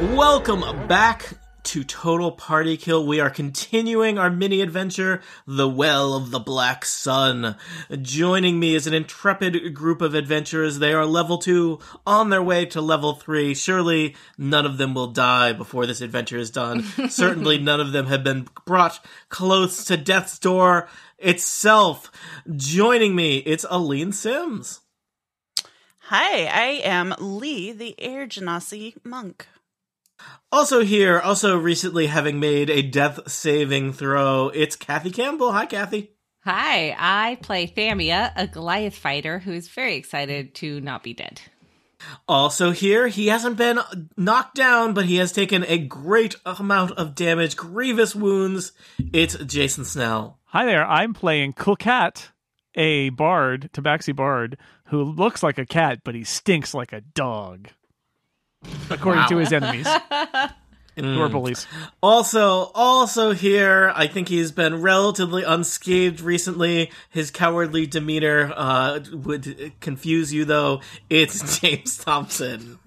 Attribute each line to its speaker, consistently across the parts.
Speaker 1: Welcome back to Total Party Kill. We are continuing our mini adventure, The Well of the Black Sun. Joining me is an intrepid group of adventurers. They are level 2 on their way to level 3. Surely none of them will die before this adventure is done. Certainly none of them have been brought close to death's door itself. Joining me, it's Aline Sims.
Speaker 2: Hi, I am Lee, the Air Genasi monk.
Speaker 1: Also here, also recently having made a death saving throw, it's Kathy Campbell. Hi, Kathy.
Speaker 3: Hi, I play Thamia, a Goliath fighter who is very excited to not be dead.
Speaker 1: Also here, he hasn't been knocked down, but he has taken a great amount of damage, grievous wounds. It's Jason Snell.
Speaker 4: Hi there, I'm playing Kukat, a bard, Tabaxi bard, who looks like a cat, but he stinks like a dog. According to his enemies, who
Speaker 5: Hmm.
Speaker 4: are bullies.
Speaker 1: Also, also here, I think he's been relatively unscathed recently. His cowardly demeanor uh, would confuse you, though. It's James Thompson.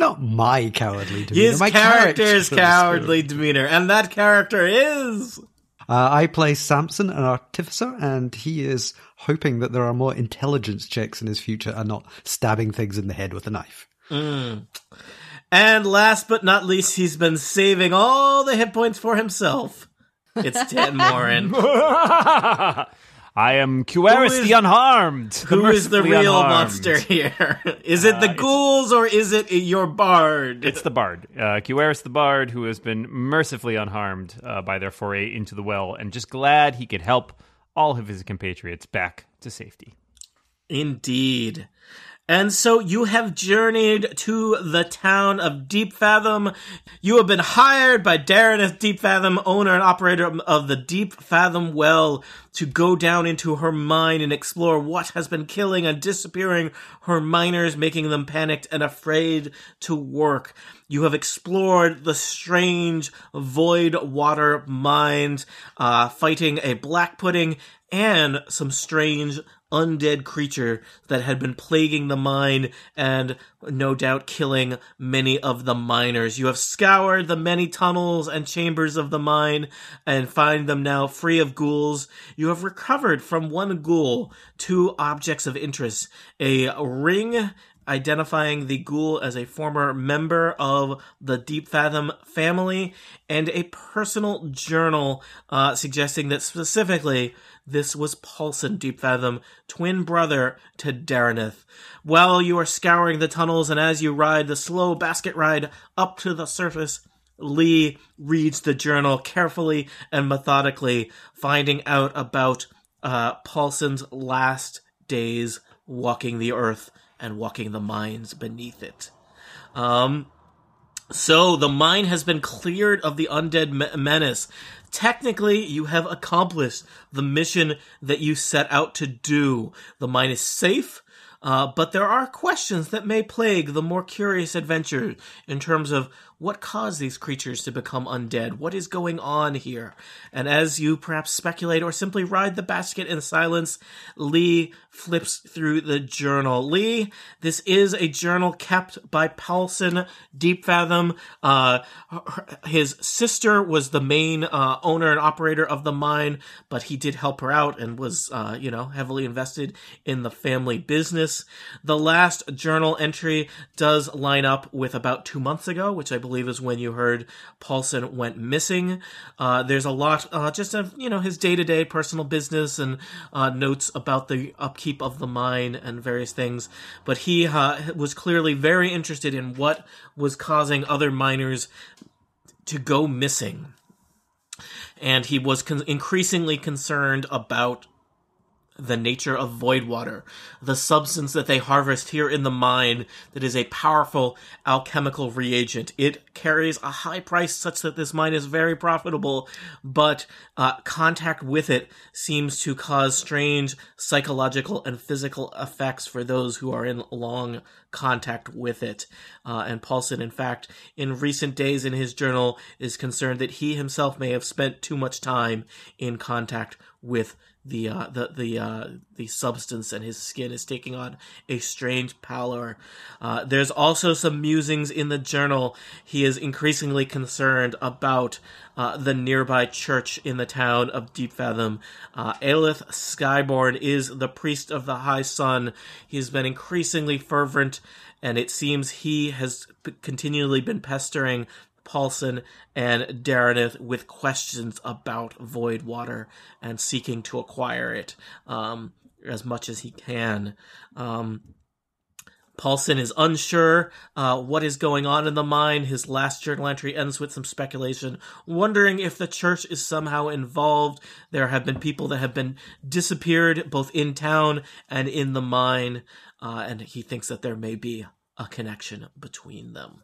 Speaker 5: Not my cowardly demeanor.
Speaker 1: His
Speaker 5: my
Speaker 1: character's
Speaker 5: character's
Speaker 1: cowardly demeanor, and that character is.
Speaker 5: Uh, I play Samson, an artificer, and he is hoping that there are more intelligence checks in his future and not stabbing things in the head with a knife.
Speaker 1: And last but not least, he's been saving all the hit points for himself. It's Dan Morin,
Speaker 6: I am Cuaris
Speaker 1: Who is-
Speaker 6: the Unharmed.
Speaker 1: who is the
Speaker 6: mercifully
Speaker 1: real
Speaker 6: unharmed.
Speaker 1: monster here. Is it the
Speaker 6: Uh, it's-
Speaker 1: ghouls or is it your bard?
Speaker 6: It's the bard, uh, Cuaris the bard, who has been mercifully unharmed uh, by their foray into the well, and just glad he could help all of his compatriots back to safety.
Speaker 1: Indeed. And so you have journeyed to the town of Deep Fathom. You have been hired by Darren as Deep Fathom, owner and operator of the Deep Fathom Well, to go down into her mine and explore what has been killing and disappearing her miners, making them panicked and afraid to work. You have explored the strange void water mines, uh, fighting a black pudding and some strange undead creature that had been plaguing the mine and no doubt killing many of the miners. You have scoured the many tunnels and chambers of the mine and find them now free of ghouls. You have recovered from one ghoul two objects of interest a ring identifying the ghoul as a former member of the Deep Fathom family, and a personal journal uh, suggesting that specifically this was Paulson Deep Fathom, twin brother to Darineth. While you are scouring the tunnels and as you ride the slow basket ride up to the surface, Lee reads the journal carefully and methodically, finding out about uh, Paulson's last days walking the earth and walking the mines beneath it. Um, so the mine has been cleared of the undead me- menace. Technically, you have accomplished the mission that you set out to do. The mine is safe. Uh, but there are questions that may plague the more curious adventure in terms of what caused these creatures to become undead? What is going on here? And as you perhaps speculate or simply ride the basket in silence, Lee flips through the journal. Lee, this is a journal kept by Paulson Deep Fathom. Uh, her- his sister was the main uh, owner and operator of the mine, but he did help her out and was, uh, you know, heavily invested in the family business. The last journal entry does line up with about two months ago, which I believe is when you heard Paulson went missing. Uh, there's a lot, uh, just of you know, his day to day personal business and uh, notes about the upkeep of the mine and various things. But he uh, was clearly very interested in what was causing other miners to go missing. And he was con- increasingly concerned about the nature of void water, the substance that they harvest here in the mine that is a powerful alchemical reagent. It carries a high price such that this mine is very profitable, but uh, contact with it seems to cause strange psychological and physical effects for those who are in long contact with it. Uh, and Paulson, in fact, in recent days in his journal, is concerned that he himself may have spent too much time in contact with the uh, the the uh, the substance, and his skin is taking on a strange pallor. Uh, there's also some musings in the journal. He is increasingly concerned about uh, the nearby church in the town of Deep Fathom. Uh, Aelith Skyborn is the priest of the High Sun. He's been increasingly fervent, and it seems he has p- continually been pestering Paulson and Darenith with questions about void water and seeking to acquire it um, as much as he can. Um, Paulson is unsure uh, what is going on in the mine. His last journal entry ends with some speculation, wondering if the church is somehow involved. There have been people that have been disappeared both in town and in the mine, uh, and he thinks that there may be a connection between them.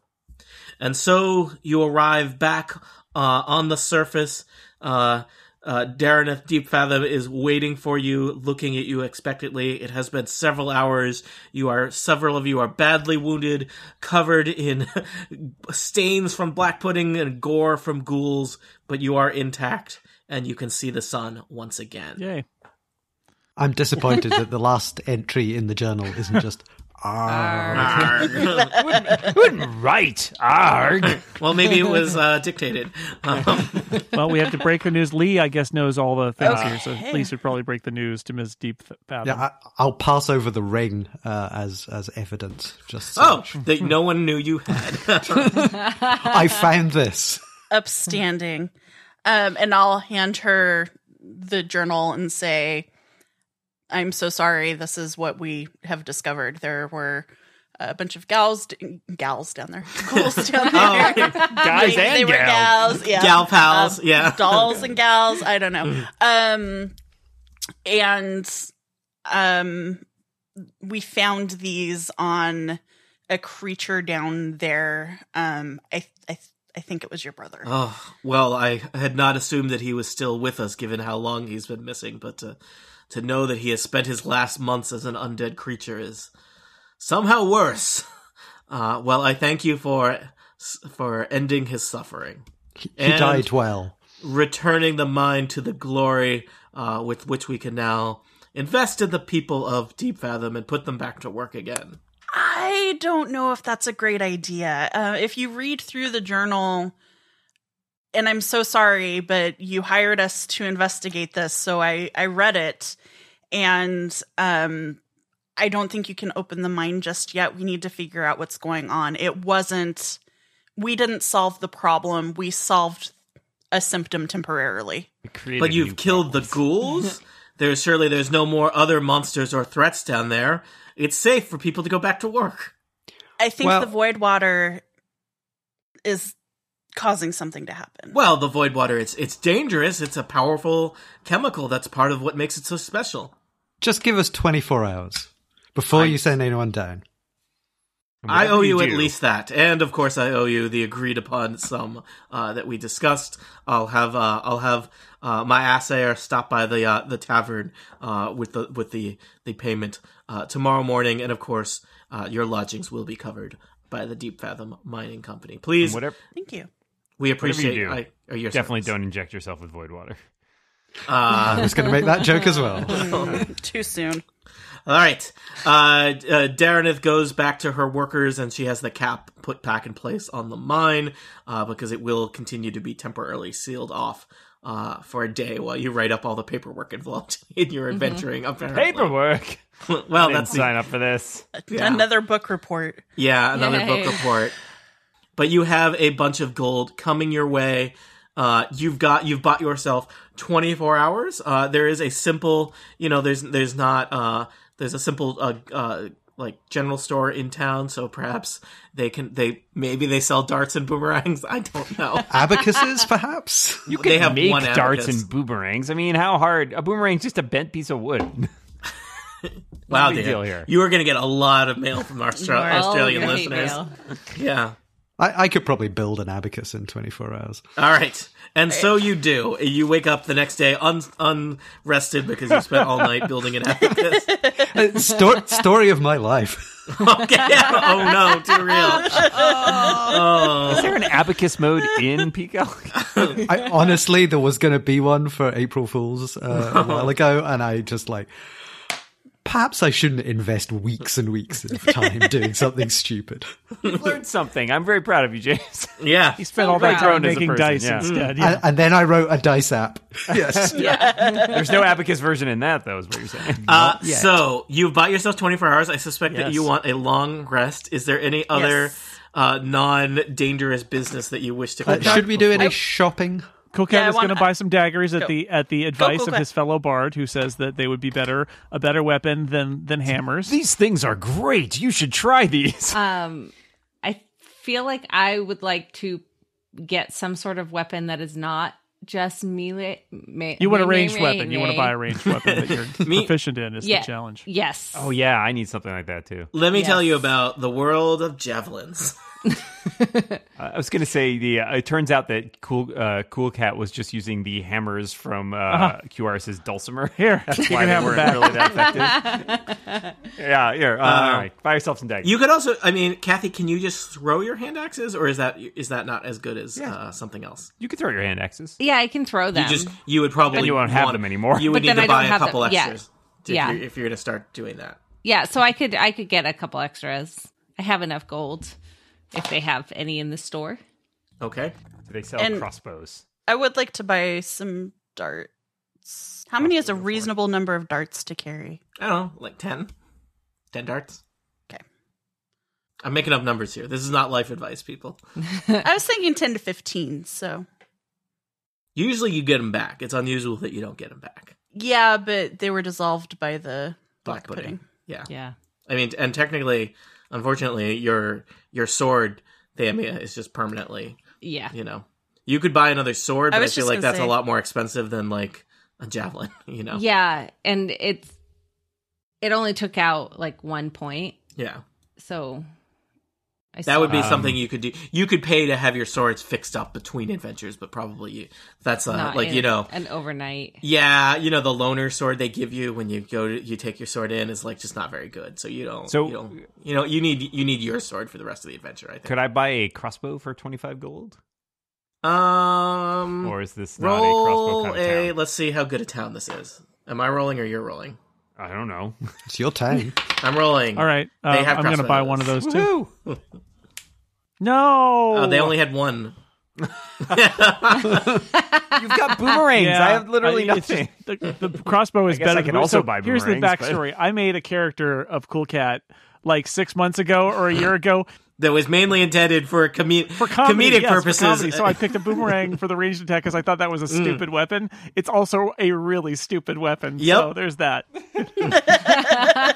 Speaker 1: And so you arrive back uh, on the surface. Uh, uh, Dareneth Deep Fathom is waiting for you, looking at you expectantly. It has been several hours. You are several of you are badly wounded, covered in stains from black pudding and gore from ghouls, but you are intact and you can see the sun once again.
Speaker 4: Yay.
Speaker 5: I'm disappointed that the last entry in the journal isn't just "Arr."
Speaker 6: right, arg.
Speaker 1: well, maybe it was uh, dictated. Um,
Speaker 4: Well, we have to break the news. Lee, I guess, knows all the things here, so Lee should probably break the news to Ms. Deep Fathom.
Speaker 5: Yeah, I, I'll pass over the ring uh, as as evidence. Just so
Speaker 1: oh, that no one knew you had.
Speaker 5: I found this.
Speaker 2: upstanding. Um, and I'll hand her the journal and say, I'm so sorry. This is what we have discovered. There were a bunch of gals, d- gals down there, ghouls down there.
Speaker 6: Oh, Guys
Speaker 2: They-
Speaker 6: and
Speaker 2: they were
Speaker 6: gals.
Speaker 2: gals, yeah.
Speaker 1: Gal pals,
Speaker 2: Um,
Speaker 1: yeah.
Speaker 2: Dolls and gals, I don't know. Um and um we found these on a creature down there. Um I I I think it was your brother.
Speaker 1: Oh, well, I had not assumed that he was still with us given how long he's been missing, but to, to know that he has spent his last months as an undead creature is somehow worse. Uh, well, I thank you for for ending his suffering,
Speaker 5: He, he
Speaker 1: And-
Speaker 5: died well.
Speaker 1: returning the mind to the glory uh, with which we can now invest in the people of Deep Fathom and put them back to work again.
Speaker 2: I don't know if that's a great idea. Uh, if you read through the journal, and I'm so sorry, but you hired us to investigate this, so I I read it, and um, I don't think you can open the mine just yet. We need to figure out what's going on. It wasn't. We didn't solve the problem. We solved a symptom temporarily.
Speaker 1: But you've killed the ghouls. There's surely there's no more other monsters or threats down there. It's safe for people to go back to work.
Speaker 2: I think
Speaker 5: Well-
Speaker 2: the void water is causing something to happen.
Speaker 1: Well, the void water it's it's dangerous. It's a powerful chemical that's part of what makes it so special.
Speaker 5: Just give us 24 hours before you send anyone down.
Speaker 1: I owe you, at
Speaker 6: do-
Speaker 1: least that, and of course I owe you the agreed upon sum uh, that we discussed. I'll have uh, I'll have uh, my assayer stop by the uh, the tavern uh, with the with the the payment uh, tomorrow morning, and of course uh, your lodgings will be covered by the Deep Fathom Mining Company. Please,
Speaker 6: Whatever,
Speaker 2: Thank you.
Speaker 1: we
Speaker 6: whatever you
Speaker 1: appreciate
Speaker 6: do,
Speaker 1: I, oh, or your
Speaker 6: definitely
Speaker 1: service.
Speaker 6: don't inject yourself with void water.
Speaker 1: Uh,
Speaker 5: I was going to make that joke as well.
Speaker 2: Too soon.
Speaker 1: All right. Uh, d- uh, Darenith goes back to her workers and she has the cap put back in place on the mine uh, because it will continue to be temporarily sealed off uh, for a day while you write up all the paperwork involved in your adventuring. Apparently.
Speaker 6: Paperwork.
Speaker 1: well,
Speaker 6: Didn't
Speaker 1: that's the-
Speaker 6: sign up for this.
Speaker 1: Yeah.
Speaker 2: Another book report.
Speaker 1: Yeah, another
Speaker 3: Yay.
Speaker 1: book report. But you have a bunch of gold coming your way. Uh, you've got you've bought yourself 24 hours. Uh, there is a simple, you know, there's there's not uh, there's a simple uh, uh, like general store in town, so perhaps they can they maybe they sell darts and boomerangs. I don't know.
Speaker 5: Abacuses, perhaps?
Speaker 6: You
Speaker 1: They
Speaker 6: can
Speaker 1: have
Speaker 6: make
Speaker 1: one
Speaker 6: darts
Speaker 1: abacus.
Speaker 6: and boomerangs. I mean, how hard? A boomerang's just a bent piece of wood.
Speaker 1: wow,
Speaker 6: big
Speaker 1: Dan,
Speaker 6: deal here.
Speaker 1: you are going to get a lot of mail from our Austra-
Speaker 2: are.
Speaker 1: Australian
Speaker 3: All your hate
Speaker 1: listeners.
Speaker 3: mail.
Speaker 1: Yeah.
Speaker 5: I, I could probably build an abacus in 24 hours.
Speaker 1: All right. And so you do. You wake up the next day un- unrested because you spent all night building an abacus.
Speaker 5: Uh, Sto- story of my life.
Speaker 1: okay. oh no, too real.
Speaker 6: Is there an abacus mode in Pico?
Speaker 5: I honestly, there was going to be one for April Fools uh, a while ago, and I just like, perhaps I shouldn't invest weeks and weeks of time doing something stupid.
Speaker 6: You've learned something. I'm very proud of you, James.
Speaker 1: Yeah.
Speaker 4: He spent all that time
Speaker 6: grown as a
Speaker 4: making
Speaker 6: person,
Speaker 4: dice
Speaker 6: yeah.
Speaker 4: instead. Yeah.
Speaker 5: And, and then Hmm. I wrote a dice app. Yes.
Speaker 6: There's no abacus version in that, though, is what you're saying.
Speaker 1: Uh, so you bought yourself 24 hours. I suspect that
Speaker 6: Yes.
Speaker 1: you want a long rest. Is there any other
Speaker 2: Yes.
Speaker 1: uh, non-dangerous business that you wish to
Speaker 5: Uh,
Speaker 1: conduct?
Speaker 5: should we do any shopping?
Speaker 4: Cool
Speaker 2: Yeah, I
Speaker 4: is going to
Speaker 2: wanna-
Speaker 4: buy some daggers at the at the advice
Speaker 2: cool,
Speaker 4: of
Speaker 2: cool.
Speaker 4: his fellow bard, who says that they would be better a better weapon than than hammers.
Speaker 6: These things are great. You should try these.
Speaker 3: Um, I feel like I would like to get some sort of weapon that is not just melee. Me-
Speaker 4: You want a
Speaker 3: melee-
Speaker 4: ranged weapon. You want to buy a ranged weapon that you're
Speaker 1: Me-
Speaker 4: proficient in. Is
Speaker 3: Yeah.
Speaker 4: the challenge.
Speaker 3: Yes.
Speaker 6: oh, yeah, I need something like that, too.
Speaker 1: Let me tell
Speaker 3: Yes.
Speaker 1: you about the world of javelins.
Speaker 6: Uh, I was going to say, the. Uh, it turns out that Cool uh, Cool Cat was just using the hammers from uh, QRS's Dulcimer.
Speaker 4: Here,
Speaker 6: That's
Speaker 4: you
Speaker 6: why
Speaker 4: can
Speaker 6: they
Speaker 4: have
Speaker 6: weren't
Speaker 4: them back.
Speaker 6: really that effective. yeah, here. Uh, all right. Buy yourself some daggers.
Speaker 1: You could also, I mean, Kathy, can you just throw your hand axes, or is that is that not as good as uh, something else?
Speaker 6: You could throw your hand axes.
Speaker 3: Yeah, I can throw them.
Speaker 1: You just you would probably
Speaker 6: And you won't have
Speaker 1: want-
Speaker 6: them anymore.
Speaker 1: You would
Speaker 3: But
Speaker 1: need
Speaker 3: then
Speaker 1: to
Speaker 3: I don't
Speaker 1: buy a
Speaker 3: have them.
Speaker 1: couple
Speaker 3: Yeah.
Speaker 1: extras if,
Speaker 3: Yeah.
Speaker 1: you're, if you're going to start doing that.
Speaker 3: yeah, so I could I could get a couple extras. I have enough gold if they have any in the store.
Speaker 1: Okay.
Speaker 6: Do they sell
Speaker 2: And-
Speaker 6: crossbows?
Speaker 2: I would like to buy some darts. How many is a reasonable number of darts to carry?
Speaker 1: I don't know, like 10? 10 darts?
Speaker 2: Okay.
Speaker 1: I'm making up numbers here. This is not life advice, people.
Speaker 2: I was thinking 10 to 15, so.
Speaker 1: Usually you get them back. It's unusual that you don't get them back.
Speaker 2: Yeah, but they were dissolved by the black, pudding.
Speaker 1: Yeah.
Speaker 3: Yeah.
Speaker 1: I mean, and technically, unfortunately, your your sword, Thamia, is just permanently,
Speaker 3: Yeah.
Speaker 1: you know. You could buy another sword,
Speaker 2: I
Speaker 1: but I,
Speaker 2: was
Speaker 1: feel
Speaker 2: just
Speaker 1: like
Speaker 2: gonna
Speaker 1: that's a
Speaker 2: say-
Speaker 1: lot more expensive than like a javelin, you know?
Speaker 3: Yeah, and it's it only took out like one point,
Speaker 1: Yeah.
Speaker 3: so I
Speaker 1: That would be
Speaker 6: Um,
Speaker 1: something you could do. You could pay to have your swords fixed up between adventures, but probably you, that's uh,
Speaker 3: not
Speaker 1: like
Speaker 3: in
Speaker 1: you know,
Speaker 3: an overnight.
Speaker 1: yeah, you know the loner sword they give you when you go to, you take your sword in is like just not very good. So you don't.
Speaker 6: So-
Speaker 1: you, don't, you know you need you need your sword for the rest of the adventure. I think.
Speaker 6: Could I buy a crossbow for 25 gold?
Speaker 1: um,
Speaker 6: Or is this not a crossbow
Speaker 1: roll
Speaker 6: kind of
Speaker 1: a.
Speaker 6: town?
Speaker 1: Let's see how good a town this is. Am I rolling or you're rolling?
Speaker 6: I don't know.
Speaker 5: It's your time.
Speaker 1: I'm rolling.
Speaker 4: All right, uh,
Speaker 1: They have
Speaker 4: I'm going to buy
Speaker 1: crossbows.
Speaker 4: one of those too.
Speaker 6: Woohoo! Oh,
Speaker 4: No,
Speaker 1: Uh, they only had one.
Speaker 6: You've got boomerangs.
Speaker 4: Yeah,
Speaker 6: I have literally
Speaker 4: I- it's
Speaker 6: nothing.
Speaker 4: just- the, the crossbow is
Speaker 6: guess
Speaker 4: better.
Speaker 6: I can
Speaker 4: than-
Speaker 6: also
Speaker 4: so
Speaker 6: buy
Speaker 4: Here's the
Speaker 6: boomerangs, but-
Speaker 4: backstory. I made a character of Cool Cat like six months ago or a year ago
Speaker 1: That was mainly intended for, comi-
Speaker 4: for comedy,
Speaker 1: comedic
Speaker 4: yes, for
Speaker 1: purposes.
Speaker 4: comedy. So I picked a boomerang for the ranged attack because I thought that was
Speaker 6: Mm.
Speaker 4: a stupid weapon. It's also a really stupid weapon. So
Speaker 1: Yep.
Speaker 4: there's that. Yeah,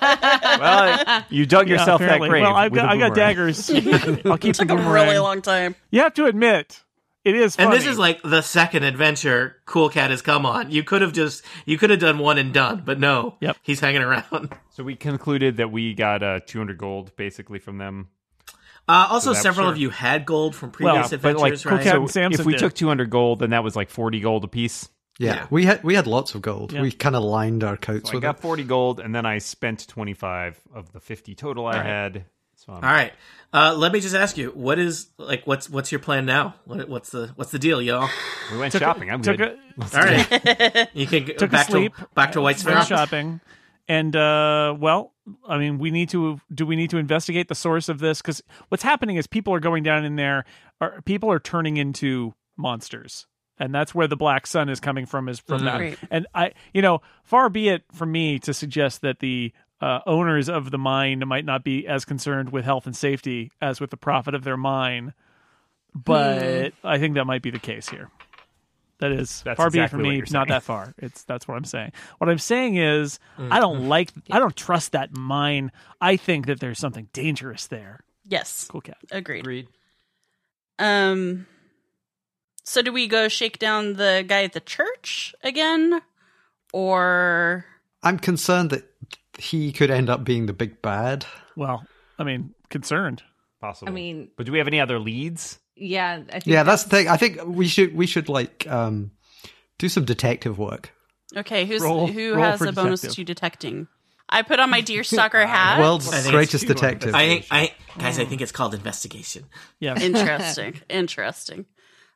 Speaker 6: well, you dug yourself that
Speaker 4: apparently.
Speaker 6: grave.
Speaker 4: Well, I've
Speaker 6: with
Speaker 4: got,
Speaker 6: a
Speaker 4: I've got
Speaker 6: boomerang.
Speaker 4: daggers. I'll keep the
Speaker 2: Took a
Speaker 4: boomerang.
Speaker 2: really long time.
Speaker 4: You have to admit, it is. Funny.
Speaker 1: And this is like the second adventure Cool Cat has come on. You could have just you could have done one and done, but no.
Speaker 4: Yep.
Speaker 1: He's hanging around.
Speaker 6: So we concluded that we got uh, 200 gold basically from them.
Speaker 1: Uh, also,
Speaker 6: that-
Speaker 1: several
Speaker 6: sure.
Speaker 1: of you had gold from previous
Speaker 6: Yeah, but, like,
Speaker 1: adventures,
Speaker 6: Cool
Speaker 1: right?
Speaker 4: Cat-
Speaker 6: So
Speaker 4: Captain Samson
Speaker 6: if we
Speaker 4: did.
Speaker 6: took 200 gold, then that was like 40 gold apiece.
Speaker 5: Yeah,
Speaker 1: Yeah.
Speaker 5: we had we had lots of gold.
Speaker 4: Yeah.
Speaker 5: We kind of lined our coats
Speaker 6: So I
Speaker 5: with
Speaker 6: got
Speaker 5: it.
Speaker 6: 40 gold, and then I spent 25 of the 50 total I had. So I'm,
Speaker 1: All right. Uh, let me just ask you, what is like what's what's your plan now? What, what's the what's the deal, y'all?
Speaker 6: we went shopping. I'm
Speaker 4: took
Speaker 6: good.
Speaker 4: a,
Speaker 1: All right. you can go
Speaker 4: Took a
Speaker 1: back to
Speaker 4: sleep.
Speaker 1: back to White Spring.
Speaker 4: went shopping, and uh, well, I mean, we need to. Do we need to investigate the source of this? Because what's happening is people are going down in there. Are, people are turning into monsters, and that's where the black sun is coming from. Is from that.
Speaker 2: Right.
Speaker 4: And I, you know, far be it from me to suggest that the. Uh, owners of the mine might not be as concerned with health and safety as with the profit of their mine, but
Speaker 1: Hmm.
Speaker 4: I think that might be the case here. That is
Speaker 6: That's
Speaker 4: far
Speaker 6: exactly
Speaker 4: be it
Speaker 6: what
Speaker 4: from me,
Speaker 6: you're
Speaker 4: not that far. It's that's what I'm saying. What I'm saying is I don't
Speaker 6: Mm-hmm.
Speaker 4: like I don't trust that mine. I think that there's something dangerous there.
Speaker 2: Yes,
Speaker 4: Cool cat.
Speaker 2: agreed. Um, so do we go shake down the guy at the church again, or
Speaker 5: I'm concerned that he could end up being the big bad.
Speaker 4: Well, I mean, concerned.
Speaker 6: Possible.
Speaker 3: I mean,
Speaker 6: but do we have any other leads?
Speaker 3: yeah, I think
Speaker 5: Yeah, that's the thing. I think we should we should like um do some detective work.
Speaker 2: okay, who's
Speaker 4: Roll-
Speaker 2: who
Speaker 4: roll
Speaker 2: has
Speaker 4: for
Speaker 2: a bonus
Speaker 4: detective.
Speaker 2: to detecting? I put on my deerstalker hat.
Speaker 5: World's
Speaker 1: I think
Speaker 5: greatest
Speaker 6: it's-
Speaker 5: detective.
Speaker 1: I think, I guys, I think it's called investigation.
Speaker 4: Yeah.
Speaker 2: interesting, interesting.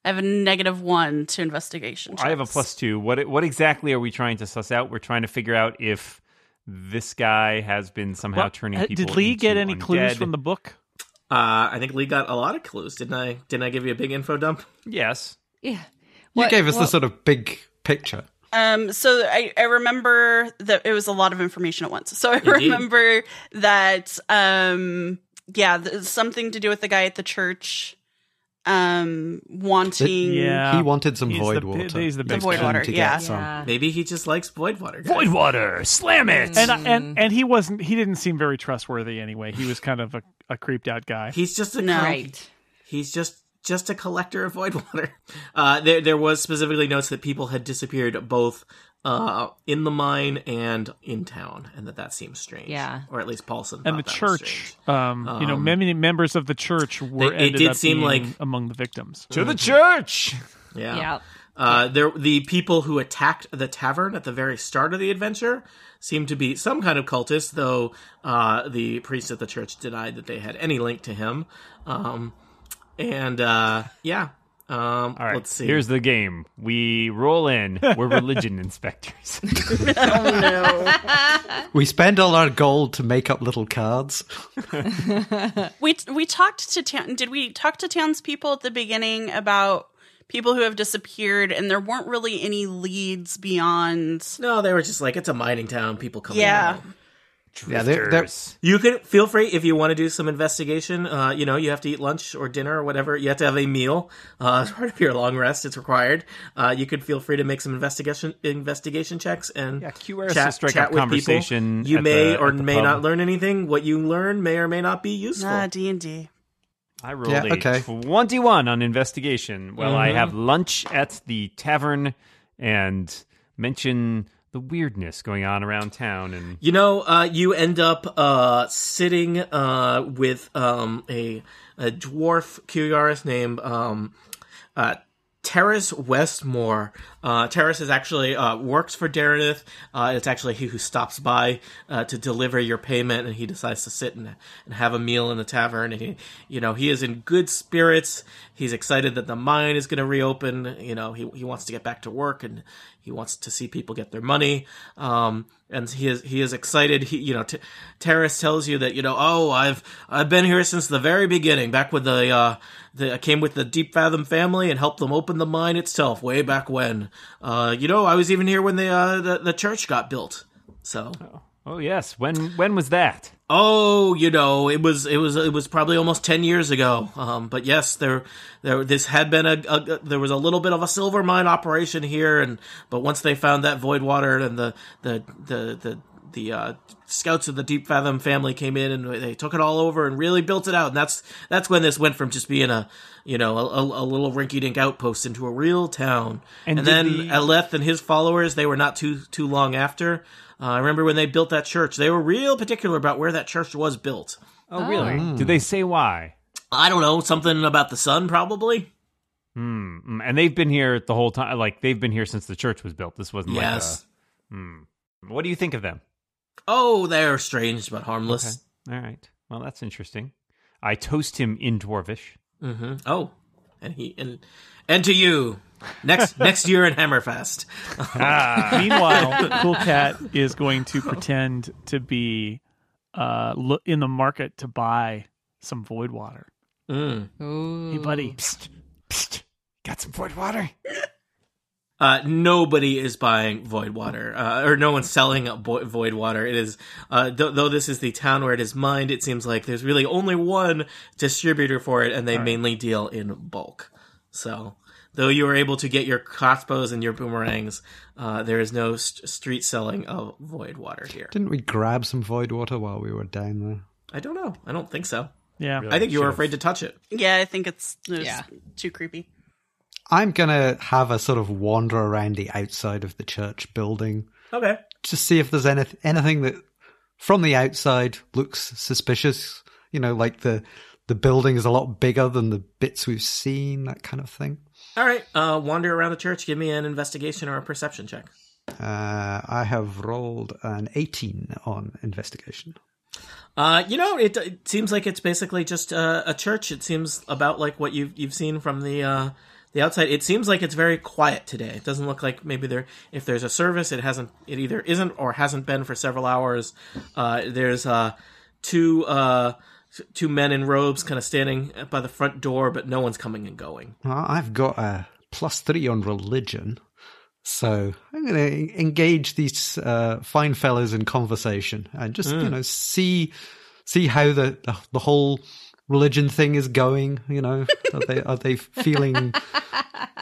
Speaker 2: I have a negative one to investigation.
Speaker 6: I have a
Speaker 2: checks.
Speaker 6: plus two. What what exactly are we trying to suss out? We're trying to figure out if this guy has been somehow
Speaker 4: Well,
Speaker 6: turning
Speaker 4: uh,
Speaker 6: people.
Speaker 4: did Lee get
Speaker 6: into
Speaker 4: any clues
Speaker 6: undead.
Speaker 4: from the book?
Speaker 1: Uh, I think Lee got a lot of clues, didn't I? Didn't I give you a big info dump?
Speaker 6: Yes.
Speaker 3: Yeah.
Speaker 5: you
Speaker 3: What-
Speaker 5: gave us the
Speaker 3: what-
Speaker 5: sort of big picture.
Speaker 2: Um, so I, I remember that it was a lot of information at once. So I remember that, um, yeah, th- something to do with the guy at the church, um, wanting.
Speaker 4: Yeah.
Speaker 5: he wanted some
Speaker 4: He's
Speaker 5: void
Speaker 4: the-
Speaker 5: water.
Speaker 4: he's the
Speaker 5: He
Speaker 4: big
Speaker 5: was keen
Speaker 2: guy.
Speaker 5: to
Speaker 2: Yeah.
Speaker 5: get
Speaker 2: Yeah.
Speaker 5: some.
Speaker 1: Maybe he just likes Voidwater. guys.
Speaker 6: Voidwater, slam
Speaker 1: Mm.
Speaker 6: it.
Speaker 3: uh,
Speaker 4: And
Speaker 3: Mm.
Speaker 4: and and he wasn't. He didn't seem very trustworthy anyway. He was kind of a, a creeped out guy.
Speaker 1: He's just a
Speaker 2: No.
Speaker 1: col-
Speaker 3: Right.
Speaker 1: He's just just a collector of Voidwater. Uh, there there was specifically notes that people had disappeared both uh, in the mine and in town, and that that seems strange.
Speaker 3: Yeah.
Speaker 1: or at least Paulson.
Speaker 4: And the
Speaker 1: thought that was
Speaker 4: church,
Speaker 1: strange.
Speaker 4: um, you know, many members of the church were.
Speaker 1: They- it
Speaker 4: ended
Speaker 1: did
Speaker 4: up
Speaker 1: seem
Speaker 4: being
Speaker 1: like-
Speaker 4: among the victims.
Speaker 6: to the church.
Speaker 1: Yeah.
Speaker 3: Yeah.
Speaker 1: Uh, there, the people who attacked the tavern at the very start of the adventure seemed to be some kind of cultist, though uh, the priest at the church denied that they had any link to him. Um, and uh, yeah, um,
Speaker 6: All right.
Speaker 1: let's see.
Speaker 6: Here's the game. We roll in. We're religion inspectors.
Speaker 5: We spend all our gold to make up little cards.
Speaker 2: We, we talked to town. Did we talk to townspeople at the beginning about people who have disappeared and there weren't really any leads beyond.
Speaker 1: no, they were just like it's a mining town. People come.
Speaker 2: Yeah.
Speaker 1: in.
Speaker 5: Yeah, they're- they're-
Speaker 6: Drifters.
Speaker 1: You can feel free if you want to do some investigation. Uh, you know, you have to eat lunch or dinner or whatever. You have to have a meal. Uh, as part of your long rest, it's required. Uh, you could feel free to make some investigation investigation checks and
Speaker 6: Yeah, QRS
Speaker 1: chat,
Speaker 6: will strike
Speaker 1: chat
Speaker 6: up
Speaker 1: with
Speaker 6: conversation
Speaker 1: People. You
Speaker 6: at
Speaker 1: may
Speaker 6: the-
Speaker 1: or
Speaker 6: at the
Speaker 1: may
Speaker 6: pub.
Speaker 1: not learn anything. What you learn may or may not be useful.
Speaker 2: Ah, D&D.
Speaker 6: I rolled
Speaker 5: Yeah,
Speaker 6: a
Speaker 5: okay.
Speaker 6: 21 on investigation. Well, I have lunch at the tavern and mention the weirdness going on around town and
Speaker 1: You know, uh, you end up uh, sitting uh, with um, a, a dwarf Kyugaris named um, uh, Terrace Westmore. Uh, Terrace is actually uh, works for Darenith. Uh, it's actually he who stops by uh, to deliver your payment, and he decides to sit and, and have a meal in the tavern. And he, you know, he is in good spirits. He's excited that the mine is going to reopen. You know, he he wants to get back to work, and he wants to see people get their money. Um, and he is he is excited. He, you know, t- Terrace tells you that you know, oh, I've I've been here since the very beginning, back with the uh, the I came with the Deep Fathom family and helped them open the mine itself way back when. Uh, you know, I was even here when the uh, the, the church got built. So,
Speaker 6: Oh yes, when when was that?
Speaker 1: oh, you know, it was it was it was probably almost ten years ago. Um, but yes, there there this had been a, a there was a little bit of a silver mine operation here, and but once they found that void water and the the the the the uh, scouts of the Deep Fathom family came in and they took it all over and really built it out. And that's that's when this went from just being a you know a, a- a little rinky-dink outpost into a real town. And,
Speaker 4: did
Speaker 1: then
Speaker 4: the-
Speaker 1: Aleth and his followers, they were not too too long after. Uh, I remember when they built that church. They were real particular about where that church was built.
Speaker 6: Oh really? Did they say why?
Speaker 1: I don't know, something about the sun probably.
Speaker 6: Hmm. mm, And they've been here the whole time. Like they've been here since the church was built. This wasn't
Speaker 1: Yes.
Speaker 6: like a, hmm. What do you think of them?
Speaker 1: Oh, they're strange but harmless.
Speaker 6: All right. Well, that's interesting. I toast him in dwarvish.
Speaker 1: hmm Oh, and he and and to you next next year in Hammerfest.
Speaker 4: Ah. Meanwhile, Cool Cat is going to pretend to be uh, lo- in the market to buy some void water.
Speaker 1: Mm.
Speaker 4: Hey, buddy.
Speaker 6: Got some void water.
Speaker 1: Uh, nobody is buying void water, uh, or no one's selling a bo- void water. It is, uh, th- though this is the town where it is mined, it seems like there's really only one distributor for it, and they mainly deal in bulk. So, though you are able to get your crossbows and your boomerangs, uh, there is no st- street selling of void water here.
Speaker 5: Didn't we grab some void water while we were down there?
Speaker 1: I don't know. I don't think so.
Speaker 4: Yeah.
Speaker 1: I think you were afraid to touch it.
Speaker 2: Yeah, I think it's, it's
Speaker 3: Yeah.
Speaker 2: too creepy.
Speaker 5: I'm gonna have a sort of wander around the outside of the church building
Speaker 1: Okay.
Speaker 5: to see if there's anyth- anything that from the outside looks suspicious. You know, like the the building is a lot bigger than the bits we've seen, that kind of thing.
Speaker 1: All right. Uh, wander around the church. Give me an investigation or a perception check.
Speaker 5: Uh, I have rolled an 18 on investigation.
Speaker 1: Uh, you know, it, it seems like it's basically just uh, a church. It seems about like what you've you've seen from the uh, the outside. It seems like it's very quiet today. It doesn't look like maybe there if there's a service. It hasn't. It either isn't or hasn't been for several hours. Uh, there's uh, two uh, two men in robes kind of standing by the front door, but no one's coming and going.
Speaker 5: Well, I've got a plus three on religion, so I'm going to engage these uh, fine fellows in conversation and just you know see see how the the, the whole religion thing is going. You know, are they are they feeling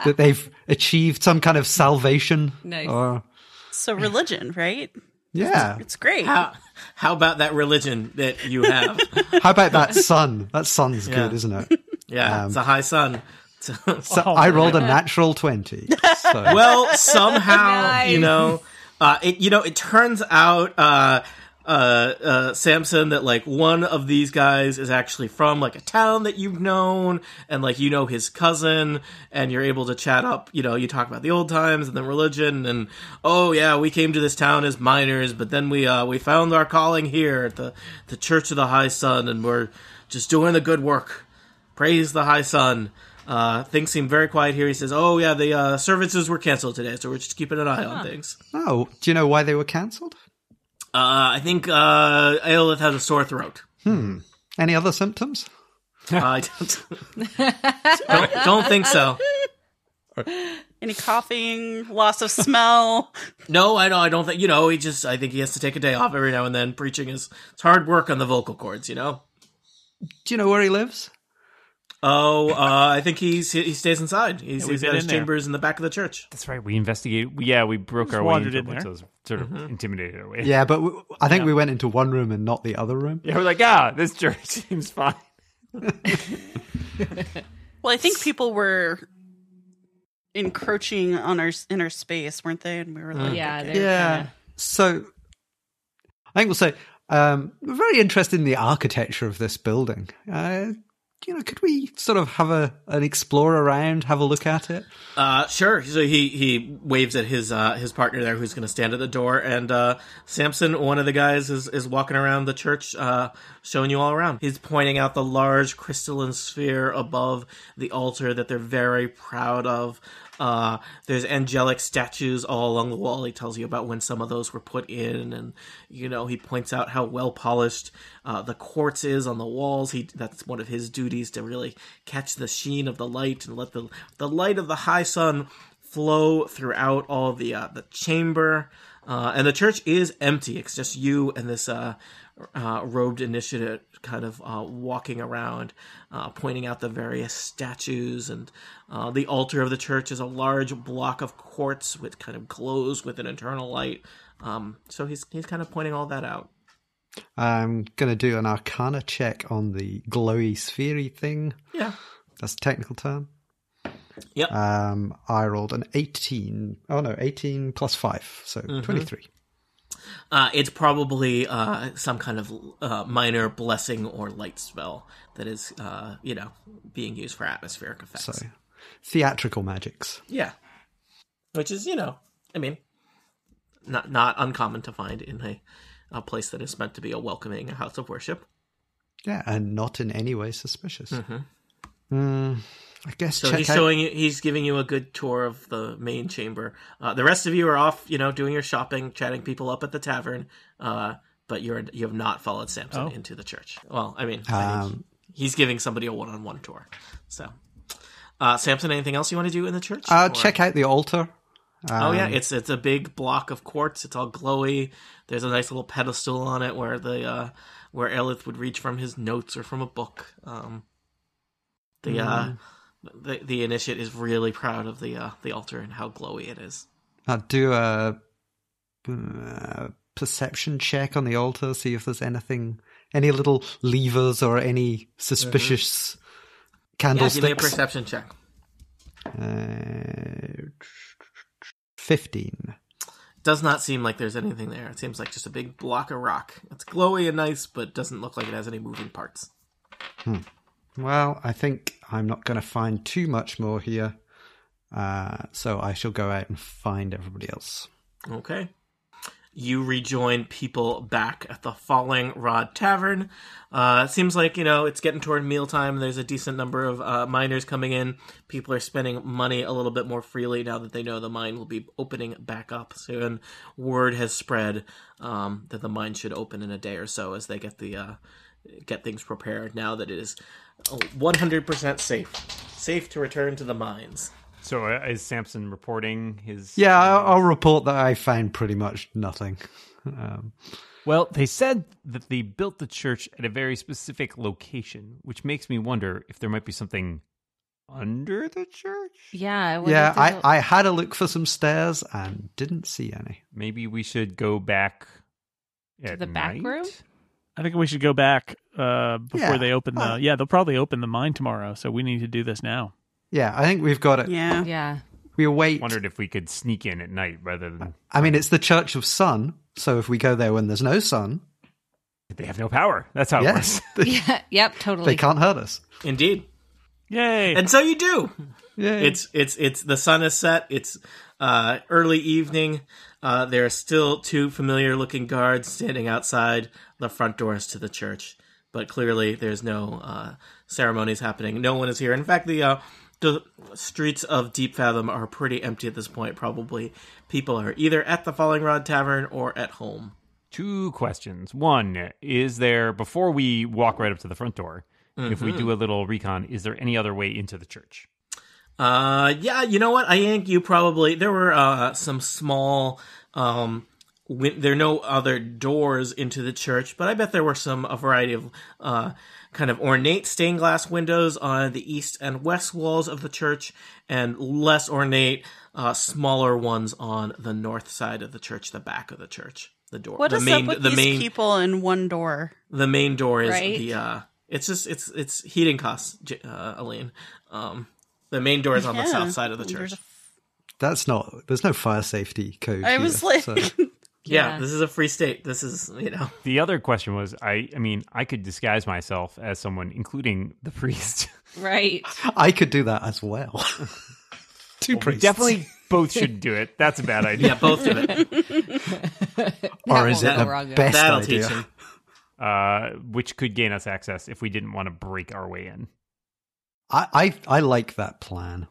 Speaker 5: that they've achieved some kind of salvation?
Speaker 3: Nice.
Speaker 5: Or
Speaker 2: So religion, right?
Speaker 5: yeah,
Speaker 2: It's great.
Speaker 1: How, how about that religion that you have?
Speaker 5: how about that sun? That sun's
Speaker 1: Yeah.
Speaker 5: good, isn't it?
Speaker 1: yeah, it's a high sun.
Speaker 5: So I rolled a natural twenty. So.
Speaker 1: well, somehow you
Speaker 3: Nice.
Speaker 1: know, uh, it you know it turns out uh, uh, uh, Samson that like one of these guys is actually from like a town that you've known, and like you know his cousin, and you're able to chat up. You know, you talk about the old times and the religion, and oh yeah, we came to this town as miners, but then we uh, we found our calling here at the the Church of the High Sun, and we're just doing the good work praise the high sun uh, things seem very quiet here he says oh yeah the uh, services were canceled today so we're just keeping an eye on things
Speaker 5: Oh, do you know why they were cancelled?
Speaker 1: uh, i think uh, aelith has a sore throat
Speaker 5: Any other symptoms?
Speaker 1: i don't, don't, don't think so
Speaker 2: Any coughing, loss of smell.
Speaker 1: no i don't i don't think you know he just i think he has to take a day off every now and then preaching is it's hard work on the vocal cords you know
Speaker 5: Do you know where he lives?
Speaker 1: oh uh, i think he's he he stays inside he's,
Speaker 4: we've
Speaker 1: he's got
Speaker 4: been
Speaker 1: his
Speaker 4: in there.
Speaker 1: chambers in the back of the church
Speaker 6: That's right. We investigated. Yeah, we broke our way
Speaker 4: wandered
Speaker 6: into
Speaker 4: in
Speaker 6: it,
Speaker 4: there.
Speaker 6: so it was sort of intimidated our way.
Speaker 5: Yeah, but w I I think we went into one room and not the other room.
Speaker 6: yeah. We're like, ah, this church seems fine.
Speaker 2: Well, I think people were encroaching on our s- inner space, weren't they? And we were like,
Speaker 3: Yeah,
Speaker 2: okay.
Speaker 3: they're
Speaker 5: Yeah.
Speaker 3: kinda-
Speaker 5: So I think we'll say um, we're very interested in the architecture of this building. Uh, you know, could we sort of have a an explore around, have a look at it?
Speaker 1: Uh, sure. So he he waves at his uh, his partner there, who's going to stand at the door, and uh, Samson, one of the guys, is is walking around the church, uh, showing you all around. He's pointing out the large crystalline sphere above the altar that they're very proud of. Uh, there's angelic statues all along the wall. He tells you about when some of those were put in, and you know he points out how well polished uh, the quartz is on the walls. He that's one of his duties to really catch the sheen of the light and let the the light of the high sun flow throughout all the uh, the chamber. Uh, and the church is empty. It's just you and this uh, uh, robed initiate kind of uh, walking around, uh, pointing out the various statues. And uh, the altar of the church is a large block of quartz, which kind of glows with an internal light. Um, so he's he's kind of pointing all that out.
Speaker 5: I'm going to do an arcana check on the glowy sphery thing.
Speaker 1: Yeah.
Speaker 5: That's a technical term.
Speaker 1: Yep.
Speaker 5: Um, I rolled an 18. Oh no, 18 plus 5, so 23.
Speaker 1: Uh, it's probably uh, some kind of uh, minor blessing or light spell that is, uh, you know, being used for atmospheric effects.
Speaker 5: So theatrical magics.
Speaker 1: Yeah, which is, you know, I mean, not not uncommon to find in a, a place that is meant to be a welcoming house of worship.
Speaker 5: Yeah, and not in any way suspicious. Mm, I guess
Speaker 1: Mm-hmm. So
Speaker 5: check
Speaker 1: he's
Speaker 5: out-
Speaker 1: showing you, he's giving you a good tour of the main chamber. Uh, the rest of you are off, you know, doing your shopping, chatting people up at the tavern. Uh, but you're you have not followed Samson into the church. Well, I mean, I think
Speaker 5: Oh. Um,
Speaker 1: he's giving somebody a one-on-one tour. So, uh, Samson, anything else you want to do in the church?
Speaker 5: uh,
Speaker 1: Or-
Speaker 5: check out the altar. Um,
Speaker 1: Oh yeah, it's it's a big block of quartz. It's all glowy. There's a nice little pedestal on it where the uh, where Elith would reach from his notes or from a book. Um, the uh, the the initiate is really proud of the uh, the altar and how glowy it is.
Speaker 5: I'll do a, uh perception check on the altar, see if there's anything, any little levers or any suspicious
Speaker 1: Mm-hmm. Yeah, give me a
Speaker 5: candlesticks.
Speaker 1: perception check.
Speaker 5: Uh, Fifteen.
Speaker 1: Does not seem like there's anything there. It seems like just a big block of rock. It's glowy and nice, but doesn't look like it has any moving parts.
Speaker 5: Well, I think I'm not going to find too much more here, uh, so I shall go out and find everybody else.
Speaker 1: Okay. You rejoin people back at the Falling Rod Tavern. Uh, it seems like, you know, it's getting toward mealtime. There's a decent number of uh, miners coming in. People are spending money a little bit more freely now that they know the mine will be opening back up soon. Word has spread um, that the mine should open in a day or so as they get the uh, get things prepared now that it is oh, 100% safe. Safe to return to the mines.
Speaker 6: So uh, is Samson reporting his?
Speaker 5: Yeah, I'll, I'll report that I found pretty much nothing. Um,
Speaker 6: Well, they said that they built the church at a very specific location, which makes me wonder if there might be something under the church.
Speaker 3: Yeah. would have
Speaker 5: yeah,
Speaker 3: to go-
Speaker 5: I, I had a look for some stairs and didn't see any.
Speaker 6: Maybe we should go back to
Speaker 3: the back room?
Speaker 4: I think we should go back uh, before
Speaker 5: Yeah.
Speaker 4: they open the.
Speaker 5: Well-
Speaker 4: yeah, they'll probably open the mine tomorrow, so we need to do this now.
Speaker 5: Yeah, I think we've got it.
Speaker 2: Yeah.
Speaker 3: Yeah.
Speaker 5: We await.
Speaker 6: Wondered if we could sneak in at night rather than
Speaker 5: I mean, it's the Church of Sun, so if we go there when there's no sun,
Speaker 6: they have no power. That's how it
Speaker 5: yes,
Speaker 6: works.
Speaker 5: they,
Speaker 3: Yeah. Yep. Totally.
Speaker 5: they can't hurt us.
Speaker 1: Indeed.
Speaker 4: Yay!
Speaker 1: And so you do.
Speaker 5: Yeah,
Speaker 1: It's it's it's the sun is set. It's uh, early evening. Uh, there are still two familiar looking guards standing outside the front doors to the church, but clearly there's no uh, ceremonies happening. No one is here. In fact, the uh, the streets of Deep Fathom are pretty empty at this point. Probably people are either at the Falling Rod Tavern or at home.
Speaker 6: Two questions. One is there before we walk right up to the front door. If we do a little recon, is there any other way into the church?
Speaker 1: Uh, yeah, you know what? I think you probably there were uh some small um win- there are no other doors into the church, but I bet there were some a variety of uh kind of ornate stained glass windows on the east and west walls of the church and less ornate uh smaller ones on the north side of the church, the back of the church. The door
Speaker 2: What
Speaker 1: the
Speaker 2: is
Speaker 1: main
Speaker 2: up with
Speaker 1: the
Speaker 2: these
Speaker 1: main
Speaker 2: people in one door?
Speaker 1: the main door is
Speaker 3: Right.
Speaker 1: the uh it's just it's it's heating costs, J- uh, Aline. Um the main door is on the
Speaker 2: Yeah.
Speaker 1: south side of the church.
Speaker 2: There's a-
Speaker 5: that's not. There's no fire safety code.
Speaker 2: I was
Speaker 5: here,
Speaker 2: like,
Speaker 5: so-
Speaker 1: Yeah,
Speaker 3: Yeah.
Speaker 1: this is a free state. This is you know.
Speaker 6: The other question was I I mean, I could disguise myself as someone including the priest.
Speaker 3: right.
Speaker 5: I could do that as well. Two
Speaker 6: We
Speaker 5: priests,
Speaker 6: definitely both should do it. That's a bad idea.
Speaker 1: Yeah, both of it.
Speaker 5: or is it
Speaker 3: won't go
Speaker 5: the
Speaker 3: wrong, though.
Speaker 5: best
Speaker 1: That'll
Speaker 5: idea?
Speaker 1: teach him.
Speaker 6: Uh, which could gain us access if we didn't want to break our way in.
Speaker 5: I, I I like that plan.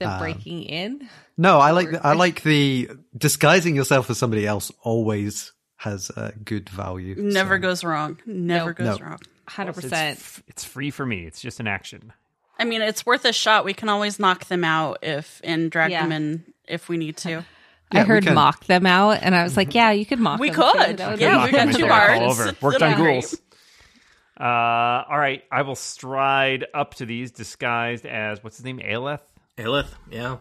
Speaker 3: The
Speaker 5: Um,
Speaker 3: breaking in.
Speaker 5: No, I like
Speaker 3: Or-
Speaker 5: I like the disguising yourself as somebody else always has a good value.
Speaker 2: never
Speaker 5: so-
Speaker 2: goes wrong. Never
Speaker 3: No.
Speaker 2: goes
Speaker 5: No.
Speaker 2: wrong.
Speaker 3: Hundred
Speaker 6: Plus, it's
Speaker 3: percent.
Speaker 6: f- It's, free for me. It's just an action.
Speaker 2: I mean, it's worth a shot. We can always knock them out if and drag
Speaker 3: Yeah.
Speaker 2: them in if we need to.
Speaker 5: Yeah,
Speaker 3: I
Speaker 5: we
Speaker 3: heard
Speaker 5: can-
Speaker 3: mock them out, and I was like, "Yeah, you could mock.
Speaker 2: We
Speaker 3: them too.
Speaker 2: could.
Speaker 3: That would
Speaker 2: Yeah, we
Speaker 3: be
Speaker 6: Knock
Speaker 3: fun."
Speaker 2: got
Speaker 6: them
Speaker 2: two
Speaker 6: into
Speaker 2: bars.
Speaker 6: All over.
Speaker 2: That'd
Speaker 6: Worked on
Speaker 2: be great.
Speaker 6: ghouls. Uh, all right. I will stride up to these disguised as what's his name, Aeleth,
Speaker 1: Aelith, yeah.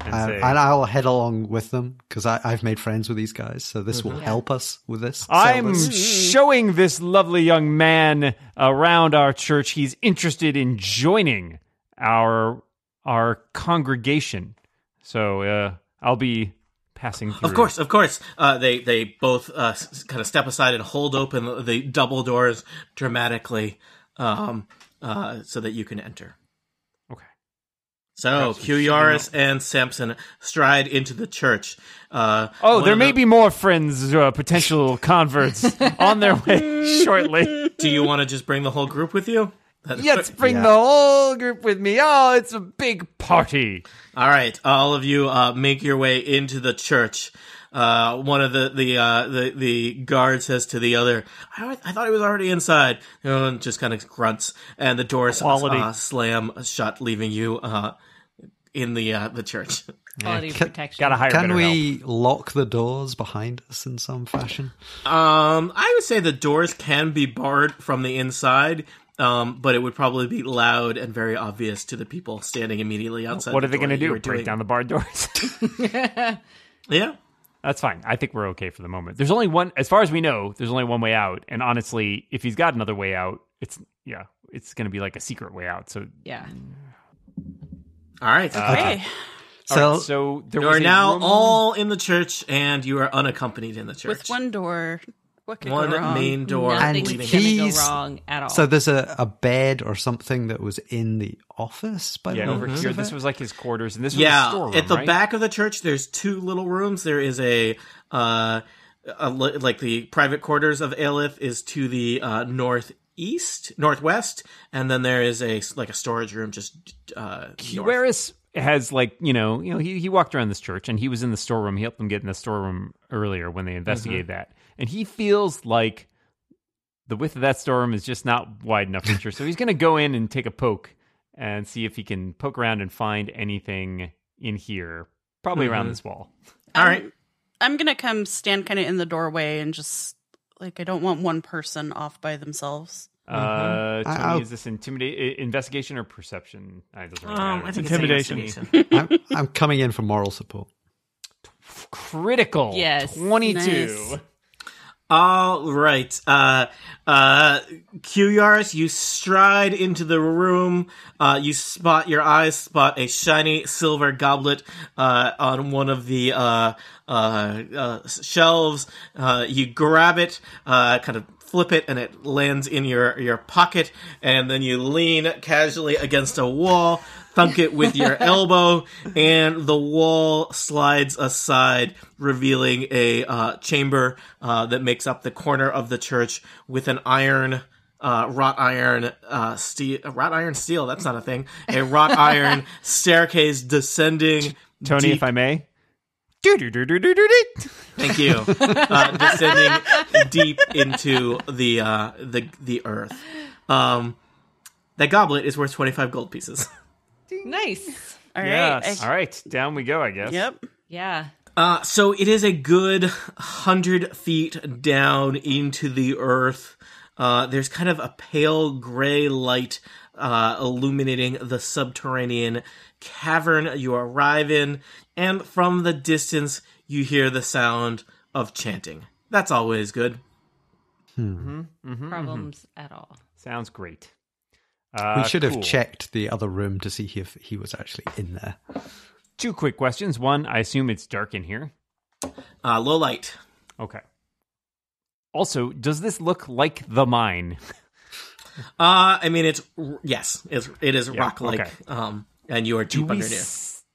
Speaker 6: and
Speaker 5: Um,
Speaker 6: say,
Speaker 5: and I'll head along with them because I've made friends with these guys, so this will
Speaker 3: Yeah.
Speaker 5: help us with this. sell
Speaker 6: I'm
Speaker 5: this.
Speaker 1: Mm-hmm.
Speaker 6: showing this lovely young man around our church. He's interested in joining our our congregation. So uh, I'll be passing through.
Speaker 1: Of course, of course. Uh, they they both uh, s- kind of step aside and hold open the, the double doors dramatically, um, uh, so that you can enter.
Speaker 6: Okay.
Speaker 1: So
Speaker 6: Perhaps we
Speaker 1: Hugh
Speaker 6: should
Speaker 1: Yaris and Samson stride into the church. Uh,
Speaker 6: Oh,
Speaker 1: one
Speaker 6: there
Speaker 1: of
Speaker 6: may
Speaker 1: the-
Speaker 6: be more friends, uh, potential converts on their way shortly.
Speaker 1: Do you want to just bring the whole group with you? That-
Speaker 6: Yes, bring
Speaker 5: Yeah.
Speaker 6: the whole group with me. Oh, it's a big party.
Speaker 1: All right, all of you, uh, make your way into the church. Uh, one of the the, uh, the the guard says to the other, "I, always- I thought he was already inside." You know, and just kind of grunts, and the doors
Speaker 4: Quality.
Speaker 1: uh, slam shut, leaving you uh, in the uh, the church.
Speaker 3: Quality
Speaker 5: Can-
Speaker 3: protection.
Speaker 6: Gotta hire
Speaker 5: Can
Speaker 6: better help.
Speaker 5: we lock the doors behind us in some fashion?
Speaker 1: Um, I would say the doors can be barred from the inside. Um, but it would probably be loud and very obvious to the people standing immediately outside.
Speaker 6: What
Speaker 1: the
Speaker 6: are they
Speaker 1: door
Speaker 6: going to
Speaker 1: that you
Speaker 6: do?
Speaker 1: were
Speaker 6: Break
Speaker 1: doing.
Speaker 6: down the barred doors?
Speaker 1: Yeah,
Speaker 6: That's fine. I think we're okay for the moment. There's only one, as far as we know, there's only one way out. And honestly, if he's got another way out, it's yeah, it's going to be like a secret way out. So,
Speaker 3: yeah.
Speaker 1: all right.
Speaker 6: Uh,
Speaker 2: Hey,
Speaker 5: So,
Speaker 6: Alright, so there
Speaker 1: You
Speaker 6: was
Speaker 1: are
Speaker 6: a
Speaker 1: now
Speaker 6: room-
Speaker 1: all in the church, and you are unaccompanied in the church.
Speaker 2: with one door What could
Speaker 1: One
Speaker 2: go wrong?
Speaker 1: main door
Speaker 5: And
Speaker 3: Nothing's
Speaker 1: leading.
Speaker 3: gonna go
Speaker 5: he's-
Speaker 3: wrong at all.
Speaker 5: So there's a, a bed or something that was in the office by
Speaker 6: Yeah,
Speaker 5: the
Speaker 6: over
Speaker 5: looks
Speaker 6: here.
Speaker 5: of
Speaker 6: This
Speaker 5: it.
Speaker 6: was like his quarters, and this
Speaker 1: Mm-hmm. yeah,
Speaker 6: was a storeroom,
Speaker 1: at the
Speaker 6: right?
Speaker 1: back of the church, there's two little rooms. There is a, uh, a li- like the private quarters of Aelith is to the uh, northeast, northwest, and then there is a s- like a storage room just uh, north.
Speaker 6: Hueris has like you know you know he, he walked around this church and he was in the storeroom. He helped them get in the storeroom earlier when they investigated that, and he feels like the width of that storeroom is just not wide enough for the church. So he's going to go in and take a poke and see if he can poke around and find anything in here, probably around
Speaker 1: Mhm.
Speaker 6: this wall.
Speaker 1: All right,
Speaker 2: I'm gonna come stand kind of in the doorway and just like I don't want one person off by themselves.
Speaker 6: Uh, Tony,
Speaker 5: I'll-
Speaker 6: is this intimidate investigation or perception? Uh, it doesn't really
Speaker 1: Um,
Speaker 6: matter.
Speaker 1: I think it's
Speaker 4: Intimidation.
Speaker 1: investigation.
Speaker 5: I'm, I'm coming in for moral support.
Speaker 6: critical.
Speaker 3: Yes.
Speaker 6: twenty-two.
Speaker 2: Nice.
Speaker 1: All right. Uh, uh, Qyaris, you stride into the room. Uh, you spot your eyes spot a shiny silver goblet uh, on one of the uh, uh, uh, shelves. Uh, you grab it, uh, kind of flip it, and it lands in your your pocket. And then you lean casually against a wall, thunk it with your elbow, and the wall slides aside, revealing a uh, chamber uh, that makes up the corner of the church with an iron. Uh, wrought iron uh, steel, wrought iron steel. That's not a thing. A wrought iron staircase descending.
Speaker 6: Tony,
Speaker 1: deep
Speaker 6: if I may. Do-do-do-do-do-do-do.
Speaker 1: Thank you. Uh, descending deep into the uh, the the earth. Um, that goblet is worth twenty five gold pieces.
Speaker 3: nice.
Speaker 2: All right.
Speaker 4: Yes.
Speaker 2: I-
Speaker 6: All right, down we go. I guess.
Speaker 2: Yep.
Speaker 3: Yeah.
Speaker 1: Uh, so it is a good hundred feet down into the earth. Uh, there's kind of a pale gray light uh, illuminating the subterranean cavern you arrive in, and from the distance you hear the sound of chanting. That's always good.
Speaker 6: Mm-hmm.
Speaker 3: Problems at all.
Speaker 6: Sounds great. Uh,
Speaker 5: we should
Speaker 6: cool.
Speaker 5: have checked the other room to see if he was actually in there.
Speaker 6: Two quick questions. One, I assume it's dark in here.
Speaker 1: Uh, low light.
Speaker 6: Okay. Also, does this look like the mine?
Speaker 1: Uh, I mean, it's yes, it's it is rock like.
Speaker 6: okay.
Speaker 1: Um, and you are
Speaker 6: Do
Speaker 1: deep
Speaker 6: we
Speaker 1: underneath.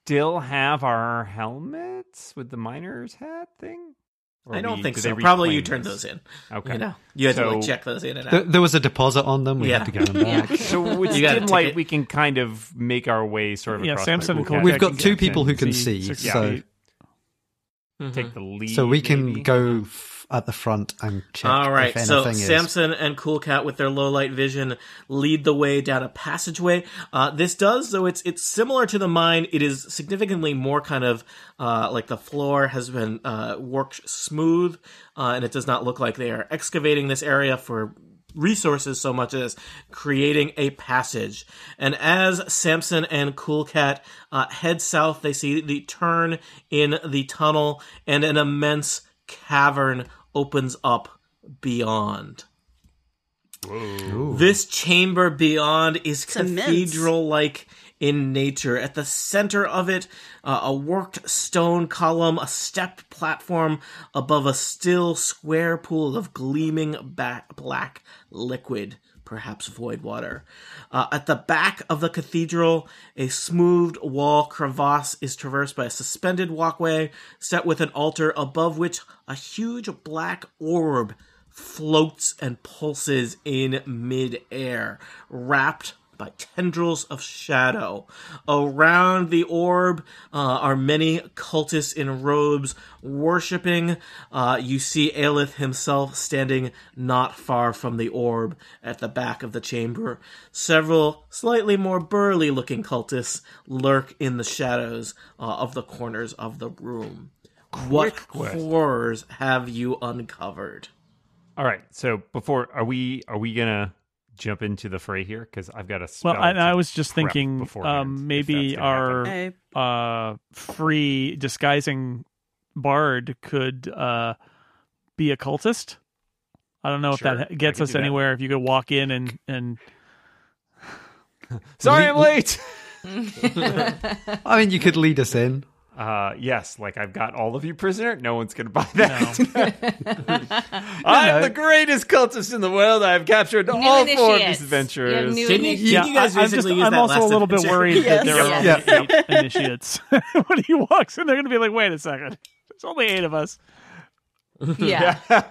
Speaker 6: still have our helmets with the miner's hat thing? Or
Speaker 1: I don't
Speaker 6: we-
Speaker 1: think
Speaker 6: do they
Speaker 1: so. Probably you
Speaker 6: reclaim
Speaker 1: turned
Speaker 6: this?
Speaker 1: those in.
Speaker 6: Okay.
Speaker 1: You know, you had to like
Speaker 6: So-
Speaker 1: check those in and
Speaker 5: There,
Speaker 1: out.
Speaker 5: there was a deposit on them. We
Speaker 1: Yeah.
Speaker 5: had to get them back.
Speaker 6: So with
Speaker 1: You got a
Speaker 6: dim light,
Speaker 1: ticket.
Speaker 6: we can kind of make our way sort of
Speaker 4: Yeah,
Speaker 6: across.
Speaker 4: Samson
Speaker 6: by
Speaker 4: and
Speaker 6: Cool
Speaker 4: Cool
Speaker 5: We've
Speaker 4: Jack
Speaker 5: got
Speaker 4: can
Speaker 5: two
Speaker 4: get
Speaker 5: people
Speaker 4: in
Speaker 5: who can see,
Speaker 4: six
Speaker 6: so-
Speaker 4: feet.
Speaker 1: Mm-hmm.
Speaker 6: Take the lead.
Speaker 5: So we can
Speaker 6: E maybe?
Speaker 5: go f- at the front and check.
Speaker 1: All right,
Speaker 5: if anything
Speaker 1: so
Speaker 5: is.
Speaker 1: Samson and Cool Cat with their low light vision lead the way down a passageway. Uh, this does, though it's it's similar to the mine. It is significantly more kind of uh, like the floor has been uh, worked smooth, uh, and it does not look like they are excavating this area for resources so much as creating a passage. And as Samson and Cool Cat uh, head south, they see the turn in the tunnel and an immense cavern opens up beyond. This chamber beyond is
Speaker 2: immense.
Speaker 1: cathedral like in nature. At the center of it, uh, a worked stone column, a stepped platform above a still square pool of gleaming ba- black liquid, perhaps void water. Uh, at the back of the cathedral, a smoothed wall crevasse is traversed by a suspended walkway set with an altar above which a huge black orb floats and pulses in midair, wrapped by tendrils of shadow. Around the orb uh, are many cultists in robes worshipping. Uh, you see Aelith himself standing not far from the orb at the back of the chamber. Several slightly more burly looking cultists lurk in the shadows uh, of the corners of the room. What horrors have you uncovered?
Speaker 6: All right. So before are we are we gonna jump into the fray here? Because I've got a spell.
Speaker 4: Well, and
Speaker 6: to
Speaker 4: I was just
Speaker 6: prep
Speaker 4: thinking,
Speaker 6: beforehand, if
Speaker 4: um,
Speaker 6: that's
Speaker 4: maybe
Speaker 6: gonna
Speaker 4: our
Speaker 6: happen.
Speaker 2: I,
Speaker 4: uh, free disguising bard could uh, be a cultist. I don't know if
Speaker 6: Sure,
Speaker 4: that gets
Speaker 6: I could
Speaker 4: us
Speaker 6: do that.
Speaker 4: anywhere. If you could walk in and and
Speaker 6: Sorry, I'm late.
Speaker 5: I mean, you could lead us in.
Speaker 6: uh, yes, like I've got all of you prisoner. No one's going to buy that. I'm the greatest cultist in the world. I've captured all four
Speaker 3: initiates.
Speaker 6: of these
Speaker 3: You have
Speaker 6: adventurers.
Speaker 3: new
Speaker 1: Didn't you-
Speaker 3: initiates.
Speaker 4: Yeah,
Speaker 1: you guys
Speaker 4: I, am
Speaker 1: basically used
Speaker 4: I'm
Speaker 1: that
Speaker 4: also
Speaker 1: last
Speaker 4: a little bit
Speaker 1: adventure.
Speaker 4: worried that there are
Speaker 2: Yes.
Speaker 4: only eight initiates. when he walks in, they're going to be like, "Wait a second, there's only eight of us."
Speaker 3: Yeah.
Speaker 4: I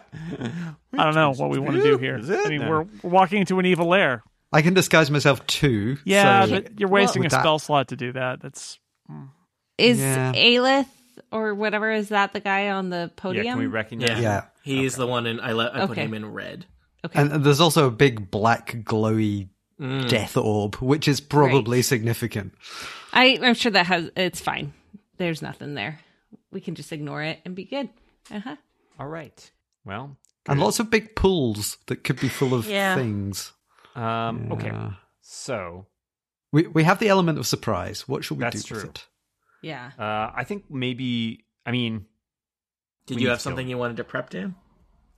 Speaker 4: don't know what we want to do here.
Speaker 6: Is it?
Speaker 4: I mean,
Speaker 6: No.
Speaker 4: we're walking into an evil lair.
Speaker 5: I can disguise myself too.
Speaker 4: Yeah,
Speaker 5: so-
Speaker 4: but you're wasting
Speaker 5: With
Speaker 4: a
Speaker 5: that-
Speaker 4: spell slot to do that. That's
Speaker 3: Is
Speaker 5: Yeah.
Speaker 3: Aelith or whatever is that the guy on the
Speaker 6: yeah,
Speaker 3: podium?
Speaker 6: can we recognize?
Speaker 1: Yeah.
Speaker 5: yeah.
Speaker 1: He's the one in. I, le- I put
Speaker 3: Okay.
Speaker 1: him in red.
Speaker 3: okay.
Speaker 5: And there's also a big black glowy death orb, which is probably
Speaker 3: Right.
Speaker 5: significant.
Speaker 3: I, I'm sure that has. It's fine. There's nothing there. We can just ignore it and be good. Uh huh.
Speaker 6: All right. Well,
Speaker 5: And lots of big pools that could be full of
Speaker 2: Yeah.
Speaker 5: things.
Speaker 6: um, okay.
Speaker 5: Yeah.
Speaker 6: So
Speaker 5: We we have the element of surprise. What should we
Speaker 6: That's
Speaker 5: do with
Speaker 6: true.
Speaker 5: it?
Speaker 3: Yeah.
Speaker 6: uh, I think maybe I mean
Speaker 1: Did
Speaker 6: We need
Speaker 1: you have
Speaker 6: to kill
Speaker 1: something
Speaker 6: him.
Speaker 1: you wanted to prep, Dan?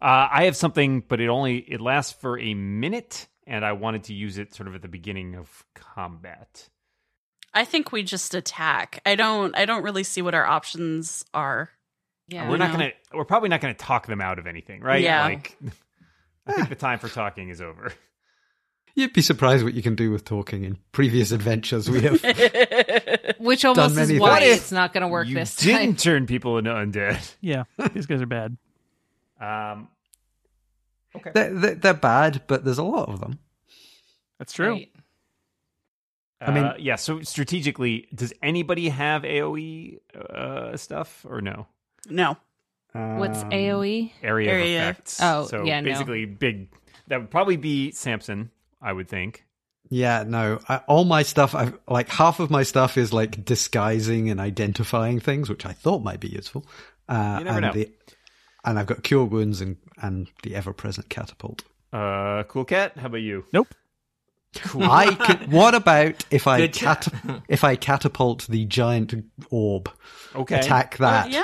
Speaker 6: uh, I have something, but it only it lasts for a minute, and I wanted to use it sort of at the beginning of combat.
Speaker 2: I think we just attack. I don't I don't really see what our options are.
Speaker 3: Yeah.
Speaker 6: we're not
Speaker 2: No.
Speaker 6: gonna we're probably not gonna talk them out of anything, right?
Speaker 2: Yeah.
Speaker 6: Like I think the time for talking is over.
Speaker 5: You'd be surprised what you can do with talking in previous adventures we have.
Speaker 3: Which almost
Speaker 5: Done
Speaker 3: is
Speaker 5: many
Speaker 3: why
Speaker 5: things.
Speaker 3: it's not going to work
Speaker 6: you
Speaker 3: this
Speaker 6: didn't
Speaker 3: time.
Speaker 6: turn people into undead.
Speaker 4: yeah. These guys are bad.
Speaker 6: Um,
Speaker 5: they're, they're, they're bad, but there's a lot of them.
Speaker 4: That's true.
Speaker 3: Right.
Speaker 6: I
Speaker 5: mean-
Speaker 6: mean, uh, yeah. So strategically, does anybody have AOE uh, stuff or no
Speaker 2: No.
Speaker 3: What's E?
Speaker 5: Um,
Speaker 3: AOE?
Speaker 6: area,
Speaker 2: Area.
Speaker 6: of effects?
Speaker 3: Oh,
Speaker 6: so
Speaker 3: yeah, no.
Speaker 6: basically, big. That would probably be Samson, I would think.
Speaker 5: Yeah, no. I, all my stuff, I've like half of my stuff is like disguising and identifying things, which I thought might be useful. Uh,
Speaker 6: You never
Speaker 5: and
Speaker 6: know.
Speaker 5: The, and I've got cure wounds and and the ever present catapult.
Speaker 6: Uh, cool cat. How about you?
Speaker 4: Nope.
Speaker 5: I can, what about if I
Speaker 1: Good job.
Speaker 5: cat, if I catapult the giant orb?
Speaker 6: Okay,
Speaker 5: Attack that
Speaker 2: Yeah.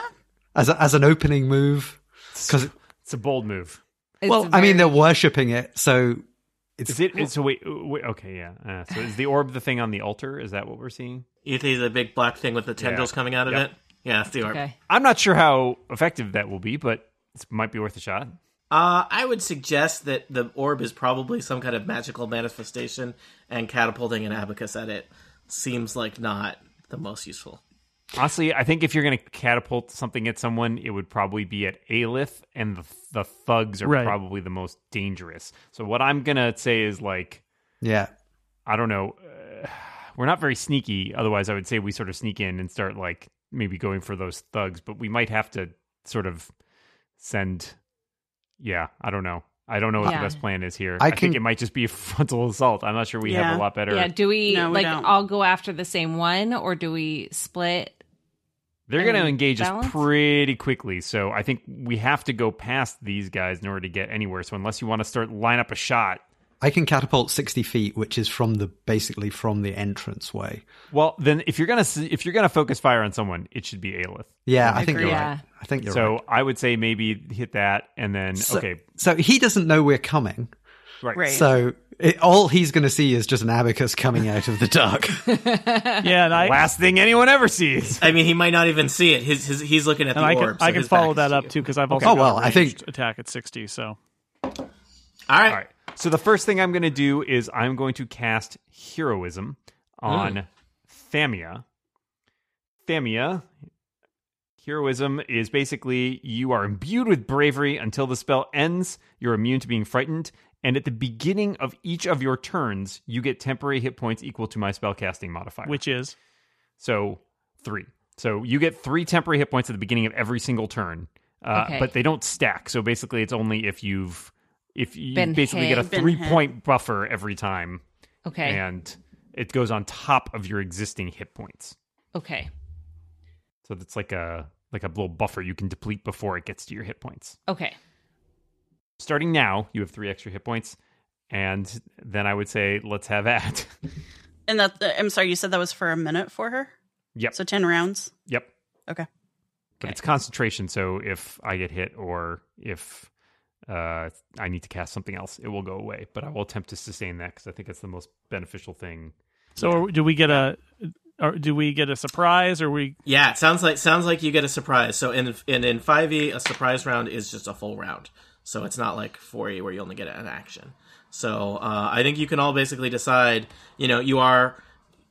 Speaker 5: as a, as an opening move because
Speaker 6: it's a bold move.
Speaker 3: It's
Speaker 5: well,
Speaker 3: a
Speaker 5: I mean they're
Speaker 3: very-
Speaker 5: worshipping it, so
Speaker 6: Is it? So wait, wait. Okay, yeah. Uh, so is the orb the thing on the altar? Is that what we're seeing?
Speaker 1: You see the big black thing with the tendrils coming out of
Speaker 6: Yep.
Speaker 1: it? Yeah, it's the orb.
Speaker 3: Okay.
Speaker 6: I'm not sure how effective that will be, but it might be worth a shot.
Speaker 1: Uh, I would suggest that the orb is probably some kind of magical manifestation, and catapulting an abacus at it seems like not the most useful.
Speaker 6: Honestly, I think if you're going to catapult something at someone, it would probably be at Aelith, and the, the thugs are
Speaker 4: Right.
Speaker 6: probably the most dangerous. So what I'm going to say is like,
Speaker 5: yeah.
Speaker 6: I don't know. Uh, we're not very sneaky. Otherwise, I would say we sort of sneak in and start like maybe going for those thugs, but we might have to sort of send. Yeah, I don't know. I don't know what
Speaker 3: Yeah.
Speaker 6: the best plan is here.
Speaker 5: I
Speaker 6: I,
Speaker 5: can-
Speaker 6: think it might just be a frontal assault. I'm not sure we have
Speaker 2: Yeah.
Speaker 6: a lot better.
Speaker 3: Yeah. Do we
Speaker 2: No, we
Speaker 3: like
Speaker 2: don't.
Speaker 3: all go after the same one, or do we split?
Speaker 6: They're going to
Speaker 3: and
Speaker 6: engage
Speaker 3: balance?
Speaker 6: us pretty quickly, so I think we have to go past these guys in order to get anywhere. So unless you want to start line up a shot,
Speaker 5: I can catapult sixty feet, which is from the basically from the entrance way.
Speaker 6: well, then if you're going to if you're going to focus fire on someone, it should be Aelith.
Speaker 5: Yeah, I think
Speaker 2: agree.
Speaker 5: you're
Speaker 3: Yeah.
Speaker 5: right. I think you're
Speaker 6: so
Speaker 5: right.
Speaker 6: I would say maybe hit that, and then okay,
Speaker 5: So he doesn't know we're coming.
Speaker 6: right,
Speaker 2: Right.
Speaker 5: So it, all he's going to see is just an abacus coming out of the dark.
Speaker 4: Yeah, and I
Speaker 6: last thing anyone ever sees.
Speaker 1: I mean, he might not even see it. His, his, he's looking at
Speaker 4: and
Speaker 1: the
Speaker 4: I
Speaker 1: orb.
Speaker 4: can
Speaker 1: so
Speaker 4: I can
Speaker 1: his back
Speaker 4: follow
Speaker 1: is
Speaker 4: that
Speaker 1: to
Speaker 4: up
Speaker 1: you.
Speaker 4: too because I've also
Speaker 5: Oh,
Speaker 4: got
Speaker 5: well, I
Speaker 4: ranged
Speaker 5: think-
Speaker 4: attack at sixty. So
Speaker 1: All right.
Speaker 6: All right. So the first thing I'm going to do is I'm going to cast heroism
Speaker 5: Hmm.
Speaker 6: on Thamia. Thamia, heroism is basically you are imbued with bravery until the spell ends. You're immune to being frightened, and at the beginning of each of your turns, you get temporary hit points equal to my spellcasting modifier.
Speaker 4: which is
Speaker 6: So three. So you get three temporary hit points at the beginning of every single turn, uh,
Speaker 3: Okay.
Speaker 6: but they don't stack. So basically, it's only if you've if you
Speaker 3: Been
Speaker 6: basically
Speaker 3: hit.
Speaker 6: get a
Speaker 2: Been
Speaker 6: three
Speaker 2: hit.
Speaker 6: point buffer every time,
Speaker 3: Okay.
Speaker 6: and it goes on top of your existing hit points.
Speaker 3: Okay.
Speaker 6: So that's like a like a little buffer you can deplete before it gets to your hit points.
Speaker 3: Okay.
Speaker 6: Starting now, you have three extra hit points, and then I would say let's have at.
Speaker 2: And that I'm sorry, you said that was for a minute for her?
Speaker 6: Yep.
Speaker 2: So 10 rounds.
Speaker 6: Yep.
Speaker 2: Okay.
Speaker 6: But
Speaker 3: Okay.
Speaker 6: it's concentration, so if I get hit or if uh, I need to cast something else, it will go away. But I will attempt to sustain that because I think that's the most beneficial thing.
Speaker 4: so. Are, do we get a or do we get a surprise? Or we
Speaker 1: Yeah, it sounds like sounds like you get a surprise. So in in in 5e, a surprise round is just a full round. So it's not like 4e where you only get an action. So uh, I think you can all basically decide. You know, you are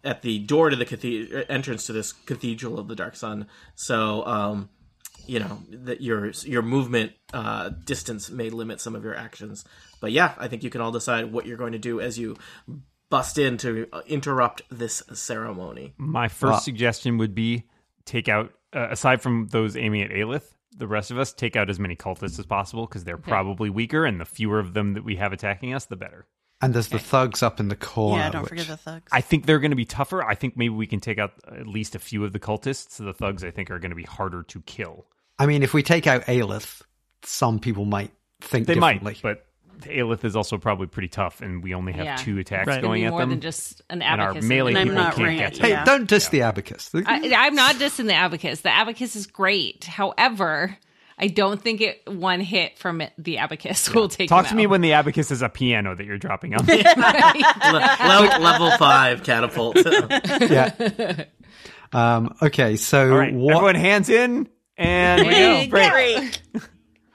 Speaker 1: at the door to the cathedral entrance to this cathedral of the dark sun. So um, you know that your your movement uh, distance may limit some of your actions. But yeah, I think you can all decide what you're going to do as you bust in to uh, interrupt this ceremony.
Speaker 6: My first
Speaker 5: Wow.
Speaker 6: suggestion would be take out, uh, aside from those aiming at Aelith, the rest of us take out as many cultists as possible because they're probably weaker, and the fewer of them that we have attacking us, the better.
Speaker 5: And there's the thugs up in the corner.
Speaker 2: yeah, don't
Speaker 5: which-
Speaker 2: forget the thugs.
Speaker 6: I think they're going to be tougher. I think maybe we can take out at least a few of the cultists. The thugs, I think, are going to be harder to kill.
Speaker 5: I mean, if we take out Aelith, some people might think
Speaker 6: They might,
Speaker 5: differently.
Speaker 6: but Aelith is also probably pretty tough, and we only have
Speaker 3: Yeah.
Speaker 6: two attacks
Speaker 4: Right. It's
Speaker 3: It'd
Speaker 6: going
Speaker 3: be
Speaker 6: at
Speaker 3: more
Speaker 6: them.
Speaker 3: than just an
Speaker 6: and our
Speaker 3: abacus.
Speaker 6: melee
Speaker 2: And I'm
Speaker 6: people
Speaker 2: not
Speaker 6: can't
Speaker 2: ran-
Speaker 6: get to
Speaker 5: hey,
Speaker 2: yeah.
Speaker 5: don't diss the abacus.
Speaker 3: I, I'm not dissing the abacus. The abacus is great. However, I don't think it one hit from it, the abacus will take.
Speaker 6: Talk
Speaker 3: him
Speaker 6: to me
Speaker 3: out.
Speaker 6: when the abacus is a piano that you're dropping on.
Speaker 1: Le- level, level five catapult.
Speaker 5: yeah. Um, okay, so
Speaker 6: All right,
Speaker 5: what?
Speaker 6: everyone, hands in, and we
Speaker 3: Hey,
Speaker 6: go. Break.
Speaker 2: Break.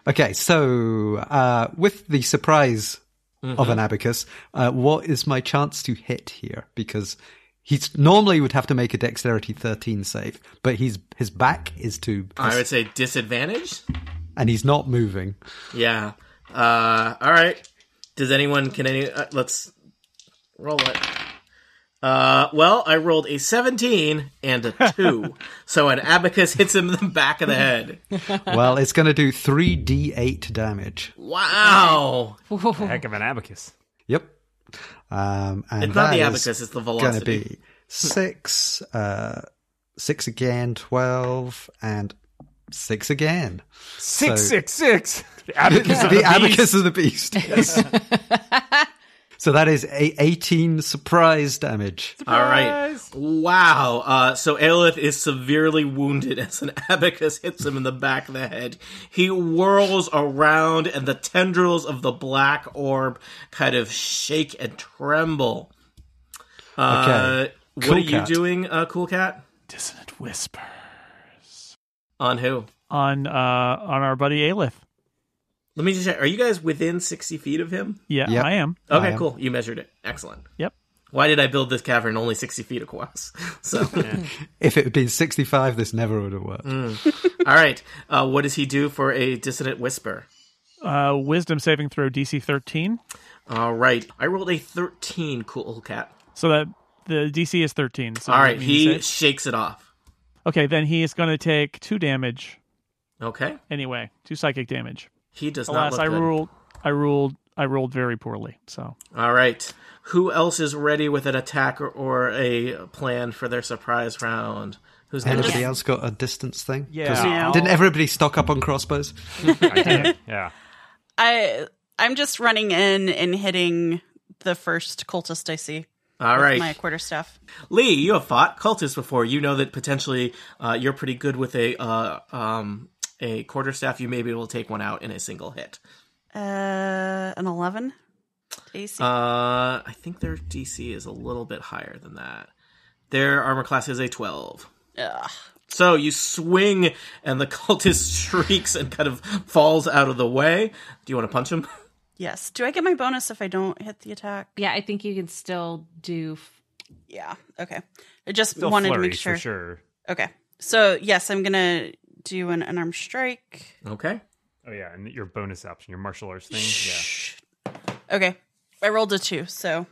Speaker 5: Okay, so uh, with the surprise
Speaker 6: Mm-hmm.
Speaker 5: of an abacus, uh, what is my chance to hit here? Because he's normally would have to make a dexterity thirteen save, but he's his back is to
Speaker 1: I would say disadvantage.
Speaker 5: and he's not moving.
Speaker 1: Yeah. Uh, all right. Does anyone can any? Uh, let's roll it. Uh, well, I rolled a 17 and a 2. so an abacus hits him in the back of the head.
Speaker 5: well, it's going to do three d eight damage.
Speaker 1: Wow.
Speaker 6: Heck of an abacus.
Speaker 5: Yep. Um, and
Speaker 1: It's not the
Speaker 5: that is
Speaker 1: abacus, it's the
Speaker 5: Gonna
Speaker 1: velocity.
Speaker 5: be six, uh, six again, twelve, and six again.
Speaker 6: Six,
Speaker 5: So-
Speaker 6: six, six. The abacus.
Speaker 5: the,
Speaker 6: of the
Speaker 5: abacus
Speaker 6: beast.
Speaker 5: of the beast. Yes. so that is a 18 surprise damage.
Speaker 1: All right. Wow. Uh, so Aelith is severely wounded as an abacus hits him in the back of the head. He whirls around, and the tendrils of the black orb kind of shake and tremble. Uh,
Speaker 5: Okay.
Speaker 1: What
Speaker 5: Cool
Speaker 1: are you
Speaker 5: Cat.
Speaker 1: doing, uh, Cool Cat?
Speaker 4: dissonant whisper
Speaker 1: On who?
Speaker 4: on uh on our buddy Aelith.
Speaker 1: Let me just check. Are you guys within 60 feet of him?
Speaker 4: Yeah,
Speaker 5: Yep.
Speaker 4: I am.
Speaker 5: I
Speaker 1: Okay,
Speaker 5: am.
Speaker 1: cool. You measured it. Excellent.
Speaker 4: Yep.
Speaker 1: Why did I build this cavern only 60 feet across? So,
Speaker 5: If it had been 65, this never would have worked.
Speaker 1: Mm. all right. Uh, what does he do for a dissonant whisper?
Speaker 4: Uh, wisdom saving throw DC thirteen.
Speaker 1: All right. I rolled a 13, cool cat.
Speaker 4: So that the DC is thirteen. So
Speaker 1: All
Speaker 4: Oh, that
Speaker 1: right.
Speaker 4: means
Speaker 1: He
Speaker 4: it-
Speaker 1: shakes it off.
Speaker 4: okay, then he is going to take two damage
Speaker 1: Okay.
Speaker 4: anyway, two psychic damage.
Speaker 1: He does not
Speaker 4: Alas,
Speaker 1: look
Speaker 4: I
Speaker 1: good.
Speaker 4: ruled. I ruled. I rolled very poorly. So
Speaker 1: All right. Who else is ready with an attack or, or a plan for their surprise round? Who's next?
Speaker 5: Anybody else got a distance thing?
Speaker 6: Yeah.
Speaker 5: 'Cause
Speaker 6: Yeah.
Speaker 5: Didn't everybody stock up on crossbows?
Speaker 6: I did. Yeah.
Speaker 2: I I'm just running in and hitting the first cultist I see.
Speaker 1: All
Speaker 2: with
Speaker 1: right.
Speaker 2: My quarterstaff.
Speaker 1: Lee, you have fought cultists before. You know that potentially uh, you're pretty good with a uh, um, a quarterstaff. You may be able to take one out in a single hit.
Speaker 2: Uh, an eleven. AC.
Speaker 1: Uh, I think their DC is a little bit higher than that. Their armor class is a 12.
Speaker 2: Ugh.
Speaker 1: So you swing, and the cultist shrieks and kind of falls out of the way. Do you want to punch him?
Speaker 2: Yes. Do I get my bonus if I don't hit the attack?
Speaker 3: yeah, I think you can still do. f-
Speaker 2: Yeah. Okay. I just
Speaker 6: Still
Speaker 2: wanted to
Speaker 6: flurry
Speaker 2: make sure.
Speaker 6: for sure.
Speaker 2: Okay. So yes, I'm gonna do an unarmed strike.
Speaker 1: Okay.
Speaker 6: Oh yeah, and your bonus option, your martial arts thing. Yeah.
Speaker 2: Shh. Okay. I rolled a two, so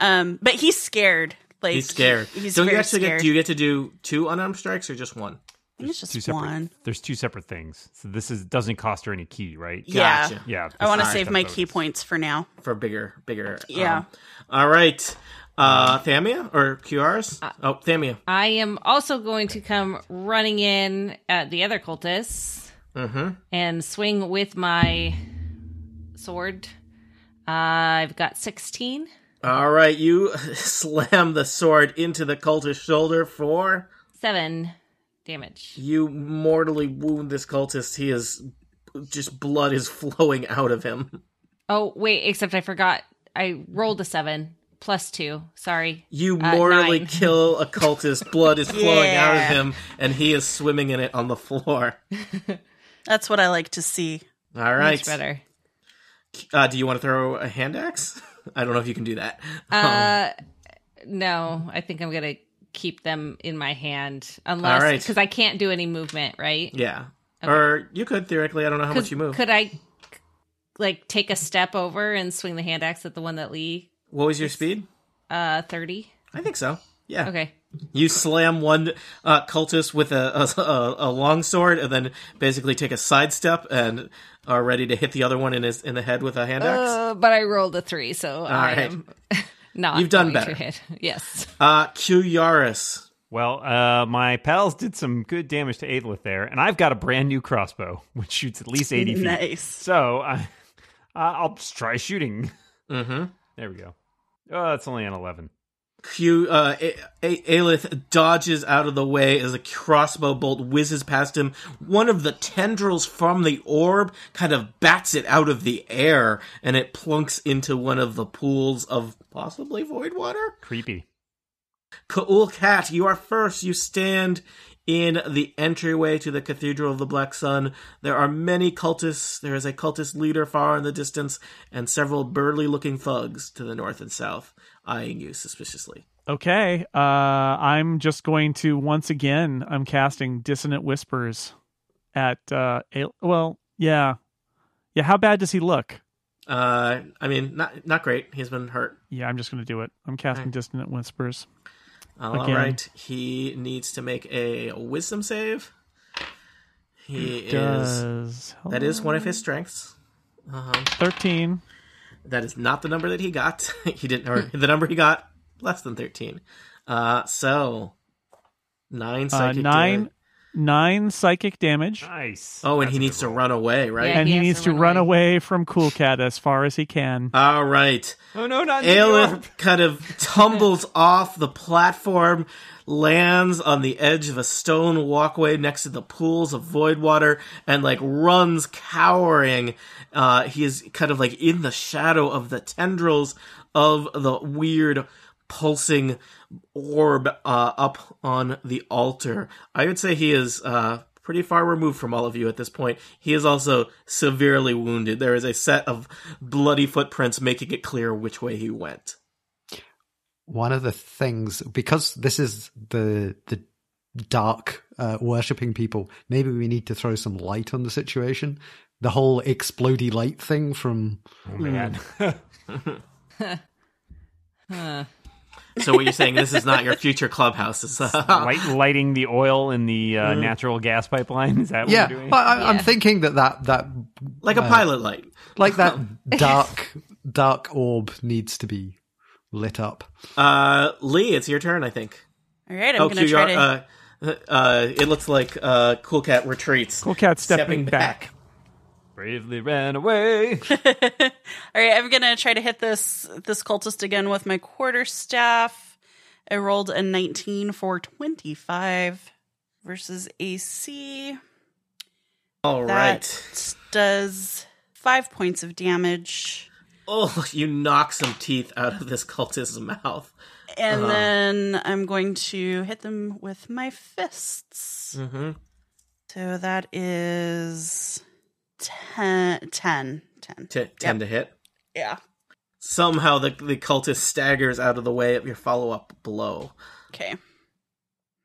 Speaker 2: um but he's scared. Like
Speaker 1: He's scared.
Speaker 2: He's
Speaker 1: Don't
Speaker 2: very
Speaker 1: you actually
Speaker 2: scared.
Speaker 1: get? Do you get to do two unarmed strikes or just one?
Speaker 2: I think it's
Speaker 6: Two
Speaker 2: just
Speaker 6: separate.
Speaker 2: one.
Speaker 6: There's two separate things. So this is doesn't cost her any key, right?
Speaker 2: Yeah.
Speaker 1: Gotcha.
Speaker 6: Yeah.
Speaker 2: I want to
Speaker 6: this is
Speaker 2: save
Speaker 6: just a
Speaker 2: my
Speaker 6: bonus.
Speaker 2: key points for now.
Speaker 1: For bigger, bigger. um,
Speaker 2: Yeah.
Speaker 1: all right. Uh, Thamia or QRs?
Speaker 2: Uh,
Speaker 1: oh, Thamia.
Speaker 3: I am also going to come running in at the other cultists and swing with my sword. Uh, I've got sixteen.
Speaker 1: All right. You slam the sword into the cultist's shoulder for
Speaker 3: Seven damage.
Speaker 1: you mortally wound this cultist. He is just blood is flowing out of him.
Speaker 3: Oh wait, except I forgot I rolled a seven plus two. Sorry.
Speaker 1: You
Speaker 3: Uh,
Speaker 1: mortally
Speaker 3: nine.
Speaker 1: kill a cultist. Blood is flowing out of
Speaker 2: Yeah.
Speaker 1: him, and he is swimming in it on the floor.
Speaker 2: That's what I like to see.
Speaker 1: All right.
Speaker 3: Much better.
Speaker 1: Uh, do you want to throw a hand axe? I don't know if you can do that.
Speaker 3: Uh, no, I think I'm gonna keep them in my hand unless
Speaker 1: All right.
Speaker 3: because I can't do any movement, right?
Speaker 1: yeah. Or you could theoretically. I don't know how much you move.
Speaker 3: Could I like take a step over and swing the hand axe at the one that Lee
Speaker 1: what was your speed?
Speaker 3: uh thirty?
Speaker 1: I think so. Yeah.
Speaker 3: Okay.
Speaker 1: You slam one uh, cultist with a, a, a, a long sword, and then basically take a sidestep and are ready to hit the other one in his in the head with a hand axe.
Speaker 3: Uh, but I rolled a three, so I
Speaker 1: right.
Speaker 3: am not.
Speaker 1: You've done
Speaker 3: going to
Speaker 1: better.
Speaker 3: hit. Yes.
Speaker 1: Uh, Q Yaris.
Speaker 6: Well, uh, my pals did some good damage to Aethelith there, and I've got a brand new crossbow, which shoots at least 80 feet.
Speaker 2: Nice.
Speaker 6: So I, I'll just try shooting.
Speaker 1: Mm-hmm.
Speaker 6: There we go. Oh, that's only an 11.
Speaker 1: Q uh, A- A- Aelith dodges out of the way as a crossbow bolt whizzes past him. One of the tendrils from the orb kind of bats it out of the air, and it plunks into one of the pools of possibly void water.
Speaker 6: Creepy.
Speaker 1: Ka'ul Cat, you are first. You stand in the entryway to the Cathedral of the Black Sun. There are many cultists. There is a cultist leader far in the distance, and several burly looking thugs to the north and south, eyeing you suspiciously.
Speaker 4: Okay. Uh, I'm just going to once again. I'm casting dissonant whispers at. Uh, a- well, yeah, yeah. How bad does he look?
Speaker 1: Uh, I mean, not not great. He's been hurt.
Speaker 4: Yeah, I'm just going to do it. I'm casting
Speaker 1: Alright.
Speaker 4: dissonant whispers.
Speaker 1: All
Speaker 4: Again.
Speaker 1: right. He needs to make a wisdom save. He is.
Speaker 4: Does
Speaker 1: That is one of his strengths.
Speaker 4: thirteen.
Speaker 1: That is not the number that he got. he didn't, or
Speaker 4: Hmm.
Speaker 1: the number he got less than thirteen. Uh, so nine
Speaker 4: Uh,
Speaker 1: psychic.
Speaker 4: nine,
Speaker 1: damage.
Speaker 4: nine psychic damage,
Speaker 6: Nice.
Speaker 1: Oh, and he needs to run away, right?
Speaker 3: Yeah.
Speaker 4: and he,
Speaker 3: he has
Speaker 4: needs to run away from Cool Cat as far as he can.
Speaker 1: All right.
Speaker 6: Oh, no, not New York.
Speaker 1: Aelith kind of tumbles off the platform, lands on the edge of a stone walkway next to the pools of void water, and like runs cowering. Uh, he is kind of like in the shadow of the tendrils of the weird pulsing orb uh, up on the altar. I would say he is uh, pretty far removed from all of you at this point. He is also severely wounded. There is a set of bloody footprints making it clear which way he went.
Speaker 5: one of the things because this is the the dark uh, worshipping people maybe we need to throw some light on the situation the whole explodey light thing from
Speaker 6: Oh, man.
Speaker 1: So what you're saying? this is not your future clubhouse. It's, uh,
Speaker 6: Light, lighting the oil in the
Speaker 1: Mm.
Speaker 6: uh, natural gas pipeline. Is that what
Speaker 5: yeah
Speaker 6: we're doing?
Speaker 5: I, I, i'm
Speaker 3: Yeah.
Speaker 5: thinking that that that
Speaker 1: like a pilot light.
Speaker 5: like that dark dark orb needs to be lit up
Speaker 1: Uh, Lee, it's your turn. I think.
Speaker 2: All right, I'm gonna try
Speaker 1: QR,
Speaker 2: to.
Speaker 1: Oh, uh, uh, it looks like uh, Cool Cat retreats.
Speaker 4: Cool Cat's stepping, back.
Speaker 6: Bravely ran away.
Speaker 2: All right, I'm gonna try to hit this this cultist again with my quarter staff. I rolled a 19 for 25 versus AC.
Speaker 1: All right.
Speaker 2: That does five points of damage,
Speaker 1: Oh, you knock some teeth out of this cultist's mouth.
Speaker 2: and
Speaker 1: Uh-huh.
Speaker 2: then I'm going to hit them with my fists.
Speaker 1: Mm-hmm.
Speaker 2: So that is 10, 10, 10.
Speaker 1: T- tend to hit.
Speaker 2: Yeah.
Speaker 1: Somehow the the cultist staggers out of the way of your follow up blow.
Speaker 2: Okay.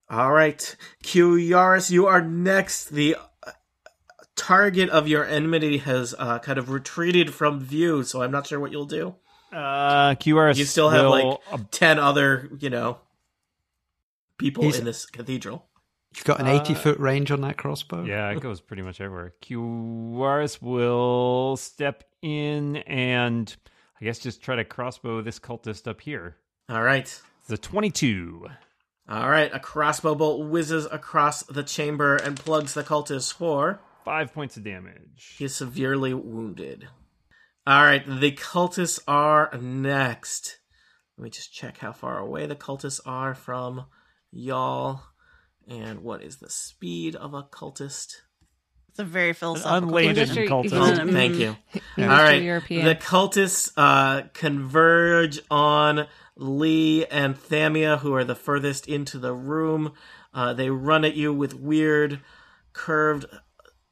Speaker 1: All right, Q Yaris, you are next. The uh, target of your enmity has uh, kind of retreated from view, so I'm not sure what you'll do.
Speaker 6: Uh, QRS.
Speaker 1: You still have like
Speaker 6: will-
Speaker 1: ten other, you know, people
Speaker 5: He's-
Speaker 1: in this cathedral.
Speaker 5: you've got an 80 foot range on that crossbow
Speaker 6: Uh, Yeah, it goes pretty much everywhere. QRS will step in and I guess just try to crossbow this cultist up here.
Speaker 1: All right.
Speaker 6: The 22.
Speaker 1: All right, a crossbow bolt whizzes across the chamber and plugs the cultist for.
Speaker 6: Five points of damage.
Speaker 1: He is severely wounded. All right, the cultists are next. Let me just check how far away the cultists are from y'all and what is the speed of a cultist.
Speaker 2: It's a very philosophical
Speaker 4: unladen
Speaker 2: question.
Speaker 3: Industry-
Speaker 4: cultist.
Speaker 1: Oh,
Speaker 2: Um,
Speaker 1: thank you.
Speaker 3: Yeah.
Speaker 1: All right.
Speaker 3: European.
Speaker 1: The cultists uh, converge on Lee and Thamia, who are the furthest into the room. Uh, they run at you with weird, curved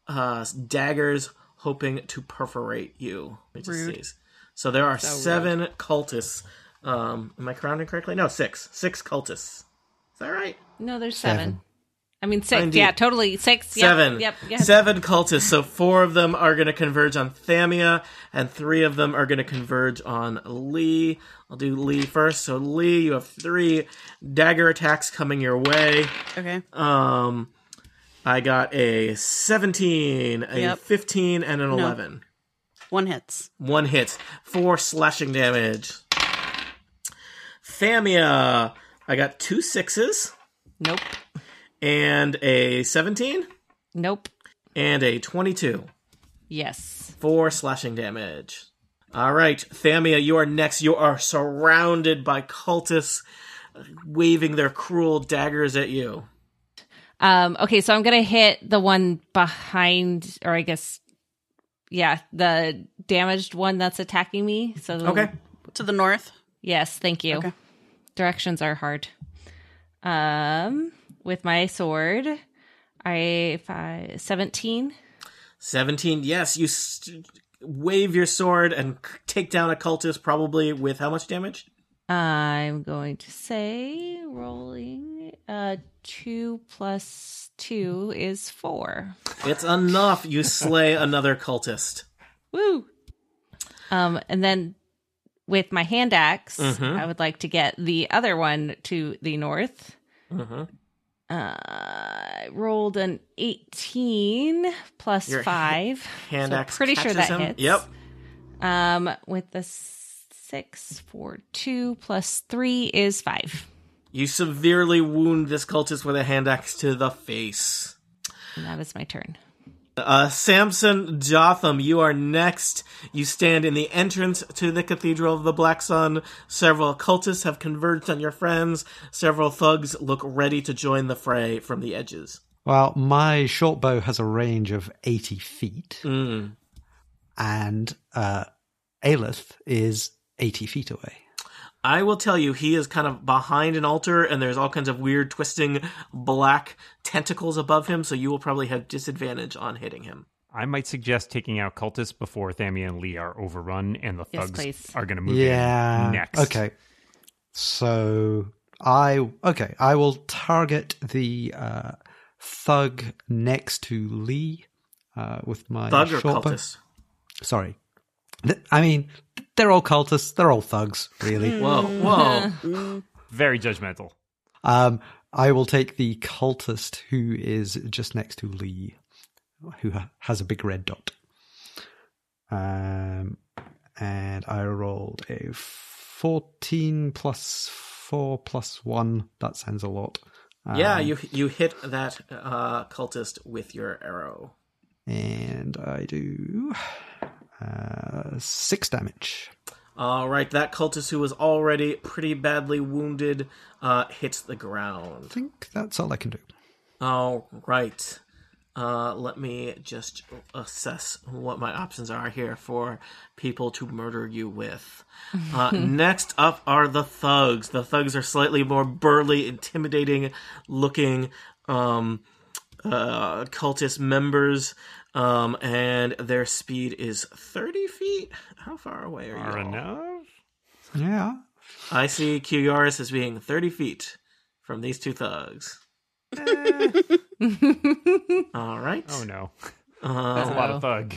Speaker 1: uh, daggers, hoping to perforate you. Let me just
Speaker 2: Rude.
Speaker 1: see. So there are seven cultists. Um, am I counting correctly? No, six. Six cultists. Is that right?
Speaker 3: No, there's seven.
Speaker 5: Seven.
Speaker 3: I mean six.
Speaker 1: Indeed.
Speaker 3: Yeah, totally six. Yep,
Speaker 1: Seven.
Speaker 3: Yep. yep.
Speaker 1: Seven cultists. So four of them are going to converge on Thamia, and three of them are going to converge on Lee. I'll do Lee first. So Lee, you have three dagger attacks coming your way.
Speaker 2: Okay.
Speaker 1: Um, I got a seventeen, a
Speaker 2: Yep.
Speaker 1: fifteen, and an eleven.
Speaker 2: One hits.
Speaker 1: One hit. Four slashing damage. Thamia, I got two sixes
Speaker 3: Nope.
Speaker 1: and a seventeen
Speaker 3: Nope.
Speaker 1: and a twenty-two.
Speaker 3: Yes.
Speaker 1: Four slashing damage. All right, Thamia, you are next. You are surrounded by cultists waving their cruel daggers at you.
Speaker 3: Um, okay, so I'm gonna hit the one behind, or I guess, yeah, the damaged one that's attacking me. So the-
Speaker 1: Okay.
Speaker 2: To the north.
Speaker 3: Yes, thank you.
Speaker 2: Okay.
Speaker 3: Directions are hard. Um, with my sword, I five, 17.
Speaker 1: 17. Yes, you st- wave your sword and c- take down a cultist, probably with how much damage?
Speaker 3: I'm going to say rolling uh two plus two is four.
Speaker 1: It's enough. You slay another cultist.
Speaker 3: Woo. Um, and then with my hand ax
Speaker 1: Mm-hmm.
Speaker 3: I would like to get the other one to the north.
Speaker 1: Mm-hmm.
Speaker 3: Uh, I rolled an 18 plus
Speaker 1: Your
Speaker 3: five.
Speaker 1: Hand
Speaker 3: so
Speaker 1: axe.
Speaker 3: Pretty sure
Speaker 1: catches
Speaker 3: that
Speaker 1: him.
Speaker 3: hits.
Speaker 1: Yep.
Speaker 3: Um, with the six, four, two plus three is five.
Speaker 1: You severely wound this cultist with a hand axe to the face.
Speaker 3: And that is my turn.
Speaker 1: Uh, Samson Jotham, you are next. You stand in the entrance to the Cathedral of the Black Sun. Several cultists have converged on your friends. Several thugs look ready to join the fray from the edges.
Speaker 5: Well, my short bow has a range of 80 feet,
Speaker 1: Mm.
Speaker 5: and uh, Aelith is 80 feet away.
Speaker 1: I will tell you, he is kind of behind an altar, and there's all kinds of weird twisting black tentacles above him, so you will probably have disadvantage on hitting him.
Speaker 6: I might suggest taking out cultists before Thamia and Lee are overrun and the
Speaker 3: Yes,
Speaker 6: thugs
Speaker 3: please.
Speaker 6: are going to move
Speaker 5: yeah.
Speaker 6: in next.
Speaker 5: Okay. So I okay, I will target the uh, thug next to Lee uh, with my
Speaker 1: Thug or
Speaker 5: short bow.
Speaker 1: cultist?
Speaker 5: Sorry. Th- I mean, they're all cultists. They're all thugs, really.
Speaker 1: Whoa, whoa.
Speaker 6: Very judgmental.
Speaker 5: um, I will take the cultist who is just next to Lee, who ha- has a big red dot. Um, and I rolled a 14 plus 4 plus 1. That sounds a lot.
Speaker 1: yeah, you you hit that uh, cultist with your arrow.
Speaker 5: And I do uh, 6 damage.
Speaker 1: All right, that cultist who was already pretty badly wounded uh, hits the
Speaker 5: I
Speaker 1: ground.
Speaker 5: think that's all I can do.
Speaker 1: All right, uh, let me just assess what my options are here for people to murder you with. Uh, next up are the thugs. The thugs are slightly more burly, intimidating looking. Um, uh, cultist members, um, and their speed is thirty feet. How far away are you?
Speaker 6: Are
Speaker 1: all?
Speaker 6: enough?
Speaker 5: Yeah.
Speaker 1: I see Qyaris as being 30 feet from these two thugs. All right.
Speaker 6: Oh no,
Speaker 1: Uh,
Speaker 6: that's a lot of thug.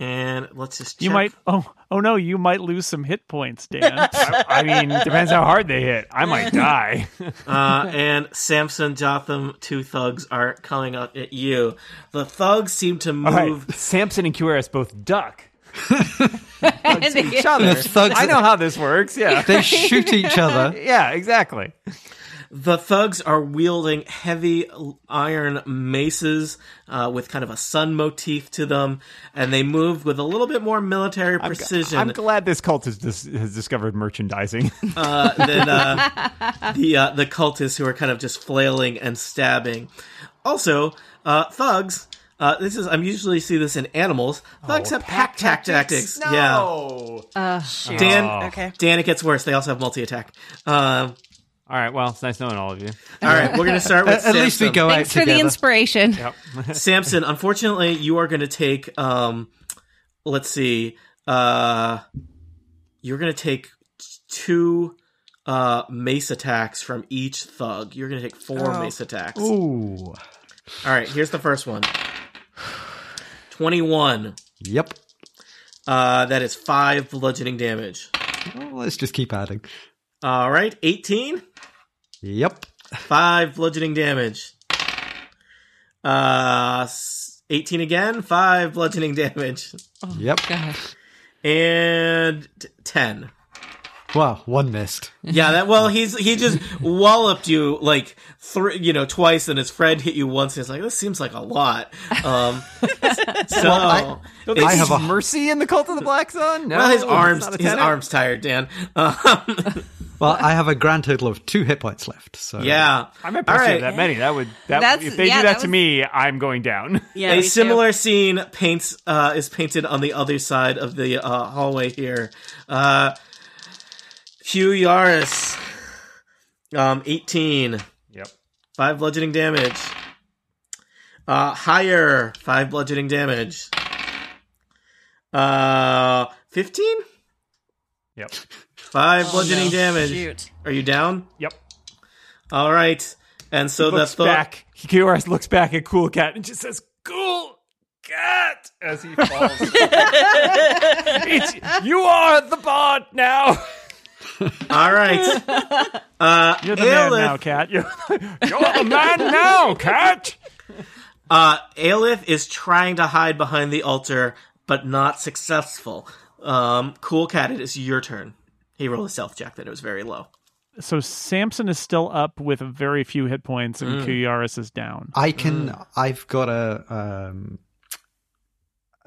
Speaker 1: and let's just check.
Speaker 4: You might. Oh, oh no! You might lose some hit points, Dan.
Speaker 6: I, I mean, depends how hard they hit. I might die.
Speaker 1: Uh, and Samson, Jotham, two thugs are coming up at you. The thugs seem to
Speaker 6: All right,
Speaker 1: move.
Speaker 6: Samson and QRS both duck.
Speaker 3: And
Speaker 6: Each other.
Speaker 5: The thugs-
Speaker 6: I know how this works. Yeah.
Speaker 5: They shoot each other.
Speaker 6: yeah, exactly.
Speaker 1: The thugs are wielding heavy l- iron maces uh, with kind of a sun motif to them, and they move with a little bit more military precision.
Speaker 6: I'm glad this cult has, dis- has discovered merchandising.
Speaker 1: uh, than uh, the uh, the cultists who are kind of just flailing and stabbing. Also, uh, thugs. Uh, this is I'm usually see this in animals, not except pack, tac- tactics. Yeah,
Speaker 7: No.
Speaker 3: Uh, shoot.
Speaker 1: Dan.
Speaker 2: Okay.
Speaker 1: Dan, it gets worse. They also have multi attack. Um,
Speaker 6: All right. Well, it's nice knowing all of you.
Speaker 1: all right, we're gonna start with
Speaker 5: At, at least we
Speaker 1: Samson.
Speaker 5: go
Speaker 3: Thanks
Speaker 5: out
Speaker 3: for the
Speaker 5: together.
Speaker 3: inspiration.
Speaker 1: Samson, unfortunately, you are going to take. Um, let's see. Uh, you're going to take t- two uh, mace attacks from each thug. You're going to take four mace attacks.
Speaker 5: Ooh.
Speaker 1: All right. Here's the first one. Twenty-one.
Speaker 5: Yep.
Speaker 1: Uh, that is five bludgeoning damage.
Speaker 5: Well, let's just keep adding.
Speaker 1: All right. Eighteen.
Speaker 5: Yep.
Speaker 1: Five bludgeoning damage. Uh, s- eighteen again. Five bludgeoning damage.
Speaker 5: Yep.
Speaker 3: Gosh.
Speaker 1: And t- ten.
Speaker 5: Wow, one missed.
Speaker 1: Yeah, that well, he's he just walloped you like three, you know, twice, and his friend hit you once. And he's like, this seems like a lot. Um, so
Speaker 5: Well,
Speaker 6: Don't
Speaker 5: I have a-
Speaker 6: mercy in the cult of the black sun. No,
Speaker 1: well, his
Speaker 6: Oh, it's
Speaker 1: arms,
Speaker 6: not a
Speaker 1: his
Speaker 6: tenet.
Speaker 1: arms tired, Dan. Um,
Speaker 5: Well, I have a grand total of two hit points left. So
Speaker 1: yeah,
Speaker 6: I'm impressed
Speaker 1: All
Speaker 6: you
Speaker 1: right.
Speaker 6: have that many. That would that
Speaker 3: That's-
Speaker 6: if they
Speaker 3: yeah,
Speaker 6: do that,
Speaker 3: that
Speaker 6: to
Speaker 3: was-
Speaker 6: me, I'm going down.
Speaker 2: Yeah.
Speaker 1: a
Speaker 2: me too.
Speaker 1: similar scene paints uh, is painted on the other side of the uh, hallway here. Uh, Hugh Yaris, um, eighteen.
Speaker 6: yep.
Speaker 1: Five bludgeoning damage. Uh, higher. Five bludgeoning damage. Uh, 15?
Speaker 6: Yep.
Speaker 1: Five bludgeoning damage.
Speaker 2: Oh, Shoot.
Speaker 1: Are you down?
Speaker 6: Yep.
Speaker 1: All right. And so the
Speaker 6: looks
Speaker 1: thug.
Speaker 6: back. Kioras looks back at Cool Cat and just says, "Cool Cat," as he falls. It's- you are the bard now.
Speaker 1: All right. Uh,
Speaker 4: You're the man
Speaker 1: Aelith-
Speaker 4: now, cat. You're
Speaker 6: You're the man now, Cat.
Speaker 1: Uh, Aelith is trying to hide behind the altar, but not successful. Um, cool cat, it is your turn. He rolled a stealth check that it was very low.
Speaker 4: so Samson is still up with very few hit points, and
Speaker 6: Mm.
Speaker 4: Kuyaris is down.
Speaker 5: I can. I've got a, um,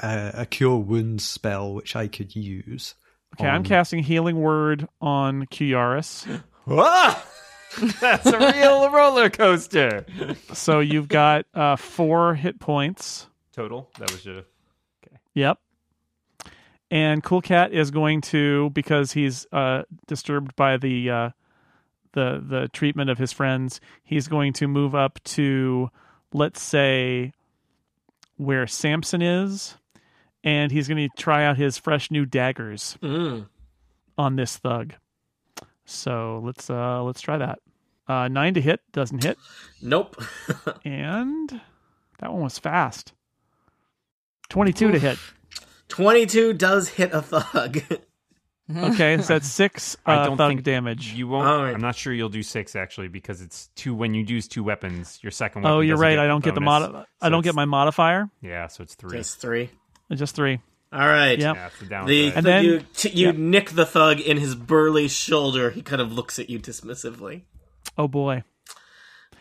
Speaker 5: a a cure wounds spell which I could use.
Speaker 4: Okay, I'm casting Healing Word on Kuyaris.
Speaker 6: Whoa! Ah! That's a real roller coaster.
Speaker 4: so you've got uh, four hit points.
Speaker 6: Total. That was
Speaker 4: Uh,
Speaker 6: your.
Speaker 4: Yep. And Cool Cat is going to because he's uh, disturbed by the uh, the the treatment of his friends. He's going to move up to let's say where Samson is, and he's going to try out his fresh new daggers
Speaker 1: Mm.
Speaker 4: on this thug. So let's uh, let's try that. Uh, nine to hit doesn't hit,
Speaker 1: Nope.
Speaker 4: and that one was fast. Twenty two to hit.
Speaker 1: 22 does hit a thug.
Speaker 4: Okay, so that's six uh,
Speaker 6: I don't
Speaker 4: thug
Speaker 6: think
Speaker 4: damage.
Speaker 6: You won't.
Speaker 1: All right.
Speaker 6: I'm not sure you'll do six actually because it's two. When you use two weapons, your second weapon.
Speaker 4: oh, you're
Speaker 6: doesn't
Speaker 4: right. I don't get the
Speaker 6: bonus.
Speaker 4: mod. I don't
Speaker 6: it's-
Speaker 4: get my modifier. uh,
Speaker 6: Yeah, so it's three.
Speaker 1: Just three.
Speaker 4: Just three.
Speaker 1: All right.
Speaker 4: Yep.
Speaker 6: Yeah, it's the downside.
Speaker 1: The,
Speaker 4: And then-
Speaker 1: you t- you nick the thug in his burly shoulder. He kind of looks at you dismissively.
Speaker 4: Oh boy.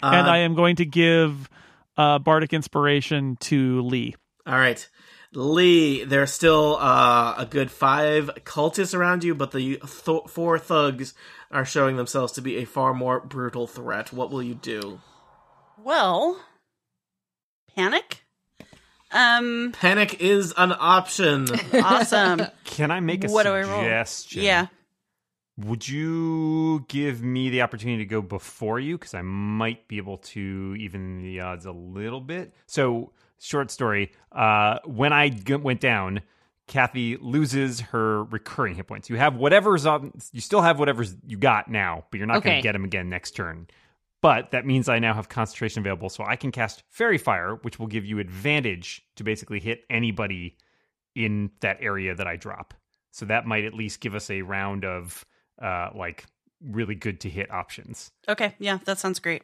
Speaker 4: and I am going to give uh, bardic inspiration to Lee.
Speaker 1: All right, Lee. There's still uh, a good five cultists around you, but the th- four thugs are showing themselves to be a far more brutal threat. What will you do?
Speaker 2: Well, panic. Um.
Speaker 1: Panic is an option.
Speaker 2: Awesome.
Speaker 6: Can I make a
Speaker 2: What do I roll?
Speaker 6: suggestion?
Speaker 2: yeah.
Speaker 6: Would you give me the opportunity to go before you? Because I might be able to even the odds a little bit. So, short story uh, when I g- went down, Kathy loses her recurring hit points. You have whatever's on, you still have whatever's you got now, but you're not going
Speaker 3: Okay.
Speaker 6: to get them again next turn. But that means I now have concentration available, so I can cast Fairy Fire, which will give you advantage to basically hit anybody in that area that I drop. So that might at least give us a round of uh, like really good to hit options.
Speaker 2: Okay. Yeah. That sounds great.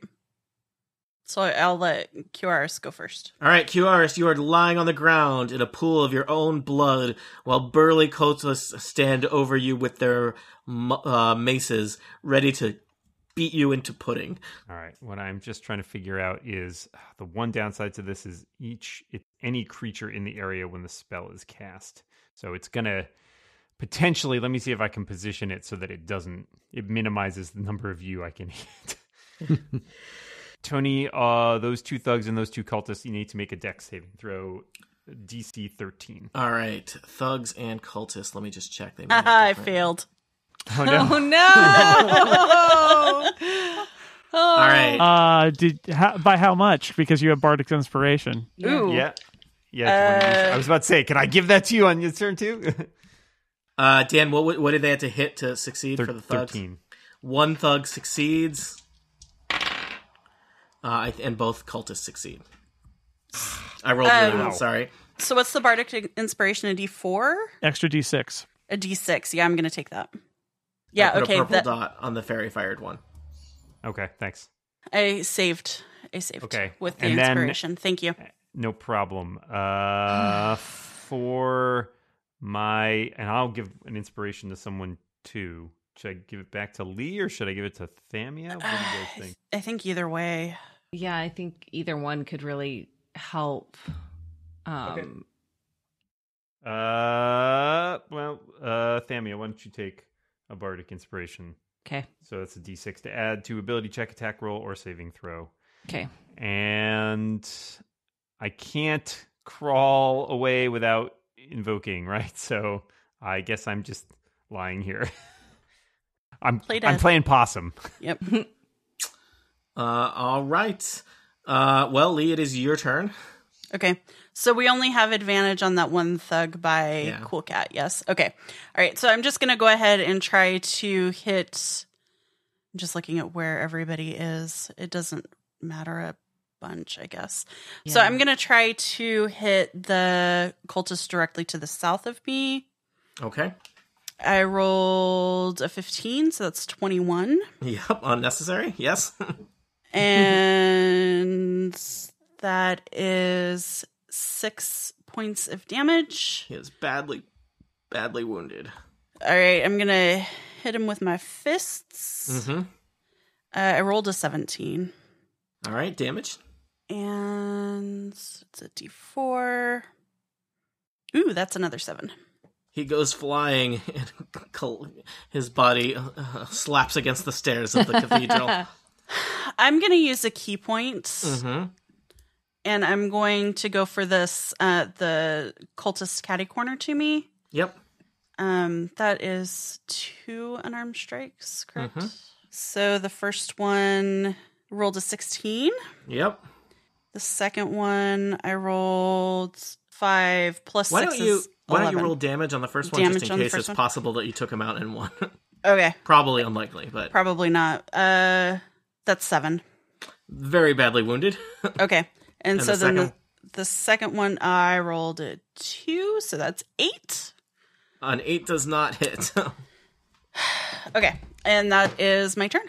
Speaker 2: So I'll let QRS go first.
Speaker 1: All right, QRS, you are lying on the ground in a pool of your own blood while burly cultists stand over you with their mu- uh, maces, ready to beat you into pudding.
Speaker 6: All right. What I'm just trying to figure out is uh, the one downside to this is each it, any creature in the area when the spell is cast. So it's gonna potentially. Let me see if I can position it so that it doesn't. It minimizes the number of you I can hit. Tony, uh, those two thugs and those two cultists, you need to make a dex saving throw, DC 13.
Speaker 1: All right, thugs and cultists. Let me just check. They may have
Speaker 2: I
Speaker 1: different-
Speaker 2: failed.
Speaker 6: Oh, no.
Speaker 3: Oh no!
Speaker 1: All right,
Speaker 4: Uh, did how, by how much? Because you have bardic inspiration.
Speaker 2: Ooh.
Speaker 6: Yeah. Yeah. do you wanna use- I was about to say, can I give that to you on your turn too?
Speaker 1: uh, Dan. What what did they have to hit to succeed
Speaker 6: Thir-
Speaker 1: for the thugs?
Speaker 6: 13.
Speaker 1: One thug succeeds, uh, I- and both cultists succeed. I rolled really
Speaker 2: Um,
Speaker 1: well. Sorry.
Speaker 2: So what's the bardic in- inspiration? A D four?
Speaker 4: Extra d6.
Speaker 2: A D six? Yeah, I'm gonna take that.
Speaker 1: I
Speaker 2: Yeah.
Speaker 1: put
Speaker 2: Okay.
Speaker 1: A purple
Speaker 2: that-
Speaker 1: dot on the fairy fired one.
Speaker 6: Okay, thanks.
Speaker 2: I saved. I saved.
Speaker 6: Okay,
Speaker 2: With the
Speaker 6: and then-
Speaker 2: inspiration. Thank you.
Speaker 6: No problem. Uh, for my, and I'll give an inspiration to someone too. Should I give it back to Lee or should I give it to Thamia? What do you guys think?
Speaker 2: I think either way.
Speaker 3: yeah, I think either one could really help. Um,
Speaker 6: Uh, well, uh, Thamia, why don't you take a bardic inspiration?
Speaker 3: okay,
Speaker 6: So that's a d6 to add to ability check, attack roll, or saving throw.
Speaker 3: okay.
Speaker 6: And I can't crawl away without invoking, right? So I guess I'm just lying here. I'm
Speaker 2: Play
Speaker 6: I'm
Speaker 2: dead.
Speaker 6: playing possum.
Speaker 2: Yep.
Speaker 1: Uh, all right. Uh, well, Lee, it is your turn.
Speaker 2: Okay. So we only have advantage on that one thug by
Speaker 1: Yeah.
Speaker 2: Cool Cat, yes. Okay. All right. So I'm just going to go ahead and try to hit. I'm just looking at where everybody is. It doesn't matter a bunch, I guess. So
Speaker 3: Yeah.
Speaker 2: I'm going to try to hit the cultist directly to the south of me.
Speaker 1: Okay.
Speaker 2: I rolled a 15, so that's 21.
Speaker 1: Yep. Unnecessary. Yes.
Speaker 2: And that is six points of damage.
Speaker 1: he is badly, badly wounded.
Speaker 2: All right, I'm gonna hit him with my fists.
Speaker 1: Mhm.
Speaker 2: Uh, I rolled a 17,
Speaker 1: All right. Damage.
Speaker 2: and it's a D4. Ooh, that's another seven.
Speaker 1: He goes flying, and col- his body uh, slaps against the stairs of the cathedral.
Speaker 2: I'm gonna use a key point,
Speaker 1: hmm
Speaker 2: and I'm going to go for this uh, the cultist caddy corner to me.
Speaker 1: Yep.
Speaker 2: Um, that is two unarmed strikes, correct? So the first one rolled a 16.
Speaker 1: Yep.
Speaker 2: The second one I rolled five plus
Speaker 1: Why
Speaker 2: six
Speaker 1: don't you?
Speaker 2: is
Speaker 1: Why don't you
Speaker 2: 11.
Speaker 1: roll damage on the first one,
Speaker 2: Damage
Speaker 1: just in
Speaker 2: on the
Speaker 1: case
Speaker 2: first
Speaker 1: it's
Speaker 2: one?
Speaker 1: possible that you took him out in one?
Speaker 2: Okay,
Speaker 1: Probably unlikely, but
Speaker 2: probably not. Uh, that's seven.
Speaker 1: very badly wounded.
Speaker 2: Okay, and,
Speaker 1: And
Speaker 2: so
Speaker 1: the
Speaker 2: then the,
Speaker 1: second-
Speaker 2: the second one I rolled a two, so that's eight.
Speaker 1: An eight does not hit.
Speaker 2: Okay, and that is my turn.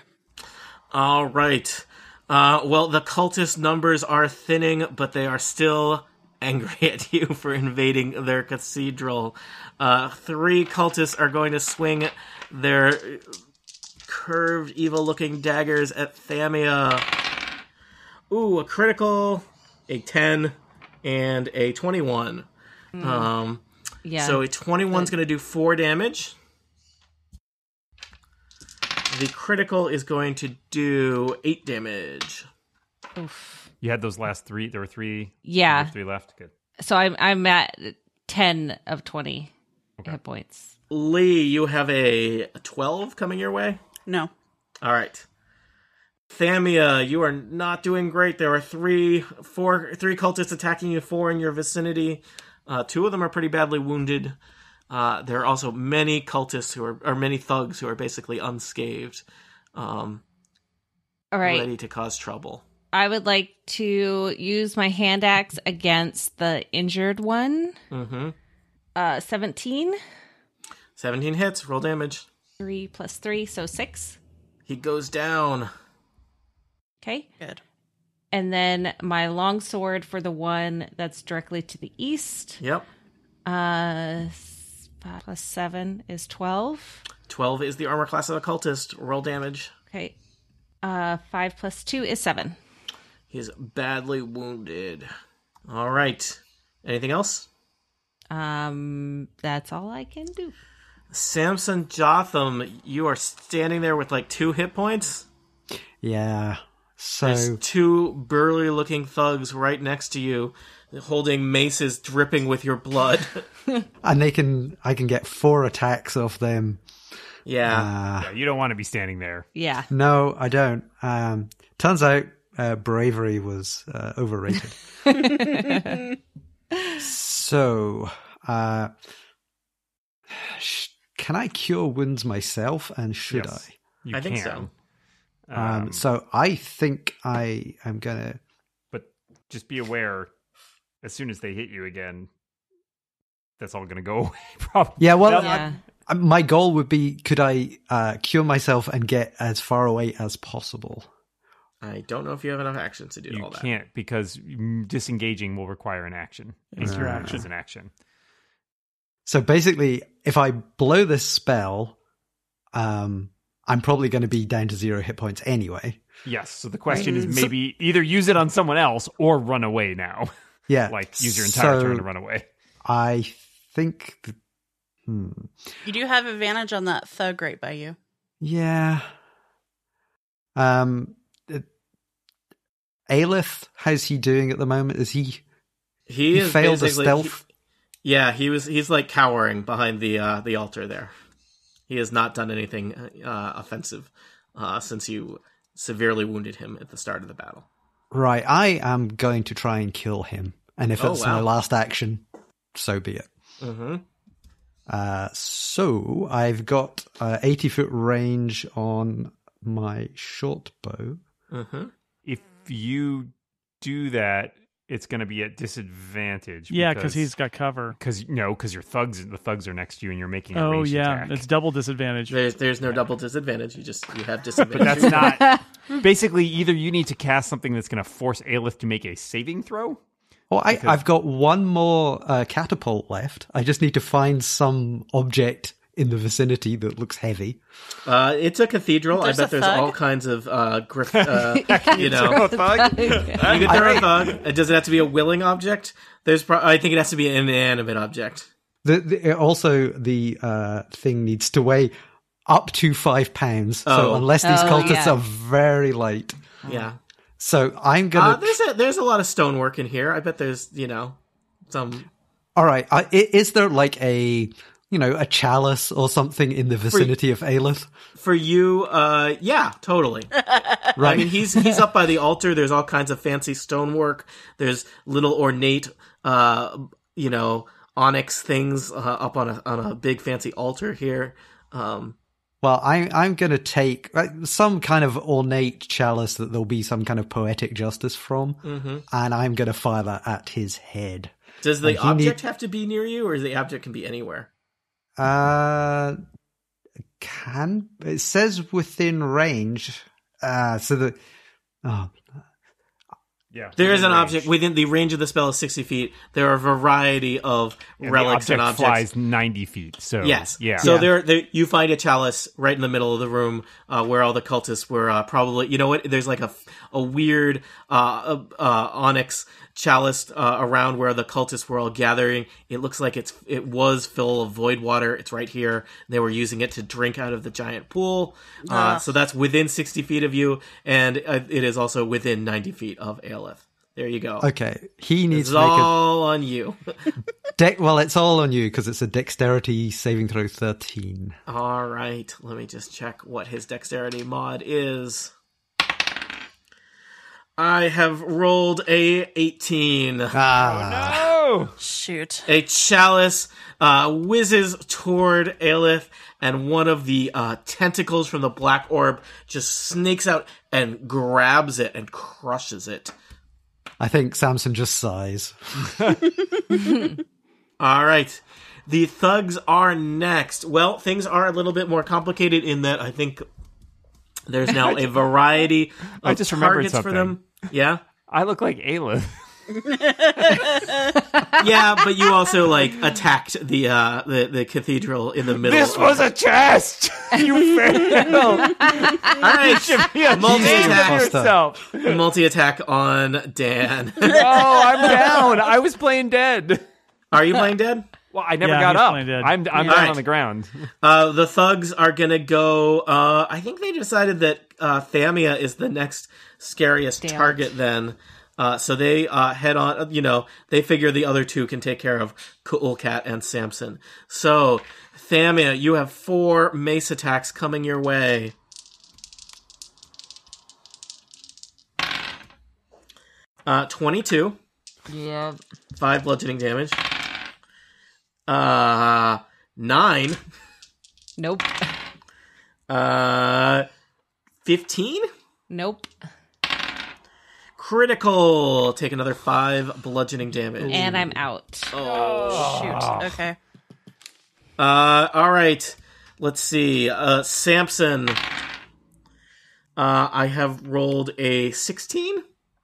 Speaker 1: All right. Uh, well, the cultist numbers are thinning, but they are still angry at you for invading their cathedral. Uh, three cultists are going to swing their curved, evil looking daggers at Thamia. Ooh, a critical, a 10, and a 21. Um,
Speaker 3: Yeah.
Speaker 1: so a 21's going to do 4 damage. The critical is going to do 8 damage.
Speaker 3: Oof.
Speaker 6: You had those last three. There were three.
Speaker 2: Ah.
Speaker 6: there
Speaker 3: Yeah.
Speaker 6: were three left. Good.
Speaker 3: So I'm I'm at ten of twenty hit points.
Speaker 1: Lee, you have a 12 coming your way.
Speaker 2: No,
Speaker 1: All right. Thamia, you are not doing great. There are three, four, three cultists attacking you. Four in your vicinity. Uh, two of them are pretty badly wounded. Uh, there are also many cultists who are, or many thugs who are basically unscathed, um,
Speaker 3: All right.
Speaker 1: ready to cause trouble.
Speaker 3: I would like to use my hand axe against the injured one.
Speaker 1: Mm-hmm.
Speaker 3: Uh, 17,
Speaker 1: 17 hits, roll damage.
Speaker 3: 3 plus 3, so 6.
Speaker 1: He goes down.
Speaker 3: Okay.
Speaker 2: good.
Speaker 3: And then my longsword for the one that's directly to the east.
Speaker 1: Yep.
Speaker 3: Uh, s- 5 plus 7 is 12.
Speaker 1: 12 is the armor class of the cultist. Roll damage.
Speaker 3: Okay. Uh, 5 plus 2 is 7.
Speaker 1: He's badly wounded. All right. Anything else?
Speaker 3: Um, that's all I can do.
Speaker 1: Samson Jotham, you are standing there with like two hit points.
Speaker 5: Yeah. So
Speaker 1: There's two burly looking thugs right next to you, holding maces dripping with your blood.
Speaker 5: and they can I can get four attacks off them.
Speaker 1: yeah.
Speaker 5: Uh,
Speaker 6: Yeah, you don't want to be standing there.
Speaker 3: Yeah.
Speaker 5: no, I don't. Um, turns out uh, bravery was uh, overrated. so, uh, sh- can I cure wounds myself, and should
Speaker 6: Yes.
Speaker 5: I?
Speaker 6: You
Speaker 1: I think
Speaker 6: can.
Speaker 1: so.
Speaker 5: Um, so I think I am gonna.
Speaker 6: but just be aware as soon as they hit you again that's all going to go away probably
Speaker 5: Yeah, well,
Speaker 6: That-
Speaker 3: Yeah.
Speaker 5: I, my goal would be: could I uh, cure myself and get as far away as possible?
Speaker 1: I don't know if you have enough actions to do
Speaker 6: you
Speaker 1: all that.
Speaker 6: can't because mm, disengaging will require an action
Speaker 4: It's your
Speaker 5: Uh,
Speaker 4: action.
Speaker 6: is an action
Speaker 5: So basically, if I blow this spell, um, I'm probably going to be down to zero hit points anyway.
Speaker 6: yes so the question
Speaker 1: Right.
Speaker 6: is maybe either use it on someone else or run away now
Speaker 5: Yeah,
Speaker 6: like use your entire
Speaker 5: so
Speaker 6: turn to run away
Speaker 5: I think, th- hmm,
Speaker 2: You do have advantage on that thug right by you.
Speaker 5: yeah. Um, it- Aelith, how's he doing at the moment? Is he?
Speaker 1: He,
Speaker 5: He
Speaker 1: is
Speaker 5: failed the
Speaker 1: basically-
Speaker 5: stealth?
Speaker 1: he- yeah, he was. He's like cowering behind the uh, the altar there. He has not done anything uh, offensive uh, since you severely wounded him at the start of the battle.
Speaker 5: Right, I am going to try and kill him, and if
Speaker 1: Oh,
Speaker 5: it's
Speaker 1: wow.
Speaker 5: my last action, so be it.
Speaker 1: Mm-hmm.
Speaker 5: Uh, so I've got uh, eighty foot range on my short bow.
Speaker 1: Mm-hmm.
Speaker 6: if you do that it's going to be at disadvantage
Speaker 4: Yeah, because he's got cover.
Speaker 6: because no because your thugs the thugs are next to you and you're making a
Speaker 4: Oh
Speaker 6: ranged
Speaker 4: yeah,
Speaker 6: attack.
Speaker 4: it's double disadvantage.
Speaker 1: There's there's no double disadvantage. You just you have
Speaker 6: But
Speaker 1: disadvantage.
Speaker 6: that's not. Basically, either you need to cast something that's going to force Aelith to make a saving throw.
Speaker 5: Well, I, I've got one more uh, catapult left. I just need to find some object in the vicinity that looks heavy.
Speaker 1: Uh, it's a cathedral.
Speaker 2: There's
Speaker 1: I bet
Speaker 2: a
Speaker 1: there's
Speaker 2: thug?
Speaker 1: all kinds of uh, griff. Uh, you know,
Speaker 3: Thug.
Speaker 1: you could throw a thug. Uh, Does it have to be a willing object? There's. Pro- I think it has to be an inanimate object.
Speaker 5: The, the, uh, also, the uh, thing needs to weigh up to five pounds.
Speaker 1: Oh.
Speaker 5: So unless these
Speaker 3: Oh,
Speaker 5: cultists
Speaker 3: yeah.
Speaker 5: are very light,
Speaker 1: Yeah.
Speaker 5: so I'm
Speaker 1: Uh,
Speaker 5: gonna.
Speaker 1: there's a there's a lot of stonework in here. I bet there's you know some
Speaker 5: all right, I, i- is there like a you know a chalice or something in the vicinity of Aelith?
Speaker 1: for you. Uh, yeah, totally. I mean,
Speaker 5: Right.
Speaker 1: he's he's up by the altar. There's all kinds of fancy stonework. There's little ornate, uh, you know, onyx things uh, up on a on a big fancy altar here. Um,
Speaker 5: Well, I, I'm going to take uh, some kind of ornate chalice that there'll be some kind of poetic justice from,
Speaker 1: Mm-hmm.
Speaker 5: and I'm going to fire that at his head.
Speaker 1: Does the
Speaker 5: And he
Speaker 1: object
Speaker 5: need-
Speaker 1: have to be near you, or the object can be anywhere?
Speaker 5: Uh, can it says within range? Uh, so the oh,
Speaker 6: Yeah,
Speaker 1: There is an object within the range of the spell is sixty feet. There are a variety of relics
Speaker 6: the object
Speaker 1: and objects.
Speaker 6: flies ninety feet. So
Speaker 1: Yes.
Speaker 6: yeah.
Speaker 1: So
Speaker 5: Yeah.
Speaker 1: there, there, you find a chalice right in the middle of the room uh, where all the cultists were uh, probably. You know what? There's like a a weird uh, uh, onyx chalice uh, around where the cultists were all gathering. It looks like it's it was full of void water. It's right here. They were using it to drink out of the giant pool. Uh, So that's within sixty feet of you, and uh, it is also within ninety feet of Aelith. There you go.
Speaker 5: okay, he needs
Speaker 1: It's
Speaker 5: to make
Speaker 1: all on you.
Speaker 5: a deck. Well, it's all on you because it's a dexterity saving throw thirteen.
Speaker 1: All right, let me just check what his dexterity mod is. I have rolled a 18.
Speaker 5: Ah,
Speaker 6: Oh,
Speaker 2: Shoot.
Speaker 1: A chalice uh, whizzes toward Aelith, and one of the uh, tentacles from the black orb just snakes out and grabs it and crushes it.
Speaker 5: I think Samson just sighs.
Speaker 1: All right. The thugs are next. Well, things are a little bit more complicated in that I think there's now a variety of
Speaker 6: I just remembered
Speaker 1: targets for them. Yeah.
Speaker 6: I look like Aelith.
Speaker 1: Yeah, but you also like attacked the uh the, the cathedral in the middle.
Speaker 6: This was a chest. you failed.
Speaker 1: All right.
Speaker 6: Yeah,
Speaker 1: Multi-attack.
Speaker 6: save yourself. Oh,
Speaker 1: Multi-attack on Dan.
Speaker 6: I'm down. I was playing dead.
Speaker 1: are you playing dead?
Speaker 6: Well, I never
Speaker 4: Yeah,
Speaker 6: got
Speaker 4: he's
Speaker 6: up.
Speaker 4: playing dead.
Speaker 6: I'm I'm
Speaker 1: Yeah.
Speaker 6: down
Speaker 1: Right.
Speaker 6: on the ground.
Speaker 1: Uh, the thugs are gonna go. Uh, I think they decided that uh, Thamia is the next scariest
Speaker 3: Damn it.
Speaker 1: target. Then, uh, so they uh, head on. You know, they figure the other two can take care of Cool Cat and Samson. So, Thamia, you have four mace attacks coming your way. Uh, twenty-two
Speaker 3: Yeah.
Speaker 1: five bludgeoning damage. Uh, nine.
Speaker 3: Nope.
Speaker 1: Uh, fifteen
Speaker 3: Nope.
Speaker 1: critical. Take another five bludgeoning damage.
Speaker 3: And I'm out.
Speaker 6: Ah.
Speaker 2: Shoot. Okay.
Speaker 1: Uh, all right. Let's see. Uh, Samson. Uh, I have rolled a sixteen,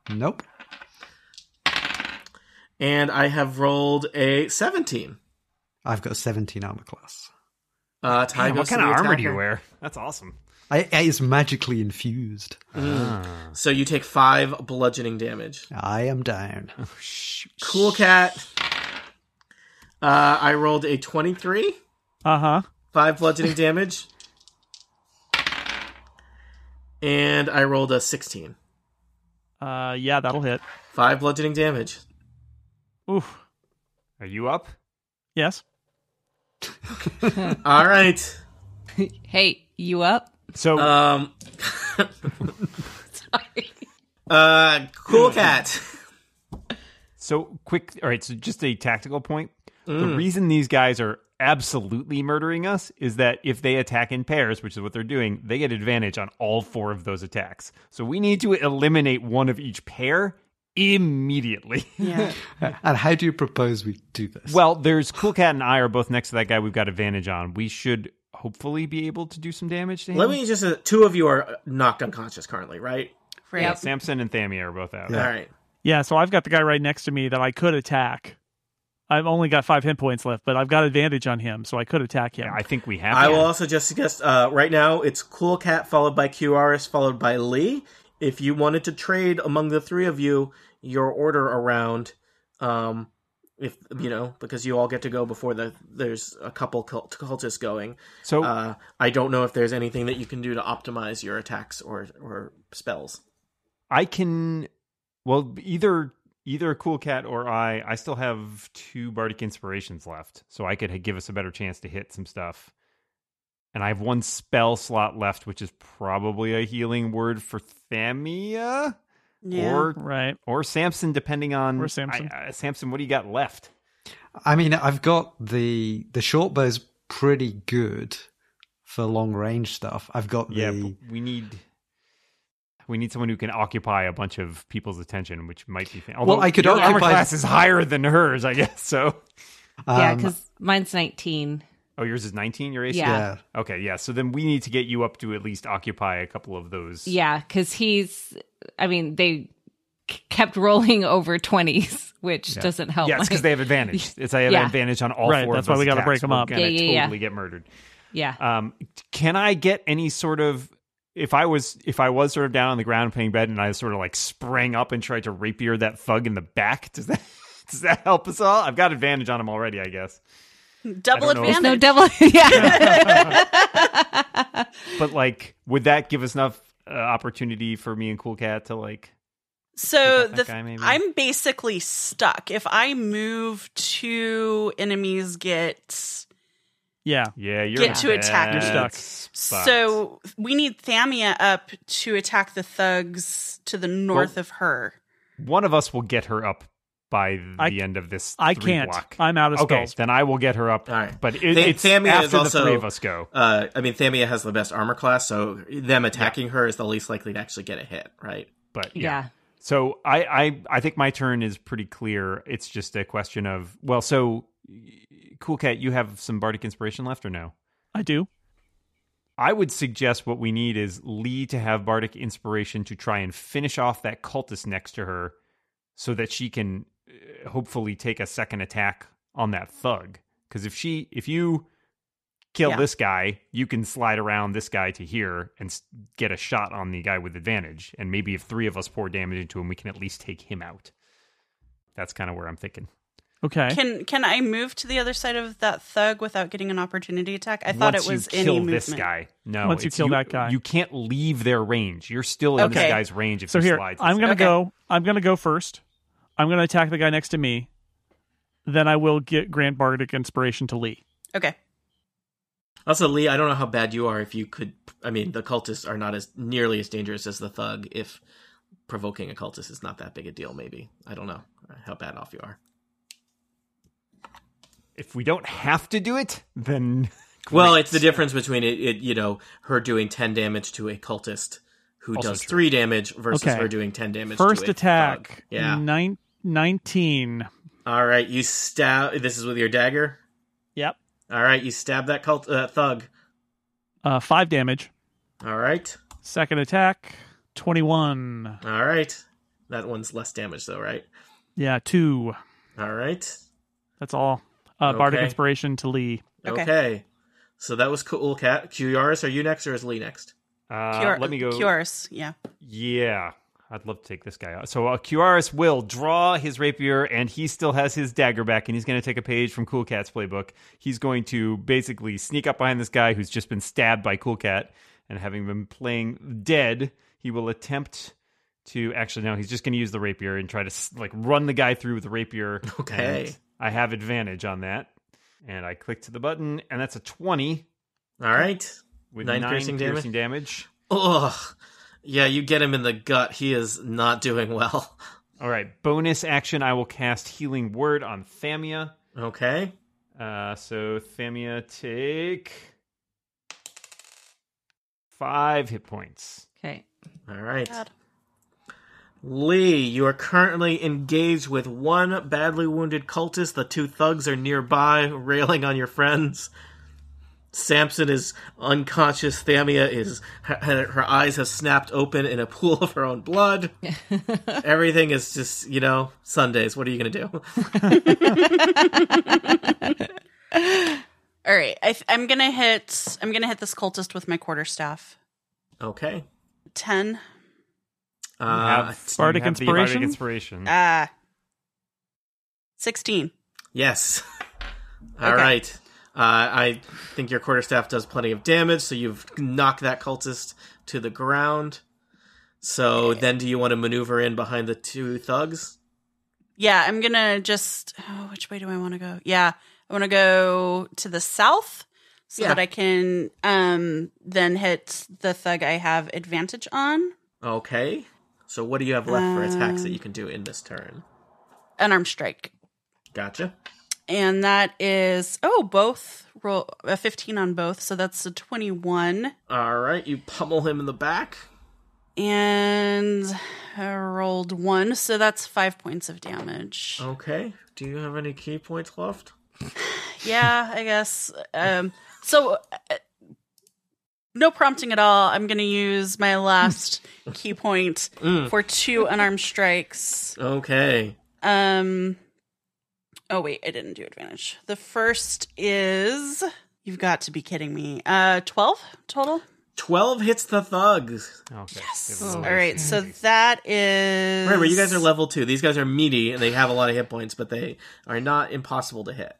Speaker 5: Nope.
Speaker 1: and I have rolled a seventeen.
Speaker 5: I've got a 17 armor class.
Speaker 1: Uh, Ty
Speaker 6: what
Speaker 1: goes to
Speaker 6: kind of
Speaker 1: the
Speaker 6: armor do
Speaker 1: attacker.
Speaker 6: you wear? That's awesome.
Speaker 5: I, I is magically infused.
Speaker 1: So you take five bludgeoning damage.
Speaker 5: I am down.
Speaker 1: Cool cat. Uh, I rolled a twenty-three.
Speaker 4: Uh huh.
Speaker 1: five bludgeoning damage, and I rolled a sixteen.
Speaker 4: Uh, yeah, that'll hit.
Speaker 1: Five bludgeoning damage.
Speaker 4: Oof.
Speaker 6: Are you up?
Speaker 4: Yes.
Speaker 1: All right.
Speaker 3: Hey, you up?
Speaker 6: So
Speaker 1: Um.
Speaker 3: Sorry.
Speaker 1: Uh. Cool cat.
Speaker 6: so quick. All right. So just a tactical point. The
Speaker 1: Mm.
Speaker 6: reason these guys are absolutely murdering us is that if they attack in pairs, which is what they're doing, they get advantage on all four of those attacks. So we need to eliminate one of each pair immediately.
Speaker 2: Yeah.
Speaker 5: and how do you propose we do this?
Speaker 6: Well, there's Cool Cat and I are both next to that guy we've got advantage on. We should hopefully be able to do some damage to him.
Speaker 1: Let me just. Uh, two of you are knocked unconscious currently, right?
Speaker 2: Right.
Speaker 6: Yeah, Samson and Thamia are both out.
Speaker 5: Yeah.
Speaker 1: All right.
Speaker 4: Yeah. So I've got the guy right next to me that I could attack. I've only got five hit points left, but I've got advantage on him, so I could attack him.
Speaker 6: I think we have.
Speaker 1: I
Speaker 6: to.
Speaker 1: will also just suggest. Uh, right now, it's cool cat followed by QRS followed by Lee. If you wanted to trade among the three of you, your order around, um, if you know, because you all get to go before the there's a couple cult- cultists going.
Speaker 6: So
Speaker 1: Uh, I don't know if there's anything that you can do to optimize your attacks or or spells.
Speaker 6: I can. Well, either either Cool Cat or I. I still have two bardic inspirations left, so I could give us a better chance to hit some stuff. And I have one spell slot left, which is probably a healing word for Thamia
Speaker 2: Yeah.
Speaker 6: or
Speaker 4: right.
Speaker 6: or Samson, depending on
Speaker 4: Or Samson.
Speaker 6: I- uh, Samson, what do you got left?
Speaker 5: I mean, I've got the the short bow's pretty good for long range stuff. I've got the um,
Speaker 6: Yeah, but we need we need someone who can occupy a bunch of people's attention, which might be. Although
Speaker 5: I could
Speaker 6: your armor
Speaker 5: occupy-
Speaker 6: class is higher than hers, I guess. So,
Speaker 3: yeah,
Speaker 5: um,
Speaker 3: because mine's 19.
Speaker 6: oh, yours is nineteen. Your AC.
Speaker 3: Yeah.
Speaker 5: yeah.
Speaker 6: Okay, yeah. So then we need to get you up to at least occupy a couple of those.
Speaker 3: Yeah, because he's, I mean, they k- kept rolling over 20s, which doesn't help.
Speaker 6: Yes, because
Speaker 3: my-
Speaker 6: they have advantage. It's I have
Speaker 3: Yeah.
Speaker 6: advantage on all
Speaker 4: Right,
Speaker 6: four.
Speaker 4: that's
Speaker 6: of
Speaker 4: why
Speaker 6: those
Speaker 4: we gotta
Speaker 6: attacks.
Speaker 4: break 'em
Speaker 6: We're
Speaker 4: up.
Speaker 6: gonna
Speaker 3: Yeah, yeah, yeah.
Speaker 6: totally get murdered.
Speaker 3: yeah.
Speaker 6: Um, can I get any sort of if I was if I was sort of down on the ground playing bed and I sort of like sprang up and tried to rapier that thug in the back? Does that does that help us all? I've got advantage on him already, I guess.
Speaker 2: Double
Speaker 6: I don't know if-
Speaker 2: advantage.
Speaker 3: There's no double. yeah.
Speaker 6: But like, would that give us enough uh, opportunity for me and Cool Cat to like?
Speaker 2: So
Speaker 6: Pick up that
Speaker 2: the
Speaker 6: guy, maybe.
Speaker 2: I'm basically stuck. If I move, two enemies get.
Speaker 4: Yeah.
Speaker 6: Yeah, you're
Speaker 2: Get
Speaker 6: in a
Speaker 2: to attack
Speaker 6: bad
Speaker 4: me. You're stuck.
Speaker 6: spot.
Speaker 2: So we need Thamia up to attack the thugs to the north
Speaker 6: Well-
Speaker 2: of her.
Speaker 6: one of us will get her up by the
Speaker 4: I-
Speaker 6: end of this.
Speaker 4: I
Speaker 6: three
Speaker 4: can't.
Speaker 6: Block.
Speaker 4: I'm out of
Speaker 6: okay,
Speaker 4: spells.
Speaker 6: then I will get her up.
Speaker 1: All right.
Speaker 6: But it,
Speaker 1: Tha-
Speaker 6: it's
Speaker 1: Thamia
Speaker 6: after
Speaker 1: is
Speaker 6: the
Speaker 1: also-
Speaker 6: three of us go.
Speaker 1: Uh, I mean, Thamia has the best armor class, so them attacking her is the least likely to actually get a hit, right?
Speaker 6: But yeah.
Speaker 3: yeah.
Speaker 6: So I, I I think my turn is pretty clear. It's just a question of well, so Cool Cat, you have some bardic inspiration left or no?
Speaker 4: I do.
Speaker 6: I would suggest what we need is Lee to have bardic inspiration to try and finish off that cultist next to her, so that she can uh, hopefully take a second attack on that thug. Because if she if you kill
Speaker 2: Yeah.
Speaker 6: this guy, you can slide around this guy to here and s- get a shot on the guy with advantage. And maybe if three of us pour damage into him, we can at least take him out. That's kind of where I'm thinking.
Speaker 4: Okay.
Speaker 2: Can can I move to the other side of that thug without getting an opportunity attack? I thought
Speaker 6: Once
Speaker 2: it was
Speaker 6: you
Speaker 2: any
Speaker 6: kill
Speaker 2: movement.
Speaker 6: this guy. No,
Speaker 4: Once you
Speaker 6: it's
Speaker 4: kill that guy.
Speaker 6: you can't leave their range. You're still in this
Speaker 2: Okay.
Speaker 6: guy's range. If
Speaker 4: so
Speaker 6: you
Speaker 4: here,
Speaker 6: slide to
Speaker 4: I'm
Speaker 6: the
Speaker 4: gonna
Speaker 2: Okay.
Speaker 4: go. I'm gonna go first. I'm gonna attack the guy next to me. Then I will get Grand Bardic inspiration to Lee.
Speaker 2: Okay.
Speaker 1: Also, Lee, I don't know how bad you are. If you could, I mean, the cultists are not as nearly as dangerous as the thug. If provoking a cultist is not that big a deal, maybe I don't know how bad off you are.
Speaker 6: If we don't have to do it, then
Speaker 1: Well, it's the difference between it, it you know, her doing ten damage to a cultist who
Speaker 6: Also
Speaker 1: does
Speaker 6: true.
Speaker 1: three damage versus
Speaker 4: Okay.
Speaker 1: her doing ten damage. to
Speaker 4: First
Speaker 1: a
Speaker 4: attack.
Speaker 1: thug. Yeah.
Speaker 4: Nine, 19.
Speaker 1: All right, you stab. This is with your dagger.
Speaker 4: Yep.
Speaker 1: All right, you stab that cult uh, thug.
Speaker 4: Uh, five damage.
Speaker 1: All right,
Speaker 4: Second attack. Twenty-one.
Speaker 1: all right. That one's less damage though, right?
Speaker 4: Yeah, two.
Speaker 1: All right.
Speaker 4: That's all. Uh, Bardic
Speaker 1: Okay.
Speaker 4: inspiration to Lee.
Speaker 1: Okay.
Speaker 2: Okay.
Speaker 1: So that was cool, Cat. QRS, are you next or is Lee next?
Speaker 6: uh,
Speaker 2: Cure-
Speaker 6: let me go.
Speaker 2: Cures. Yeah.
Speaker 6: Yeah, I'd love to take this guy out. So uh, Q'aris will draw his rapier, and he still has his dagger back, and he's going to take a page from Cool Cat's playbook. He's going to basically sneak up behind this guy who's just been stabbed by Cool Cat, and having been playing dead, he will attempt to actually no, he's just going to use the rapier and try to s- like run the guy through with the rapier.
Speaker 1: Okay.
Speaker 6: and I have advantage on that, and I click to the button, and that's a twenty
Speaker 1: All right.
Speaker 6: with
Speaker 1: Nine
Speaker 6: nine,
Speaker 1: piercing damage?
Speaker 6: piercing damage.
Speaker 1: Ugh. Yeah, you get him in the gut. He is not doing well.
Speaker 6: All right, bonus action. I will cast Healing Word on Thamia.
Speaker 1: Okay.
Speaker 6: Uh, so Thamia, take five hit points.
Speaker 3: Okay.
Speaker 1: All right.
Speaker 2: God.
Speaker 1: Lee, you are currently engaged with one badly wounded cultist. The two thugs are nearby, railing on your friends. Samson is unconscious. Thamia is her, her eyes have snapped open in a pool of her own blood. Everything is just you know Sundays. What are you gonna do?
Speaker 2: All right. I th- I'm gonna hit. I'm gonna hit this cultist with my quarterstaff.
Speaker 1: Okay.
Speaker 2: Ten.
Speaker 6: You have-
Speaker 1: Uh,
Speaker 6: you
Speaker 4: Bardic
Speaker 6: have the Bardic
Speaker 4: Inspiration?
Speaker 6: inspiration.
Speaker 2: Ah. Sixteen.
Speaker 1: yes. All
Speaker 2: Okay.
Speaker 1: right. Uh, I think your quarterstaff does plenty of damage, so you've knocked that cultist to the ground. So then, do you want to maneuver in behind the two thugs?
Speaker 2: Yeah. I'm gonna just. Oh, which way do I want to go? Yeah. I want to go to the south so
Speaker 1: Yeah.
Speaker 2: that I can um then hit the thug I have advantage on.
Speaker 1: Okay. So what do you have left for attacks that you can do in this turn?
Speaker 2: An arm strike.
Speaker 1: Gotcha.
Speaker 2: and that is oh both roll a 15 on both so that's a 21
Speaker 1: All right, you pummel him in the back.
Speaker 2: and I rolled one so that's five points of damage
Speaker 1: Okay. Do you have any key points left?
Speaker 2: yeah i guess um so uh, no prompting at all i'm gonna use my last key point for two unarmed strikes
Speaker 1: Mm. Okay.
Speaker 2: Um Oh wait, I didn't do advantage. The first is you've got to be kidding me. Uh 12 total.
Speaker 1: 12 hits the thugs.
Speaker 6: Okay.
Speaker 2: All right, so that is
Speaker 1: Remember, you guys are level 2. These guys are meaty and they have a lot of hit points, but they are not impossible to hit.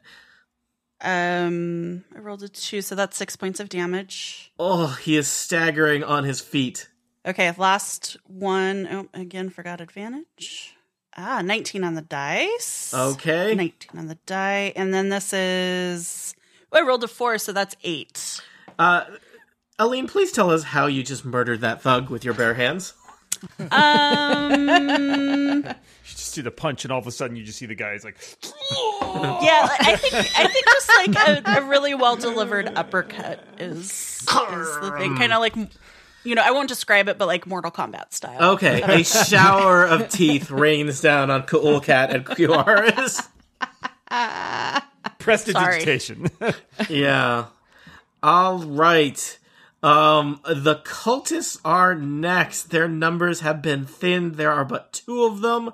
Speaker 2: um I rolled a 2, so that's 6 points of damage.
Speaker 1: Oh, he is staggering on his feet.
Speaker 2: Okay, last one. Oh, again forgot advantage. Ah, 19 on the dice.
Speaker 1: Okay.
Speaker 2: 19 on the die. And then this is oh, I rolled a 4, so that's 8.
Speaker 1: Uh Aline, please tell us how you just murdered that thug with your bare hands.
Speaker 2: Um
Speaker 6: You just do the punch, and all of a sudden, you just see the guy is like,
Speaker 1: Oh.
Speaker 2: Yeah, like, I think I think just like a, a really well delivered uppercut is, is the thing. Kind of like, you know, I won't describe it, but like Mortal Kombat style.
Speaker 1: Okay, a shower of teeth rains down on Cool Cat and QRS.
Speaker 6: prestidigitation.
Speaker 1: Yeah. All right. Um, the cultists are next. Their numbers have been thinned. There are but two of them.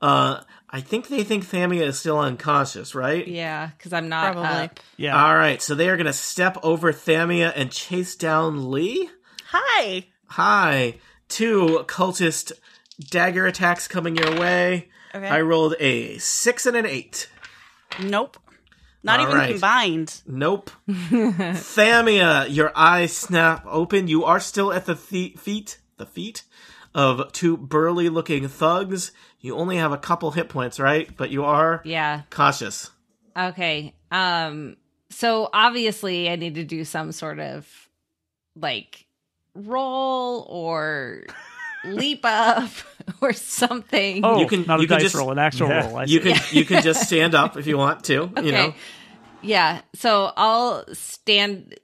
Speaker 1: Uh, I think they think Thamia is still unconscious, right?
Speaker 3: Yeah, because I'm not
Speaker 2: Probably.
Speaker 3: up.
Speaker 4: Yeah.
Speaker 1: All right. So they are going to step over Thamia and chase down Lee.
Speaker 2: Hi.
Speaker 1: Hi. Two cultist dagger attacks coming your way.
Speaker 2: Okay.
Speaker 1: I rolled a six and an eight.
Speaker 2: Nope. Not
Speaker 1: All
Speaker 2: even
Speaker 1: right.
Speaker 2: combined.
Speaker 1: Nope. Thamia, your eyes snap open. You are still at the thi- feet, the feet of two burly-looking thugs. You only have a couple hit points, right? But you are
Speaker 3: Yeah.
Speaker 1: cautious.
Speaker 3: Okay. Um so obviously I need to do some sort of like roll or leap up or something.
Speaker 4: Oh,
Speaker 1: You can-
Speaker 4: not a
Speaker 1: you can
Speaker 4: dice
Speaker 1: just-
Speaker 4: roll, an actual roll. I
Speaker 1: You
Speaker 4: see.
Speaker 1: can you can just stand up if you want to. You know.
Speaker 3: Yeah. So I'll stand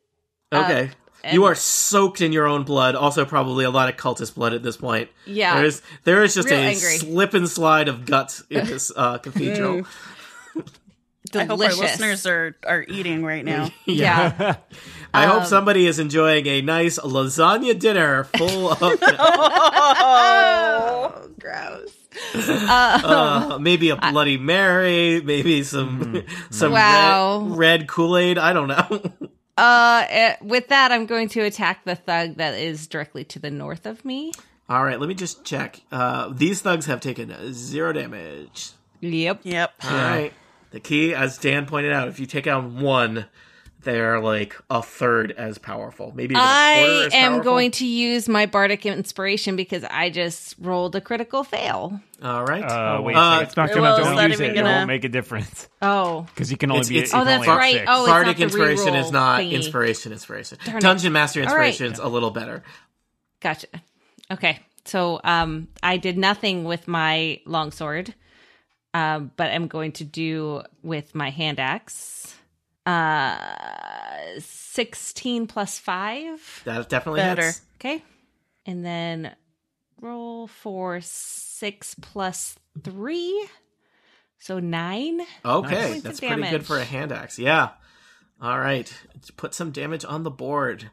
Speaker 1: Okay.
Speaker 3: Um, and-
Speaker 1: you are soaked in your own blood. Also, probably a lot of cultist blood at this point.
Speaker 3: yeah.
Speaker 1: There is there is just
Speaker 3: Real
Speaker 1: a
Speaker 3: angry.
Speaker 1: slip and slide of guts in this uh, cathedral.
Speaker 3: delicious.
Speaker 2: I hope our listeners are, are eating right now.
Speaker 3: yeah.
Speaker 1: I
Speaker 3: Um,
Speaker 1: hope somebody is enjoying a nice lasagna dinner full of
Speaker 3: Oh, gross.
Speaker 1: uh, maybe a Bloody Mary, maybe some some
Speaker 3: Wow.
Speaker 1: red, red Kool Aid. I don't know.
Speaker 3: Uh, eh, with that, I'm going to attack the thug that is directly to the north of me.
Speaker 1: All right, let me just check. Uh, these thugs have taken zero damage.
Speaker 3: Yep.
Speaker 2: Yep.
Speaker 1: All right. The key, as Dan pointed out, if you take out one, they're like a third as powerful. Maybe even a quarter
Speaker 3: I
Speaker 1: as
Speaker 3: am
Speaker 1: powerful.
Speaker 3: going to use my bardic inspiration because I just rolled a critical fail.
Speaker 1: All right.
Speaker 6: Uh, wait,
Speaker 1: Uh,
Speaker 6: a second.
Speaker 4: It's not
Speaker 2: It
Speaker 4: gonna
Speaker 2: was
Speaker 4: don't
Speaker 2: not
Speaker 4: use
Speaker 2: even
Speaker 4: it.
Speaker 6: it
Speaker 2: gonna-
Speaker 6: won't make a difference
Speaker 3: Oh,
Speaker 6: because you can only
Speaker 1: It's-
Speaker 6: be.
Speaker 1: it's-
Speaker 6: you
Speaker 3: oh,
Speaker 6: can
Speaker 3: that's
Speaker 6: only have
Speaker 3: right.
Speaker 6: six.
Speaker 3: Oh, it's
Speaker 1: Bardic
Speaker 3: not the
Speaker 1: inspiration
Speaker 3: reroll
Speaker 1: is not
Speaker 3: thingy.
Speaker 1: inspiration inspiration.
Speaker 3: it.
Speaker 1: Dungeon master
Speaker 3: All right.
Speaker 1: inspiration is a little better.
Speaker 3: Gotcha. Okay, so um, I did nothing with my longsword, um, but I'm going to do with my hand axe. Uh, sixteen plus five.
Speaker 1: That definitely
Speaker 2: Better.
Speaker 1: hits.
Speaker 3: Okay. And then roll for six plus three. So nine.
Speaker 1: Okay,
Speaker 3: Nice.
Speaker 1: that's
Speaker 3: Points of
Speaker 1: pretty good
Speaker 3: damage.
Speaker 1: for a hand axe. Yeah. All right, Let's put some damage on the board.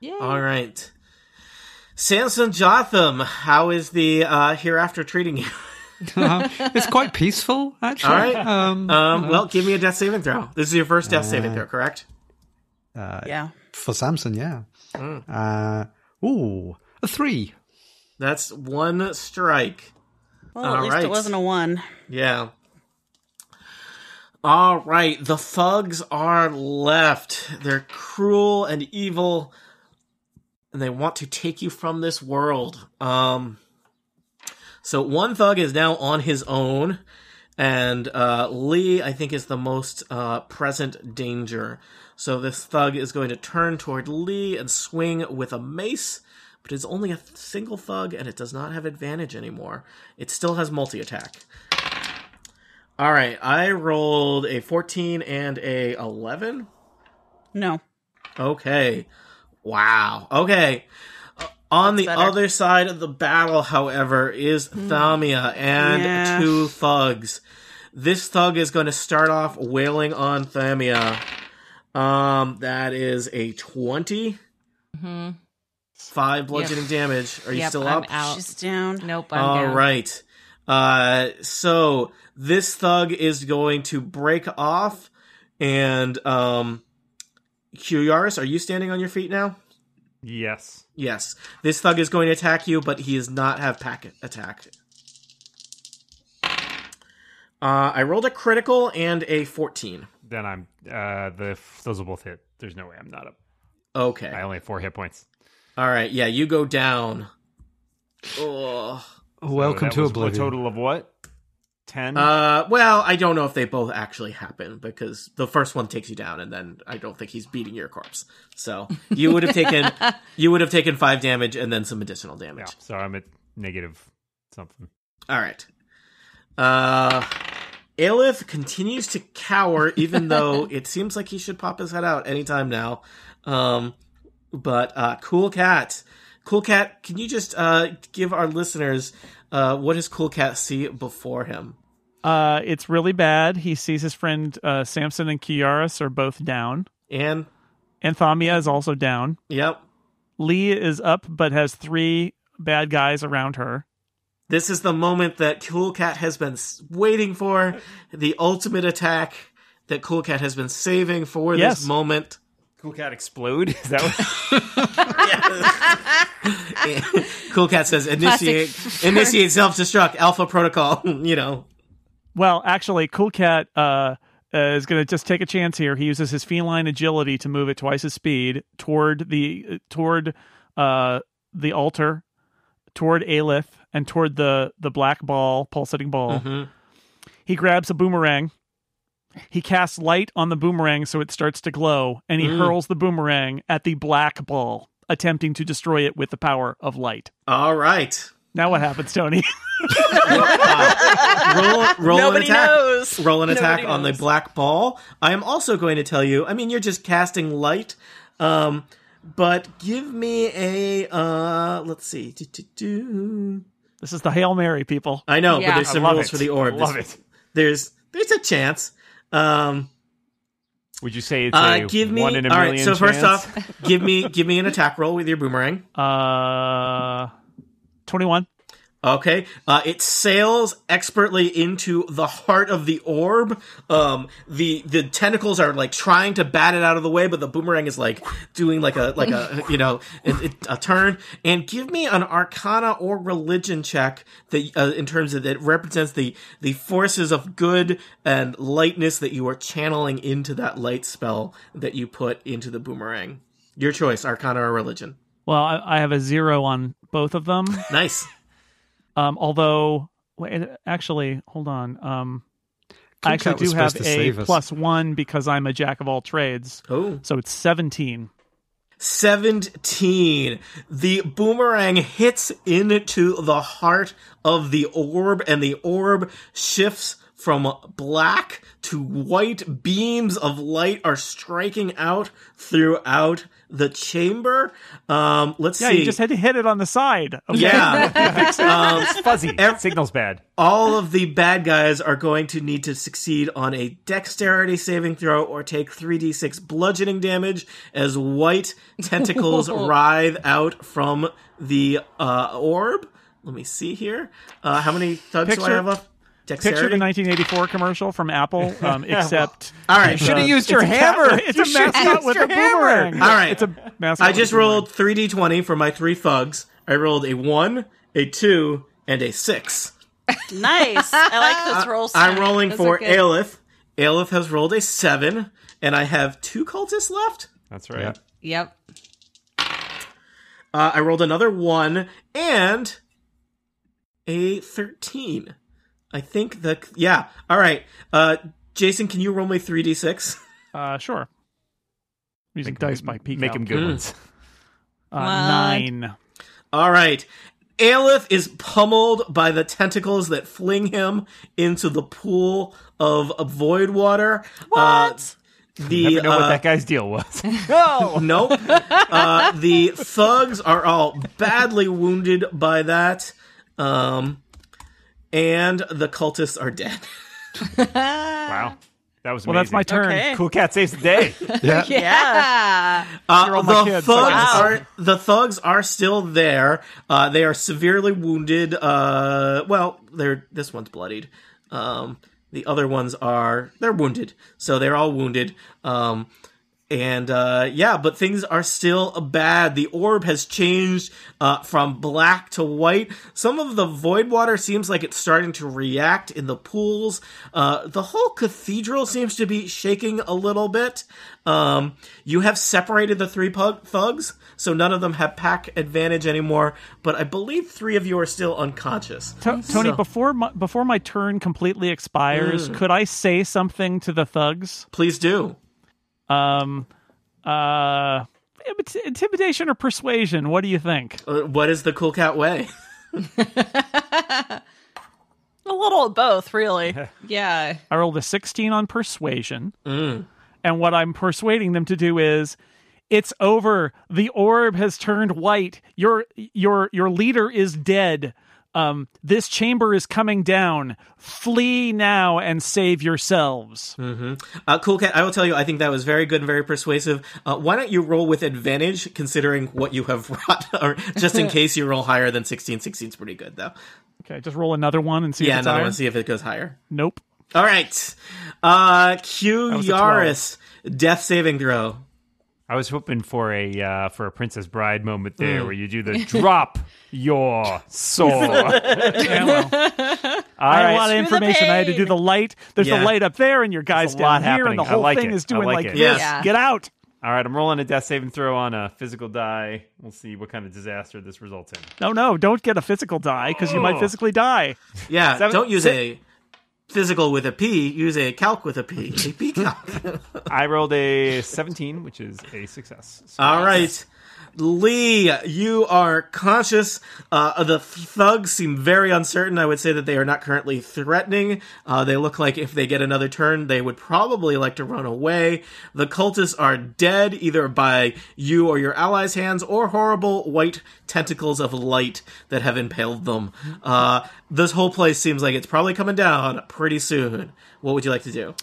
Speaker 3: Yay.
Speaker 1: All right, Samson Jotham, how is the uh, hereafter treating you?
Speaker 5: Uh-huh. it's quite peaceful, actually.
Speaker 1: All right.
Speaker 5: Um,
Speaker 6: Uh,
Speaker 1: Um, well, give me a death saving throw. This is your first death saving throw, correct?
Speaker 2: Yeah.
Speaker 5: for Samson, yeah.
Speaker 6: mm.
Speaker 5: Uh, ooh, a three.
Speaker 1: That's one strike.
Speaker 2: Well, at
Speaker 1: All
Speaker 2: least
Speaker 1: right.
Speaker 2: it wasn't a one.
Speaker 1: Yeah. All right, the thugs are left. They're cruel and evil, and they want to take you from this world. Um, so one thug is now on his own, and uh, Lee, I think, is the most uh, present danger. So this thug is going to turn toward Lee and swing with a mace, but it's only a th- single thug, and it does not have advantage anymore. It still has multi attack. All right, I rolled a 14 and a 11.
Speaker 2: No.
Speaker 1: Okay. Wow. Okay. Uh, On the
Speaker 2: better.
Speaker 1: other side of the battle, however, is
Speaker 3: Hmm.
Speaker 1: Thamia and
Speaker 2: Yeah.
Speaker 1: two thugs. This thug is going to start off wailing on Thamia. Um, that is a 20.
Speaker 3: Mhm.
Speaker 1: Five bludgeoning damage. Are you
Speaker 3: Yep,
Speaker 1: still
Speaker 3: I'm
Speaker 1: up?
Speaker 3: out.
Speaker 2: She's down.
Speaker 3: Nope. I'm
Speaker 1: All right.
Speaker 3: down.
Speaker 1: Uh, so this thug is going to break off, and um, Kyaris, are you standing on your feet now?
Speaker 6: Yes.
Speaker 1: Yes. This thug is going to attack you, but he does not have packet attack. Uh, I rolled a critical and a fourteen.
Speaker 6: Then I'm. Uh, the those will both hit. There's no way I'm not up.
Speaker 1: Okay.
Speaker 6: I only have four hit points.
Speaker 1: All right. Yeah, you go down. Ugh.
Speaker 5: Welcome
Speaker 6: that
Speaker 5: to
Speaker 6: was
Speaker 5: Oblivion.
Speaker 6: A total of what? Ten.
Speaker 1: Uh, well, I don't know if they both actually happen because the first one takes you down, and then I don't think he's beating your corpse. So you would have taken you would have taken five damage and then some additional
Speaker 6: yeah.
Speaker 1: damage.
Speaker 6: So I'm at negative something.
Speaker 1: All right. Uh, Aelith continues to cower, even though it seems like he should pop his head out anytime now. Um, but uh, Cool Cat, Cool Cat, can you just uh give our listeners uh what does Cool Cat see before him?
Speaker 4: Uh, it's really bad. He sees his friend uh, Samson and Kiaris are both down.
Speaker 1: And
Speaker 4: And Thamia is also down.
Speaker 1: yep,
Speaker 4: Lee is up, but has three bad guys around her.
Speaker 1: This is the moment that Cool Cat has been s- waiting for, the ultimate attack that Cool Cat has been saving for
Speaker 4: Yes.
Speaker 1: this moment.
Speaker 6: Cool cat explode. Is that what?
Speaker 1: cool Cat says initiate initiate self destruct alpha protocol, you know.
Speaker 4: Well, actually, Cool Cat uh, uh, is going to just take a chance here. He uses his feline agility to move at twice his speed toward the toward uh, the altar, toward Aelith, and toward the the black ball, pulsating ball.
Speaker 1: Mhm.
Speaker 4: He grabs a boomerang. He casts light on the boomerang so it starts to glow, and he
Speaker 1: Mm.
Speaker 4: hurls the boomerang at the black ball, attempting to destroy it with the power of light.
Speaker 1: All right.
Speaker 4: Now what happens, Tony?
Speaker 1: roll, uh, roll an
Speaker 2: Nobody
Speaker 1: attack.
Speaker 2: knows.
Speaker 1: Roll an attack
Speaker 2: Nobody
Speaker 1: on the
Speaker 2: knows.
Speaker 1: black ball. I am also going to tell you. I mean, you're just casting light, um, but give me a. Uh, let's see. Do, do, do.
Speaker 4: this is the Hail Mary, people.
Speaker 1: I know, but
Speaker 3: Yeah.
Speaker 1: there's
Speaker 6: I
Speaker 1: some
Speaker 6: love
Speaker 1: rules
Speaker 6: it.
Speaker 1: for the orb.
Speaker 6: Love
Speaker 1: there's,
Speaker 6: it.
Speaker 1: There's there's a chance. Um,
Speaker 6: Would you say it's
Speaker 1: uh,
Speaker 6: a
Speaker 1: give me
Speaker 6: one in a
Speaker 1: all
Speaker 6: million?
Speaker 1: right. So first
Speaker 6: chance?
Speaker 1: off, give me give me an attack roll with your boomerang.
Speaker 4: Uh, 21.
Speaker 1: Okay. Uh, it sails expertly into the heart of the orb. Um, the the tentacles are like trying to bat it out of the way, but the boomerang is like doing like a like a you know it, it, a turn. And give me an Arcana or religion check that uh, in terms of that represents the the forces of good and lightness that you are channeling into that light spell that you put into the boomerang. Your choice, Arcana or religion.
Speaker 4: Well, I, I have a zero on both of them.
Speaker 1: Nice.
Speaker 4: Um, although, wait, actually, hold on. Um,
Speaker 5: Cool
Speaker 4: I actually
Speaker 5: Cat was
Speaker 4: do have
Speaker 5: supposed to
Speaker 4: a
Speaker 5: save us.
Speaker 4: plus one because I'm a jack of all trades.
Speaker 1: Oh.
Speaker 4: So it's 17.
Speaker 1: 17. The boomerang hits into the heart of the orb, and the orb shifts from black to white. Beams of light are striking out throughout the chamber. Um, let's
Speaker 4: Yeah,
Speaker 1: see.
Speaker 4: you just had to hit it on the side. Okay.
Speaker 1: yeah. um,
Speaker 6: it's fuzzy.
Speaker 1: ev-
Speaker 6: Signal's bad.
Speaker 1: all of the bad guys are going to need to succeed on a dexterity saving throw or take 3d6 bludgeoning damage as white tentacles writhe out from the uh, orb. Let me see here. Uh, how many thugs do I
Speaker 4: Picture-
Speaker 1: have left?
Speaker 4: Picture the
Speaker 1: Dexterity?
Speaker 4: 1984 commercial from Apple, um, except
Speaker 1: All right.
Speaker 4: it's
Speaker 6: Should
Speaker 4: a-
Speaker 6: have used your
Speaker 4: it's a cat-
Speaker 6: hammer.
Speaker 4: It's
Speaker 6: You
Speaker 4: a
Speaker 6: should've
Speaker 4: mascot
Speaker 6: used
Speaker 4: with
Speaker 6: your
Speaker 4: a boomerang.
Speaker 6: hammer.
Speaker 1: All right.
Speaker 4: it's a mascot.
Speaker 1: I
Speaker 4: with
Speaker 1: just
Speaker 4: a boomerang.
Speaker 1: rolled 3d20 for my three thugs. I rolled a 1, a 2, and a 6.
Speaker 2: Nice. I like this roll.
Speaker 1: I'm rolling
Speaker 3: Those
Speaker 1: for
Speaker 3: are good.
Speaker 1: Aelith. Aelith has rolled a 7, and I have two cultists left.
Speaker 6: That's right.
Speaker 5: Yeah.
Speaker 3: Yep.
Speaker 1: Uh, I rolled another one and a thirteen. I think the yeah. All right, uh, Jason, can you roll me three d six?
Speaker 4: Uh, sure. I'm using dice by peak.
Speaker 6: Make them good ones.
Speaker 4: Uh, nine.
Speaker 1: All right. Aelith is pummeled by the tentacles that fling him into the pool of uh, void water. What? the
Speaker 6: Never know
Speaker 1: uh,
Speaker 6: what that guy's deal was.
Speaker 1: Nope. uh, the thugs are all badly wounded by that. Um, and the cultists are dead.
Speaker 6: wow. That was amazing.
Speaker 4: Well, that's my turn.
Speaker 2: Okay.
Speaker 6: Cool cat saves the day.
Speaker 5: Yeah.
Speaker 2: Yeah.
Speaker 1: Uh,
Speaker 4: all
Speaker 1: the
Speaker 4: my kids, I
Speaker 1: thugs
Speaker 4: guess.
Speaker 1: are the thugs are still there. Uh, they are severely wounded. Uh, well, they're this one's bloodied. Um, the other ones are they're wounded, so they're all wounded. Um, and uh, yeah, but things are still bad. The orb has changed uh, from black to white. Some of the void water seems like it's starting to react in the pools. Uh, the whole cathedral seems to be shaking a little bit. Um, you have separated the three pug- thugs, so none of them have pack advantage anymore. But I believe three of you are still unconscious.
Speaker 4: To- Tony,
Speaker 1: So-
Speaker 4: before my, before my turn completely expires, could I say something to the thugs?
Speaker 1: Please do.
Speaker 4: Um, uh, imit- intimidation or persuasion? What do you think?
Speaker 1: Uh, what is the cool cat way?
Speaker 2: A little of both, really.
Speaker 3: Yeah.
Speaker 4: I rolled a 16 on persuasion.
Speaker 1: Mm.
Speaker 4: And what I'm persuading them to do is it's over. The orb has turned white. Your your your leader is dead. Um, this chamber is coming down. Flee now and save yourselves.
Speaker 1: Uh, cool cat, I will tell you, I think that was very good and very persuasive. Uh, why don't you roll with advantage, considering what you have brought, or just in case you roll higher than 16. 16's pretty good, though.
Speaker 4: Okay, just roll another one and see
Speaker 1: Yeah,
Speaker 4: if it's
Speaker 1: another
Speaker 4: higher.
Speaker 1: one, see if it goes higher.
Speaker 4: Nope.
Speaker 1: All right. Uh, Q
Speaker 4: was a
Speaker 1: Yaris, death saving throw.
Speaker 6: I was hoping for a uh, for a Princess Bride moment
Speaker 1: Mm.
Speaker 6: there, where you do the drop your sword.
Speaker 4: Yeah, well,
Speaker 6: All
Speaker 4: I had
Speaker 6: right.
Speaker 4: a lot of
Speaker 2: Through the
Speaker 4: information. I had to do
Speaker 2: pain.
Speaker 4: the light. There's
Speaker 1: Yeah.
Speaker 4: the light up there, and your guys
Speaker 6: a lot
Speaker 4: down here, and the
Speaker 6: happening. I
Speaker 4: whole
Speaker 6: like
Speaker 4: thing
Speaker 6: it.
Speaker 4: is
Speaker 6: I
Speaker 4: doing
Speaker 6: like
Speaker 4: like,
Speaker 6: it.
Speaker 1: Yes.
Speaker 4: this.
Speaker 3: Yeah.
Speaker 4: Get out.
Speaker 6: All right, I'm rolling a death saving throw on a physical die. We'll see what kind of disaster this results in.
Speaker 4: No, no, don't get a physical die because you might
Speaker 6: Oh.
Speaker 4: physically die.
Speaker 1: Yeah,
Speaker 6: Seven-
Speaker 1: don't use
Speaker 6: six-
Speaker 1: a physical with a P. Use a calc with a P. A P calc.
Speaker 6: I rolled a 17, which is a success. So
Speaker 1: All right. Lee, you are conscious. Uh, the thugs seem very uncertain. I would say that they are not currently threatening. Uh, they look like if they get another turn, they would probably like to run away. The cultists are dead, either by you or your allies' hands, or horrible white tentacles of light that have impaled them. Uh, this whole place seems like it's probably coming down pretty soon. What would you like to do?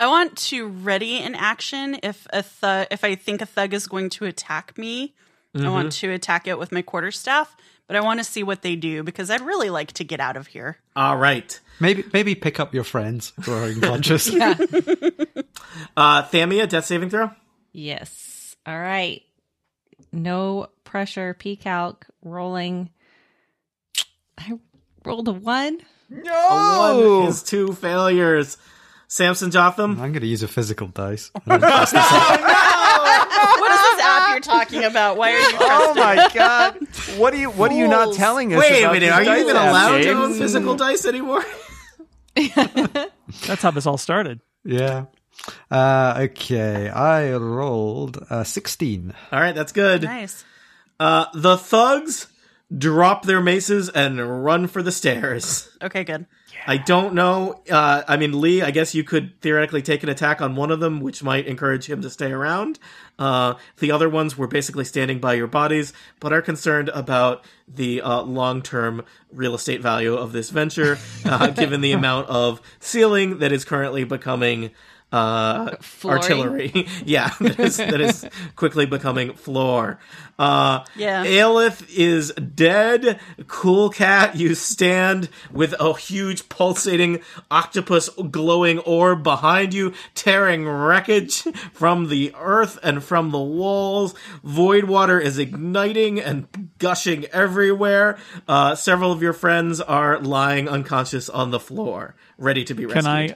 Speaker 2: I want to ready an action if a thug, if I think a thug is going to attack me. I want to attack it with my quarterstaff, but I want to see what they do because I'd really like to get out of here.
Speaker 1: All right.
Speaker 5: Maybe maybe pick up your friends who are unconscious.
Speaker 1: Uh, Thamia, death saving throw?
Speaker 3: Yes. All right. No pressure. P calc rolling. I rolled a one.
Speaker 1: One is two failures. Samson Jotham.
Speaker 5: I'm going to use a physical dice.
Speaker 2: What is this app you're talking about? Why are you
Speaker 6: Oh
Speaker 2: trusting?
Speaker 6: my god! What are you What are you not telling us?
Speaker 1: Wait a
Speaker 6: about
Speaker 1: minute,
Speaker 6: these
Speaker 1: are you
Speaker 6: dice
Speaker 1: even
Speaker 6: apps,
Speaker 1: allowed to
Speaker 6: James? Mm-hmm.
Speaker 1: own physical dice anymore?
Speaker 4: That's how this all started.
Speaker 5: yeah. Uh, okay, I rolled uh, 16.
Speaker 1: All right, that's good.
Speaker 2: Nice.
Speaker 1: Uh, the thugs drop their maces and run for the stairs.
Speaker 2: Okay, good.
Speaker 1: I don't know. Uh, I mean, Lee, I guess you could theoretically take an attack on one of them, which might encourage him to stay around. Uh, the other ones were basically standing by your bodies, but are concerned about the uh, long term real estate value of this venture, uh, given the amount of ceiling that is currently becoming. Uh,
Speaker 3: Flooring?
Speaker 1: artillery, yeah, that is, that is quickly becoming floor. Uh,
Speaker 2: Yeah.
Speaker 1: Aelith is dead. Cool Cat, you stand with a huge pulsating octopus glowing orb behind you, tearing wreckage from the earth and from the walls. Void water is igniting and gushing everywhere. Uh, several of your friends are lying unconscious on the floor, ready to be rescued.
Speaker 4: Can I?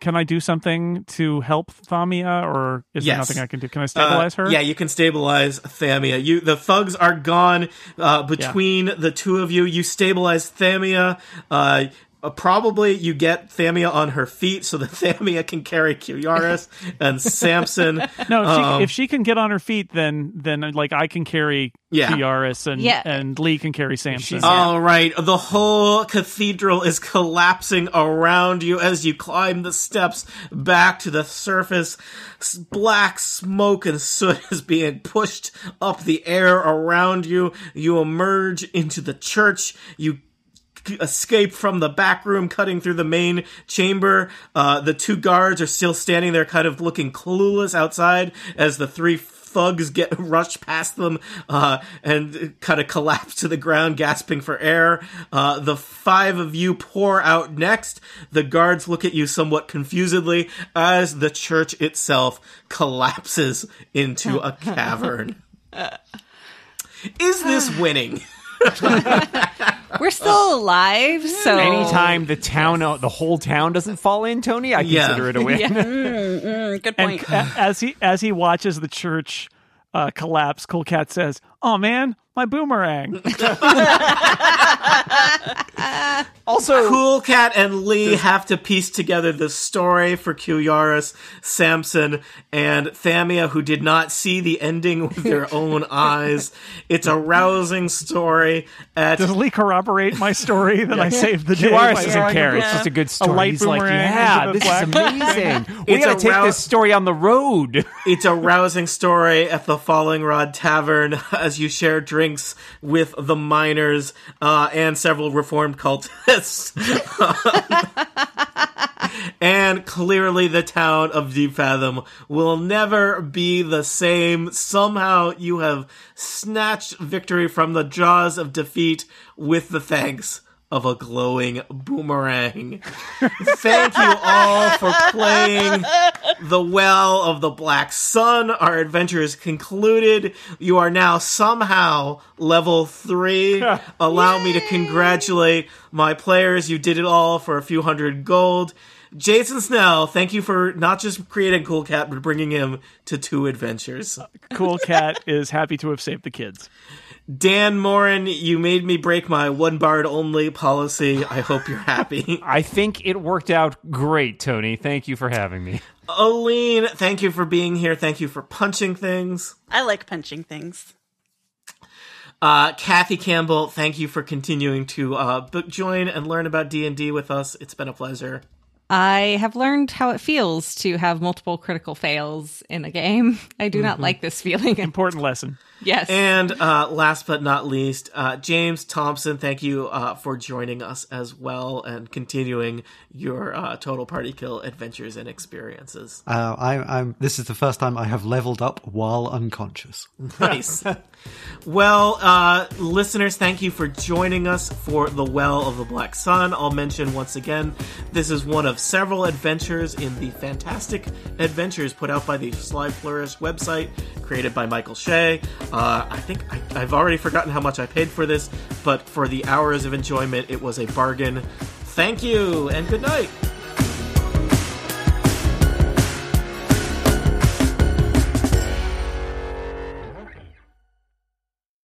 Speaker 4: Can I do something to help Thamia, or is there
Speaker 1: Yes.
Speaker 4: nothing I can do? Can I
Speaker 1: Uh,
Speaker 4: stabilize her?
Speaker 1: Yeah, you can stabilize Thamia. You the thugs are gone uh, between the two of you. You stabilize Thamia. Uh, uh, probably you get Thamia on her feet so that Thamia can carry Kyaris and Samson.
Speaker 4: No, if,
Speaker 1: Um,
Speaker 4: she, if she can get on her feet, then then like I can carry
Speaker 1: Yeah.
Speaker 4: Kiaris and
Speaker 3: Yeah.
Speaker 4: and Lee can carry Samson.
Speaker 6: She's-
Speaker 1: All right, the whole cathedral is collapsing around you as you climb the steps back to the surface. S- Black smoke and soot is being pushed up the air around you. You emerge into the church. You escape from the back room, cutting through the main chamber. Uh, the two guards are still standing there, kind of looking clueless outside as the three thugs get rushed past them uh, and kind of collapse to the ground, gasping for air. Uh, the five of you pour out next. The guards look at you somewhat confusedly as the church itself collapses into a cavern. Is this winning?
Speaker 3: We're still alive. So
Speaker 6: Anytime the town, uh, the whole town doesn't fall in, Tony, I
Speaker 1: Yeah.
Speaker 6: consider it a win.
Speaker 2: Mm, Good
Speaker 4: and
Speaker 2: point.
Speaker 4: a- as he as he watches the church uh, collapse, Colcat says, "Oh man, my boomerang."
Speaker 6: Also,
Speaker 1: Cool Cat and Lee have to piece together the story for Kyaris, Samson, and Thamia, who did not see the ending with their own eyes. It's a rousing story. At
Speaker 4: Does Lee corroborate my story that I saved the day? by
Speaker 6: Juarez doesn't
Speaker 4: throwing
Speaker 6: care.
Speaker 4: a
Speaker 6: It's
Speaker 4: boomerang?
Speaker 6: just a good story.
Speaker 4: light
Speaker 6: He's like,
Speaker 4: boomerang
Speaker 6: yeah,
Speaker 4: into the
Speaker 6: this is amazing. we
Speaker 1: It's
Speaker 6: gotta
Speaker 1: a
Speaker 6: take
Speaker 1: route-
Speaker 6: this story on the road.
Speaker 1: it's a rousing story at the Falling Rod Tavern as you share drinks with the miners uh, and several reformed cultists. and clearly, the town of Deep Fathom will never be the same. Somehow, you have snatched victory from the jaws of defeat with the thanks of a glowing boomerang. Thank you all for playing the well of the black sun. Our adventure is concluded. You are now somehow level three. Allow me to congratulate my players. You did it all for a few hundred gold. Jason Snell, thank you for not just creating Cool Cat, but bringing him to two adventures.
Speaker 4: Cool Cat is happy to have saved the kids.
Speaker 1: Dan Morin, you made me break my one bard only policy. I hope you're happy.
Speaker 6: I think it worked out great, Tony. Thank you for having me.
Speaker 1: Aline, thank you for being here. Thank you for punching things.
Speaker 2: I like punching things.
Speaker 1: Uh, Kathy Campbell, thank you for continuing to uh, book join and learn about D and D with us. It's been a pleasure.
Speaker 3: I have learned how it feels to have multiple critical fails in a game. I do not like this feeling.
Speaker 4: Important lesson.
Speaker 3: yes.
Speaker 1: Mm-hmm. And uh, last but not least, uh, James Thompson, thank you uh, for joining us as well and continuing your uh, total party kill adventures and experiences.
Speaker 5: Uh, I, I'm. This is the first time I have leveled up while unconscious.
Speaker 1: Nice. well, uh, listeners, thank you for joining us for The Well of the Black Sun. I'll mention once again, this is one of several adventures in the fantastic adventures put out by the Sly Flourish website, created by Michael Shea. Uh, I think I, I've already forgotten how much I paid for this, but for the hours of enjoyment, it was a bargain. Thank you, and good night.